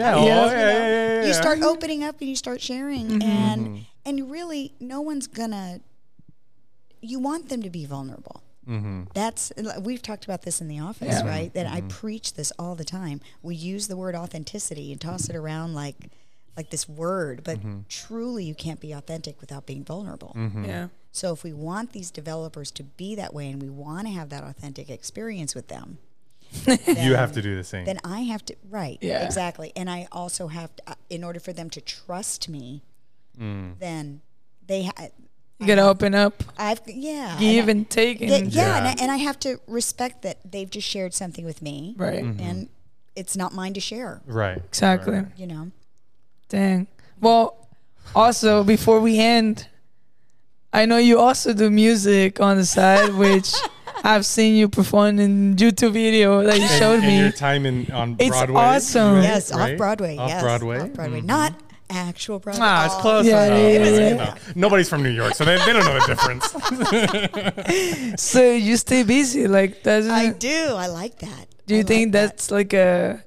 Speaker 1: Yeah. oh,
Speaker 2: Yeah.
Speaker 1: yeah,
Speaker 2: You
Speaker 1: yeah, yeah, yeah,
Speaker 3: you
Speaker 1: yeah.
Speaker 3: start opening up and you start sharing and and really no one's gonna you want them to be vulnerable That's we've talked about this in the office,
Speaker 2: Yeah.
Speaker 3: right? That I preach this all the time. We use the word authenticity and toss it around like like this word, but truly you can't be authentic without being vulnerable.
Speaker 2: Yeah.
Speaker 3: So if we want these developers to be that way and we want to have that authentic experience with them,
Speaker 1: you have to do the same.
Speaker 3: then I have to right
Speaker 2: Yeah.
Speaker 3: exactly, and I also have to uh, in order for them to trust me,
Speaker 1: Mm.
Speaker 3: then they ha-
Speaker 2: You gotta open up,
Speaker 3: I've yeah and
Speaker 2: give
Speaker 3: I-
Speaker 2: and take,
Speaker 3: yeah,
Speaker 2: and
Speaker 3: yeah,
Speaker 1: Yeah.
Speaker 3: And, I, and I have to respect that they've just shared something with me,
Speaker 2: right.
Speaker 1: Mm-hmm.
Speaker 3: and it's not mine to share,
Speaker 1: right.
Speaker 2: Exactly.
Speaker 1: Right.
Speaker 3: you know.
Speaker 2: Dang. Well, also before we end, I know you also do music on the side,
Speaker 3: <laughs>
Speaker 2: which I've seen you perform in YouTube video that you
Speaker 1: And-
Speaker 2: showed
Speaker 1: and
Speaker 2: me.
Speaker 1: your time in on
Speaker 2: It's
Speaker 1: Broadway.
Speaker 2: awesome.
Speaker 1: right?
Speaker 3: Yes,
Speaker 1: Right?
Speaker 3: off Broadway.
Speaker 1: Off
Speaker 3: yes,
Speaker 1: Broadway. Mm-hmm.
Speaker 3: off Broadway, not actual Broadway. Oh,
Speaker 1: Ah, it's close
Speaker 2: Yeah,
Speaker 1: enough.
Speaker 2: yeah,
Speaker 1: but,
Speaker 2: yeah,
Speaker 1: you know, nobody's from New York, so they, they don't know the
Speaker 3: <laughs>
Speaker 1: difference.
Speaker 2: so you stay busy, like doesn't.
Speaker 3: I
Speaker 2: it-
Speaker 3: do. I like that.
Speaker 2: do you
Speaker 3: I like
Speaker 2: think
Speaker 3: that.
Speaker 2: that's like a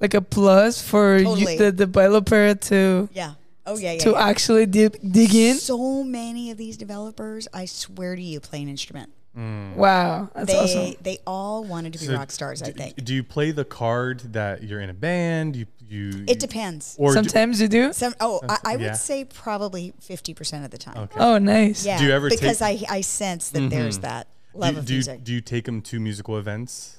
Speaker 2: like a plus for
Speaker 3: Totally.
Speaker 2: you, the developer to
Speaker 3: yeah? Oh yeah, yeah.
Speaker 2: to
Speaker 3: yeah.
Speaker 2: actually dig, dig in?
Speaker 3: So many of these developers, I swear to you, play an instrument.
Speaker 2: Wow, that's
Speaker 3: They
Speaker 2: awesome.
Speaker 3: they all wanted to be
Speaker 1: So
Speaker 3: rock stars. I
Speaker 1: d-
Speaker 3: think
Speaker 1: Do you play the card that you're in a band? You you.
Speaker 3: it depends.
Speaker 1: Or do,
Speaker 2: Sometimes you do.
Speaker 3: Some oh, I, I would
Speaker 1: yeah.
Speaker 3: say probably fifty percent of the time.
Speaker 1: Okay.
Speaker 2: Oh, nice.
Speaker 3: Yeah,
Speaker 1: Do you ever take- Mm-hmm.
Speaker 3: because I I sense that there's that love
Speaker 1: do,
Speaker 3: of
Speaker 1: do you,
Speaker 3: music.
Speaker 1: do you take them to musical events?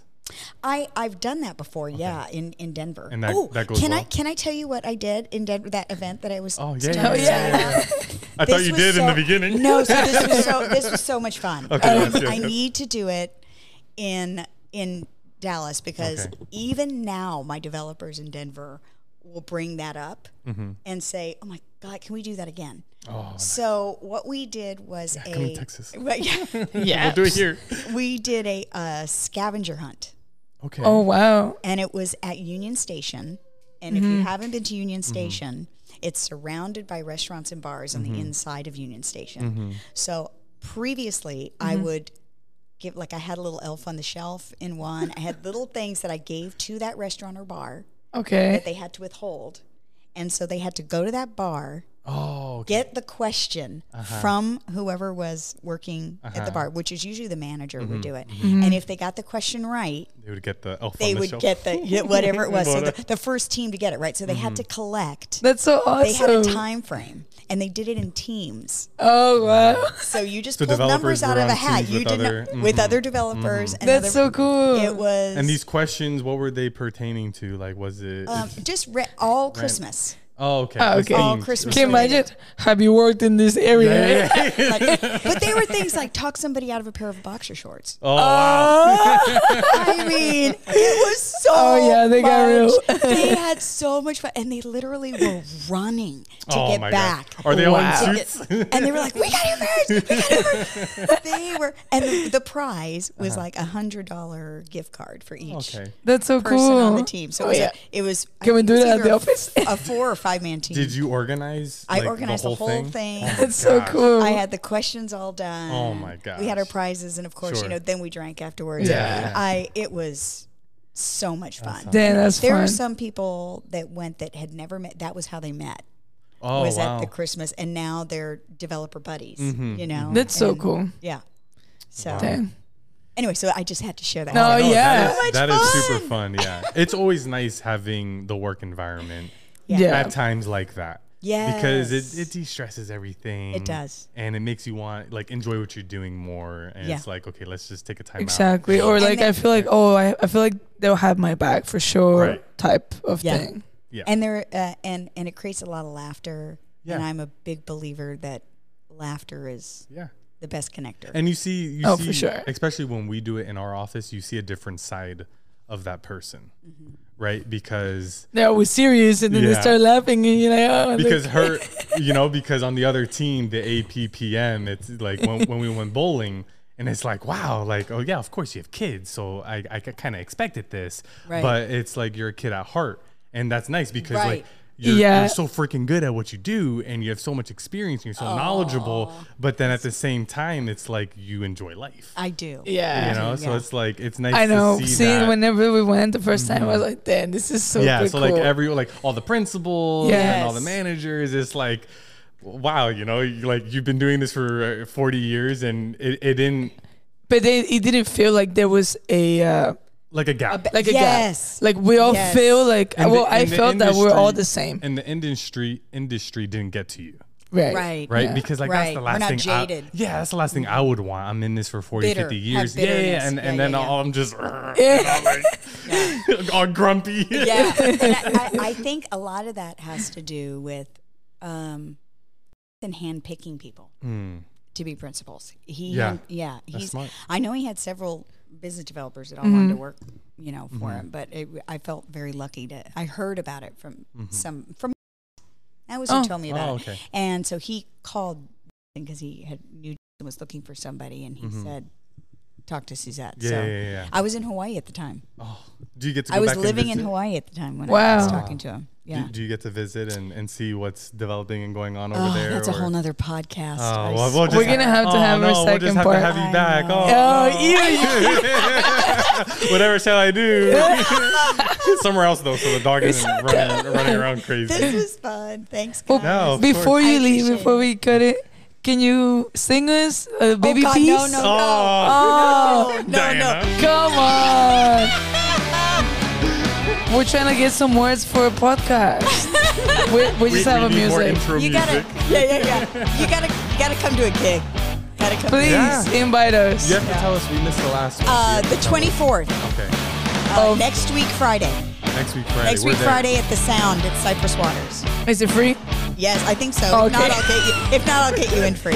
Speaker 3: I I've done that before. Yeah, in in Denver.
Speaker 1: And that-
Speaker 3: oh,
Speaker 1: that goes
Speaker 3: can I
Speaker 1: well?
Speaker 3: can I tell you what I did in Denver? That event that I was.
Speaker 1: Oh yeah.
Speaker 3: telling
Speaker 1: yeah,
Speaker 3: you
Speaker 1: yeah,
Speaker 3: about?
Speaker 1: yeah, yeah. I thought
Speaker 3: This
Speaker 1: you
Speaker 3: was
Speaker 1: did in the
Speaker 3: so-
Speaker 1: beginning.
Speaker 3: No, so this
Speaker 1: <laughs>
Speaker 3: was so this was so much fun.
Speaker 1: Okay,
Speaker 3: Um,
Speaker 1: yes, yes,
Speaker 3: I
Speaker 1: yes.
Speaker 3: need to do it in in Dallas because
Speaker 1: Okay.
Speaker 3: even now my developers in Denver will bring that up and say, "Oh my God, can we do that again?"
Speaker 1: Mm-hmm. Oh,
Speaker 3: So what we did was a
Speaker 1: come to Texas.
Speaker 3: <laughs> Well, yeah,
Speaker 1: We'll do it here.
Speaker 3: we did a, uh scavenger hunt
Speaker 1: Okay.
Speaker 2: Oh wow.
Speaker 3: and it was at Union Station. And if you haven't been to Union Station, it's surrounded by restaurants and bars on the inside of Union Station. So previously, I would give like I had a little elf on the shelf in one. I had little things that I gave to that restaurant or bar
Speaker 2: Okay.
Speaker 3: that they had to withhold, and so they had to go to that bar
Speaker 1: Oh. okay.
Speaker 3: get the question from whoever was working at the bar, which is usually the manager would do it. And if they got the question right,
Speaker 1: They would get the elf on
Speaker 3: they
Speaker 1: the uh,
Speaker 3: would
Speaker 1: shelf.
Speaker 3: get the get whatever
Speaker 1: <laughs>
Speaker 3: it was. so
Speaker 1: Whatever.
Speaker 3: the, the first team to get it right. So they had to
Speaker 1: Mm-hmm.
Speaker 3: collect.
Speaker 2: That's so
Speaker 3: they had a
Speaker 2: awesome.
Speaker 3: time frame, and they did it in teams.
Speaker 2: Oh
Speaker 3: <laughs>
Speaker 2: wow.
Speaker 3: So you just
Speaker 1: So
Speaker 3: pulled
Speaker 1: developers
Speaker 3: numbers out
Speaker 1: were
Speaker 3: of a
Speaker 1: on
Speaker 3: hat.
Speaker 1: teams
Speaker 3: You
Speaker 1: with
Speaker 3: did
Speaker 1: other- mm-hmm.
Speaker 3: not, with other developers. And
Speaker 2: That's
Speaker 3: other,
Speaker 2: so cool.
Speaker 3: It was
Speaker 1: and these questions, what were they pertaining to? Like, was it?
Speaker 3: um, just re- all
Speaker 1: <laughs>
Speaker 3: Christmas.
Speaker 1: oh, okay.
Speaker 2: Oh,
Speaker 1: it was
Speaker 2: okay. All
Speaker 1: themed.
Speaker 3: Christmas.
Speaker 2: Can imagine. Have you worked in this area?
Speaker 1: Yeah, yeah, yeah.
Speaker 3: But they were things like talk somebody out of a pair of boxer shorts.
Speaker 1: <laughs> Oh, wow.
Speaker 2: Ah!
Speaker 3: I mean, it was so.
Speaker 2: <laughs> Oh, yeah, they got real. <laughs>
Speaker 3: much- they had so much fun, and they literally were running to
Speaker 1: oh
Speaker 3: get
Speaker 1: my
Speaker 3: back.
Speaker 1: God. Are they all
Speaker 2: Wow.
Speaker 1: in suits?
Speaker 3: And they were like, "We got it first! We got
Speaker 1: <laughs>
Speaker 3: it first!" They were, and the, the prize was like a hundred dollar gift card for each
Speaker 1: Uh-huh. okay.
Speaker 2: <laughs> That's so
Speaker 3: person
Speaker 2: cool.
Speaker 3: on the team. So
Speaker 2: Oh,
Speaker 3: it was,
Speaker 2: yeah.
Speaker 3: a, it was. I
Speaker 2: Can we
Speaker 3: think
Speaker 2: do
Speaker 3: it was
Speaker 2: that at
Speaker 3: either
Speaker 2: the
Speaker 3: a f-
Speaker 2: office? <laughs>
Speaker 3: A four or five man team.
Speaker 1: Did you organize?
Speaker 3: I
Speaker 1: like,
Speaker 3: organized the whole, thing.
Speaker 2: <laughs> That's so
Speaker 1: gosh.
Speaker 2: cool.
Speaker 3: I had the questions all done.
Speaker 1: Oh, my
Speaker 3: We had our
Speaker 1: gosh.
Speaker 3: prizes, and of course,
Speaker 1: Sure.
Speaker 3: you know, then we drank afterwards.
Speaker 1: Yeah. Yeah.
Speaker 3: I it was so much fun.
Speaker 2: Damn, that's
Speaker 3: there are
Speaker 2: fun.
Speaker 3: some people that went that had never met. That was how they met.
Speaker 1: Oh
Speaker 3: was
Speaker 1: wow.
Speaker 3: at the Christmas, and now they're developer buddies. You know,
Speaker 2: Mm-hmm. That's so
Speaker 3: And-
Speaker 2: cool.
Speaker 1: Oh,
Speaker 3: Yeah. So
Speaker 2: Damn.
Speaker 3: anyway, so I just had to share that.
Speaker 2: No,
Speaker 1: No,
Speaker 2: yeah.
Speaker 1: that is, Oh, that is super fun. Yeah, it's always nice having the work environment
Speaker 2: yeah.
Speaker 1: at times like that. because it, it
Speaker 3: Yes.
Speaker 1: de-stresses everything.
Speaker 3: It does.
Speaker 1: and it makes you want like enjoy what you're doing more. And
Speaker 3: Yeah.
Speaker 1: it's like okay, let's just take a time
Speaker 2: Exactly. Or like I
Speaker 3: then-
Speaker 2: feel like oh I, I feel like they'll have my back for sure
Speaker 1: Right.
Speaker 2: type of
Speaker 3: Yeah.
Speaker 2: thing.
Speaker 3: and there uh, and and it creates a lot of laughter.
Speaker 1: Yeah.
Speaker 3: And I'm a big believer that laughter is
Speaker 1: out. Yeah.
Speaker 3: the best connector.
Speaker 1: And you see, you
Speaker 2: Oh,
Speaker 1: see,
Speaker 2: for sure.
Speaker 1: especially when we do it in our office, you see a different side of that person,
Speaker 3: Mm-hmm.
Speaker 1: right? Because
Speaker 2: They're always serious and then they
Speaker 1: Yeah.
Speaker 2: start laughing and you're like oh
Speaker 1: because
Speaker 2: look.
Speaker 3: <laughs>
Speaker 1: her, you know, because on the other team, the APPM, it's like when, when we went bowling. And it's like, wow, like, oh, yeah, of course you have kids. So I, I kind of expected this.
Speaker 3: Right.
Speaker 1: But it's like you're a kid at heart. And that's nice because, like,
Speaker 3: Right.
Speaker 1: you're,
Speaker 2: Yeah.
Speaker 1: you're so freaking good at what you do and you have so much experience and you're so knowledgeable. But then at the same time, it's like you enjoy life.
Speaker 3: I do.
Speaker 2: yeah.
Speaker 1: you know so
Speaker 3: Yeah.
Speaker 1: it's like it's nice
Speaker 2: I know.
Speaker 1: to see
Speaker 2: Seeing
Speaker 1: that. Mm-hmm.
Speaker 2: whenever we went the first time, I was like, "Damn, this is so
Speaker 1: yeah
Speaker 2: cool."
Speaker 1: so like every like all the principals and all the
Speaker 3: Yes.
Speaker 1: managers it's like wow you know you- like you've been doing this for uh, 40 years and it, it didn't
Speaker 2: But they, it didn't feel like there was a uh,
Speaker 1: like a gap.
Speaker 2: like a
Speaker 3: Yes.
Speaker 2: gap. Like we all
Speaker 3: Yes.
Speaker 2: feel like
Speaker 1: And the-
Speaker 2: well, I
Speaker 1: and the
Speaker 2: felt that we're all
Speaker 1: industry-
Speaker 2: the same.
Speaker 1: And the industry industry didn't get to you.
Speaker 2: right.
Speaker 3: Right.
Speaker 1: Right? Because like that's
Speaker 3: Right.
Speaker 1: the
Speaker 3: We're
Speaker 1: last
Speaker 3: not
Speaker 1: thing
Speaker 3: jaded.
Speaker 1: I, Yeah, that's the last thing I would want. I'm in this for 40,
Speaker 3: Bitter.
Speaker 1: 50
Speaker 3: Have
Speaker 1: years. Yeah, yeah, yeah.
Speaker 3: bitterness.
Speaker 1: And,
Speaker 3: Yeah,
Speaker 1: and
Speaker 3: yeah,
Speaker 1: then
Speaker 3: yeah.
Speaker 1: all I'm
Speaker 2: <laughs>
Speaker 1: just <laughs> all
Speaker 2: Yeah.
Speaker 1: <laughs> grumpy.
Speaker 3: yeah. <laughs> And I, I, I think a lot of that has to do with um, and handpicking people
Speaker 1: Mm.
Speaker 3: to be principals. He,
Speaker 1: Yeah.
Speaker 3: hand- yeah, he's.
Speaker 1: smart.
Speaker 3: I know he had several business developers that all wanted to work, you know, for
Speaker 1: Mm-hmm.
Speaker 3: him. But it, I felt very lucky to. I heard about it from some from. That was
Speaker 2: Oh.
Speaker 3: who told me about
Speaker 1: Mm-hmm. Oh,
Speaker 3: it.
Speaker 1: okay.
Speaker 3: And so he called because he had knew Jason was looking for somebody, and he said, "Talk to Suzette."
Speaker 1: Mm-hmm. Yeah,
Speaker 3: so
Speaker 1: yeah, yeah, yeah.
Speaker 3: I was in Hawaii at the time.
Speaker 1: Oh, do you get to go
Speaker 3: I was
Speaker 1: back and
Speaker 3: living in
Speaker 1: visit?
Speaker 3: Hawaii at the time when I
Speaker 2: Wow.
Speaker 3: was talking to him.
Speaker 1: Do-
Speaker 3: Yeah.
Speaker 1: Do, you get to visit and, and see what's developing and going on over
Speaker 3: oh,
Speaker 1: there?
Speaker 3: that's a
Speaker 1: or-
Speaker 3: whole nother podcast.
Speaker 1: Oh,
Speaker 3: I
Speaker 1: well, we'll just
Speaker 2: We're gonna have
Speaker 1: oh,
Speaker 2: to have
Speaker 1: no,
Speaker 2: our
Speaker 1: we'll
Speaker 2: second
Speaker 1: just have
Speaker 2: part.
Speaker 1: to have you
Speaker 3: I
Speaker 1: back.
Speaker 3: know.
Speaker 1: Oh,
Speaker 2: Oh, yeah.
Speaker 1: whatever shall I do? Somewhere else though, so the dog isn't running, running around
Speaker 3: <laughs> This
Speaker 1: crazy.
Speaker 3: was fun. Thanks,
Speaker 2: Well,
Speaker 1: <laughs>
Speaker 3: guys.
Speaker 1: No, <laughs> Oh. of
Speaker 2: before
Speaker 1: course.
Speaker 2: you
Speaker 3: I
Speaker 2: leave,
Speaker 3: appreciate
Speaker 2: before
Speaker 3: it. Oh,
Speaker 2: we cut it, can you sing us a baby
Speaker 3: God,
Speaker 2: piece?
Speaker 3: no, no.
Speaker 2: Oh,
Speaker 3: no, no.
Speaker 1: Diana. <laughs>
Speaker 2: come on. We're trying to get some words for a podcast. we,
Speaker 1: We,
Speaker 2: we just have
Speaker 1: we
Speaker 2: a
Speaker 1: need more
Speaker 2: music.
Speaker 1: intro
Speaker 3: You
Speaker 1: music.
Speaker 3: gotta, yeah, yeah, yeah. You gotta, you gotta come to a gig. Gotta come.
Speaker 2: Please
Speaker 1: Yeah.
Speaker 2: invite us.
Speaker 1: You have to tell us we missed the last one.
Speaker 3: Uh,
Speaker 1: You
Speaker 3: the
Speaker 1: have to tell us.
Speaker 3: 24th,
Speaker 1: Okay.
Speaker 3: uh,
Speaker 2: Of-
Speaker 3: next week Friday.
Speaker 1: Next week Friday.
Speaker 3: Next
Speaker 1: we're
Speaker 3: week
Speaker 1: there.
Speaker 3: Friday at the Sound at Cypress Waters.
Speaker 2: Is it
Speaker 1: <laughs>
Speaker 2: free?
Speaker 3: Yes, I think so. If
Speaker 2: Okay.
Speaker 3: not, I'll get you. If not, I'll get you in free.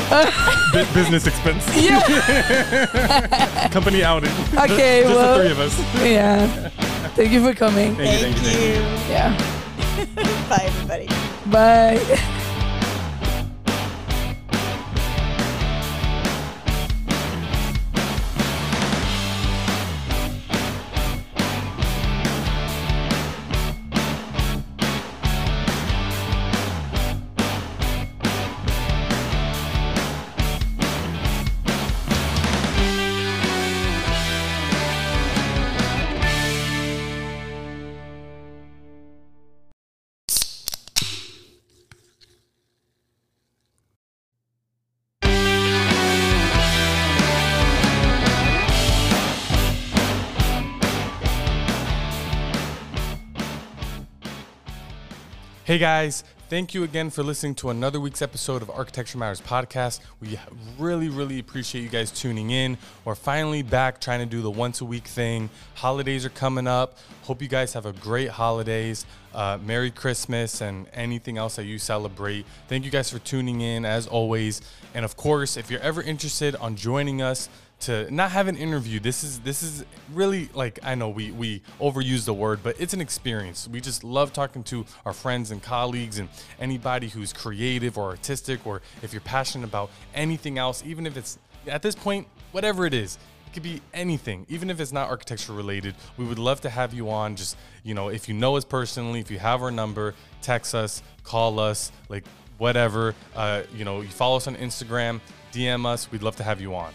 Speaker 1: Bu- business
Speaker 2: <laughs>
Speaker 1: expense.
Speaker 2: Yeah.
Speaker 1: Company outing.
Speaker 2: Okay,
Speaker 1: Just
Speaker 2: well-
Speaker 1: the three of us. Thank,
Speaker 2: yeah. Thank you for coming.
Speaker 1: you, thank you, thank you.
Speaker 3: Thank
Speaker 2: Yeah.
Speaker 3: you. Bye, everybody.
Speaker 2: Bye.
Speaker 1: Hey guys, thank you again for listening to another week's episode of Architecture Matters Podcast. We really, really appreciate you guys tuning in. We're finally back trying to do the once a week thing. Holidays are coming up. Hope you guys have a great holidays. Uh, Merry Christmas and anything else that you celebrate. Thank you guys for tuning in as always. And of course, if you're ever interested on joining us, to not have an interview this is this is really like i know we we overuse the word but it's an experience we just love talking to our friends and colleagues and anybody who's creative or artistic or if you're passionate about anything else even if it's at this point whatever it is it could be anything even if it's not architecture related we would love to have you on just you know if you know us personally if you have our number text us call us like whatever uh, you know you follow us on instagram dm us we'd love to have you on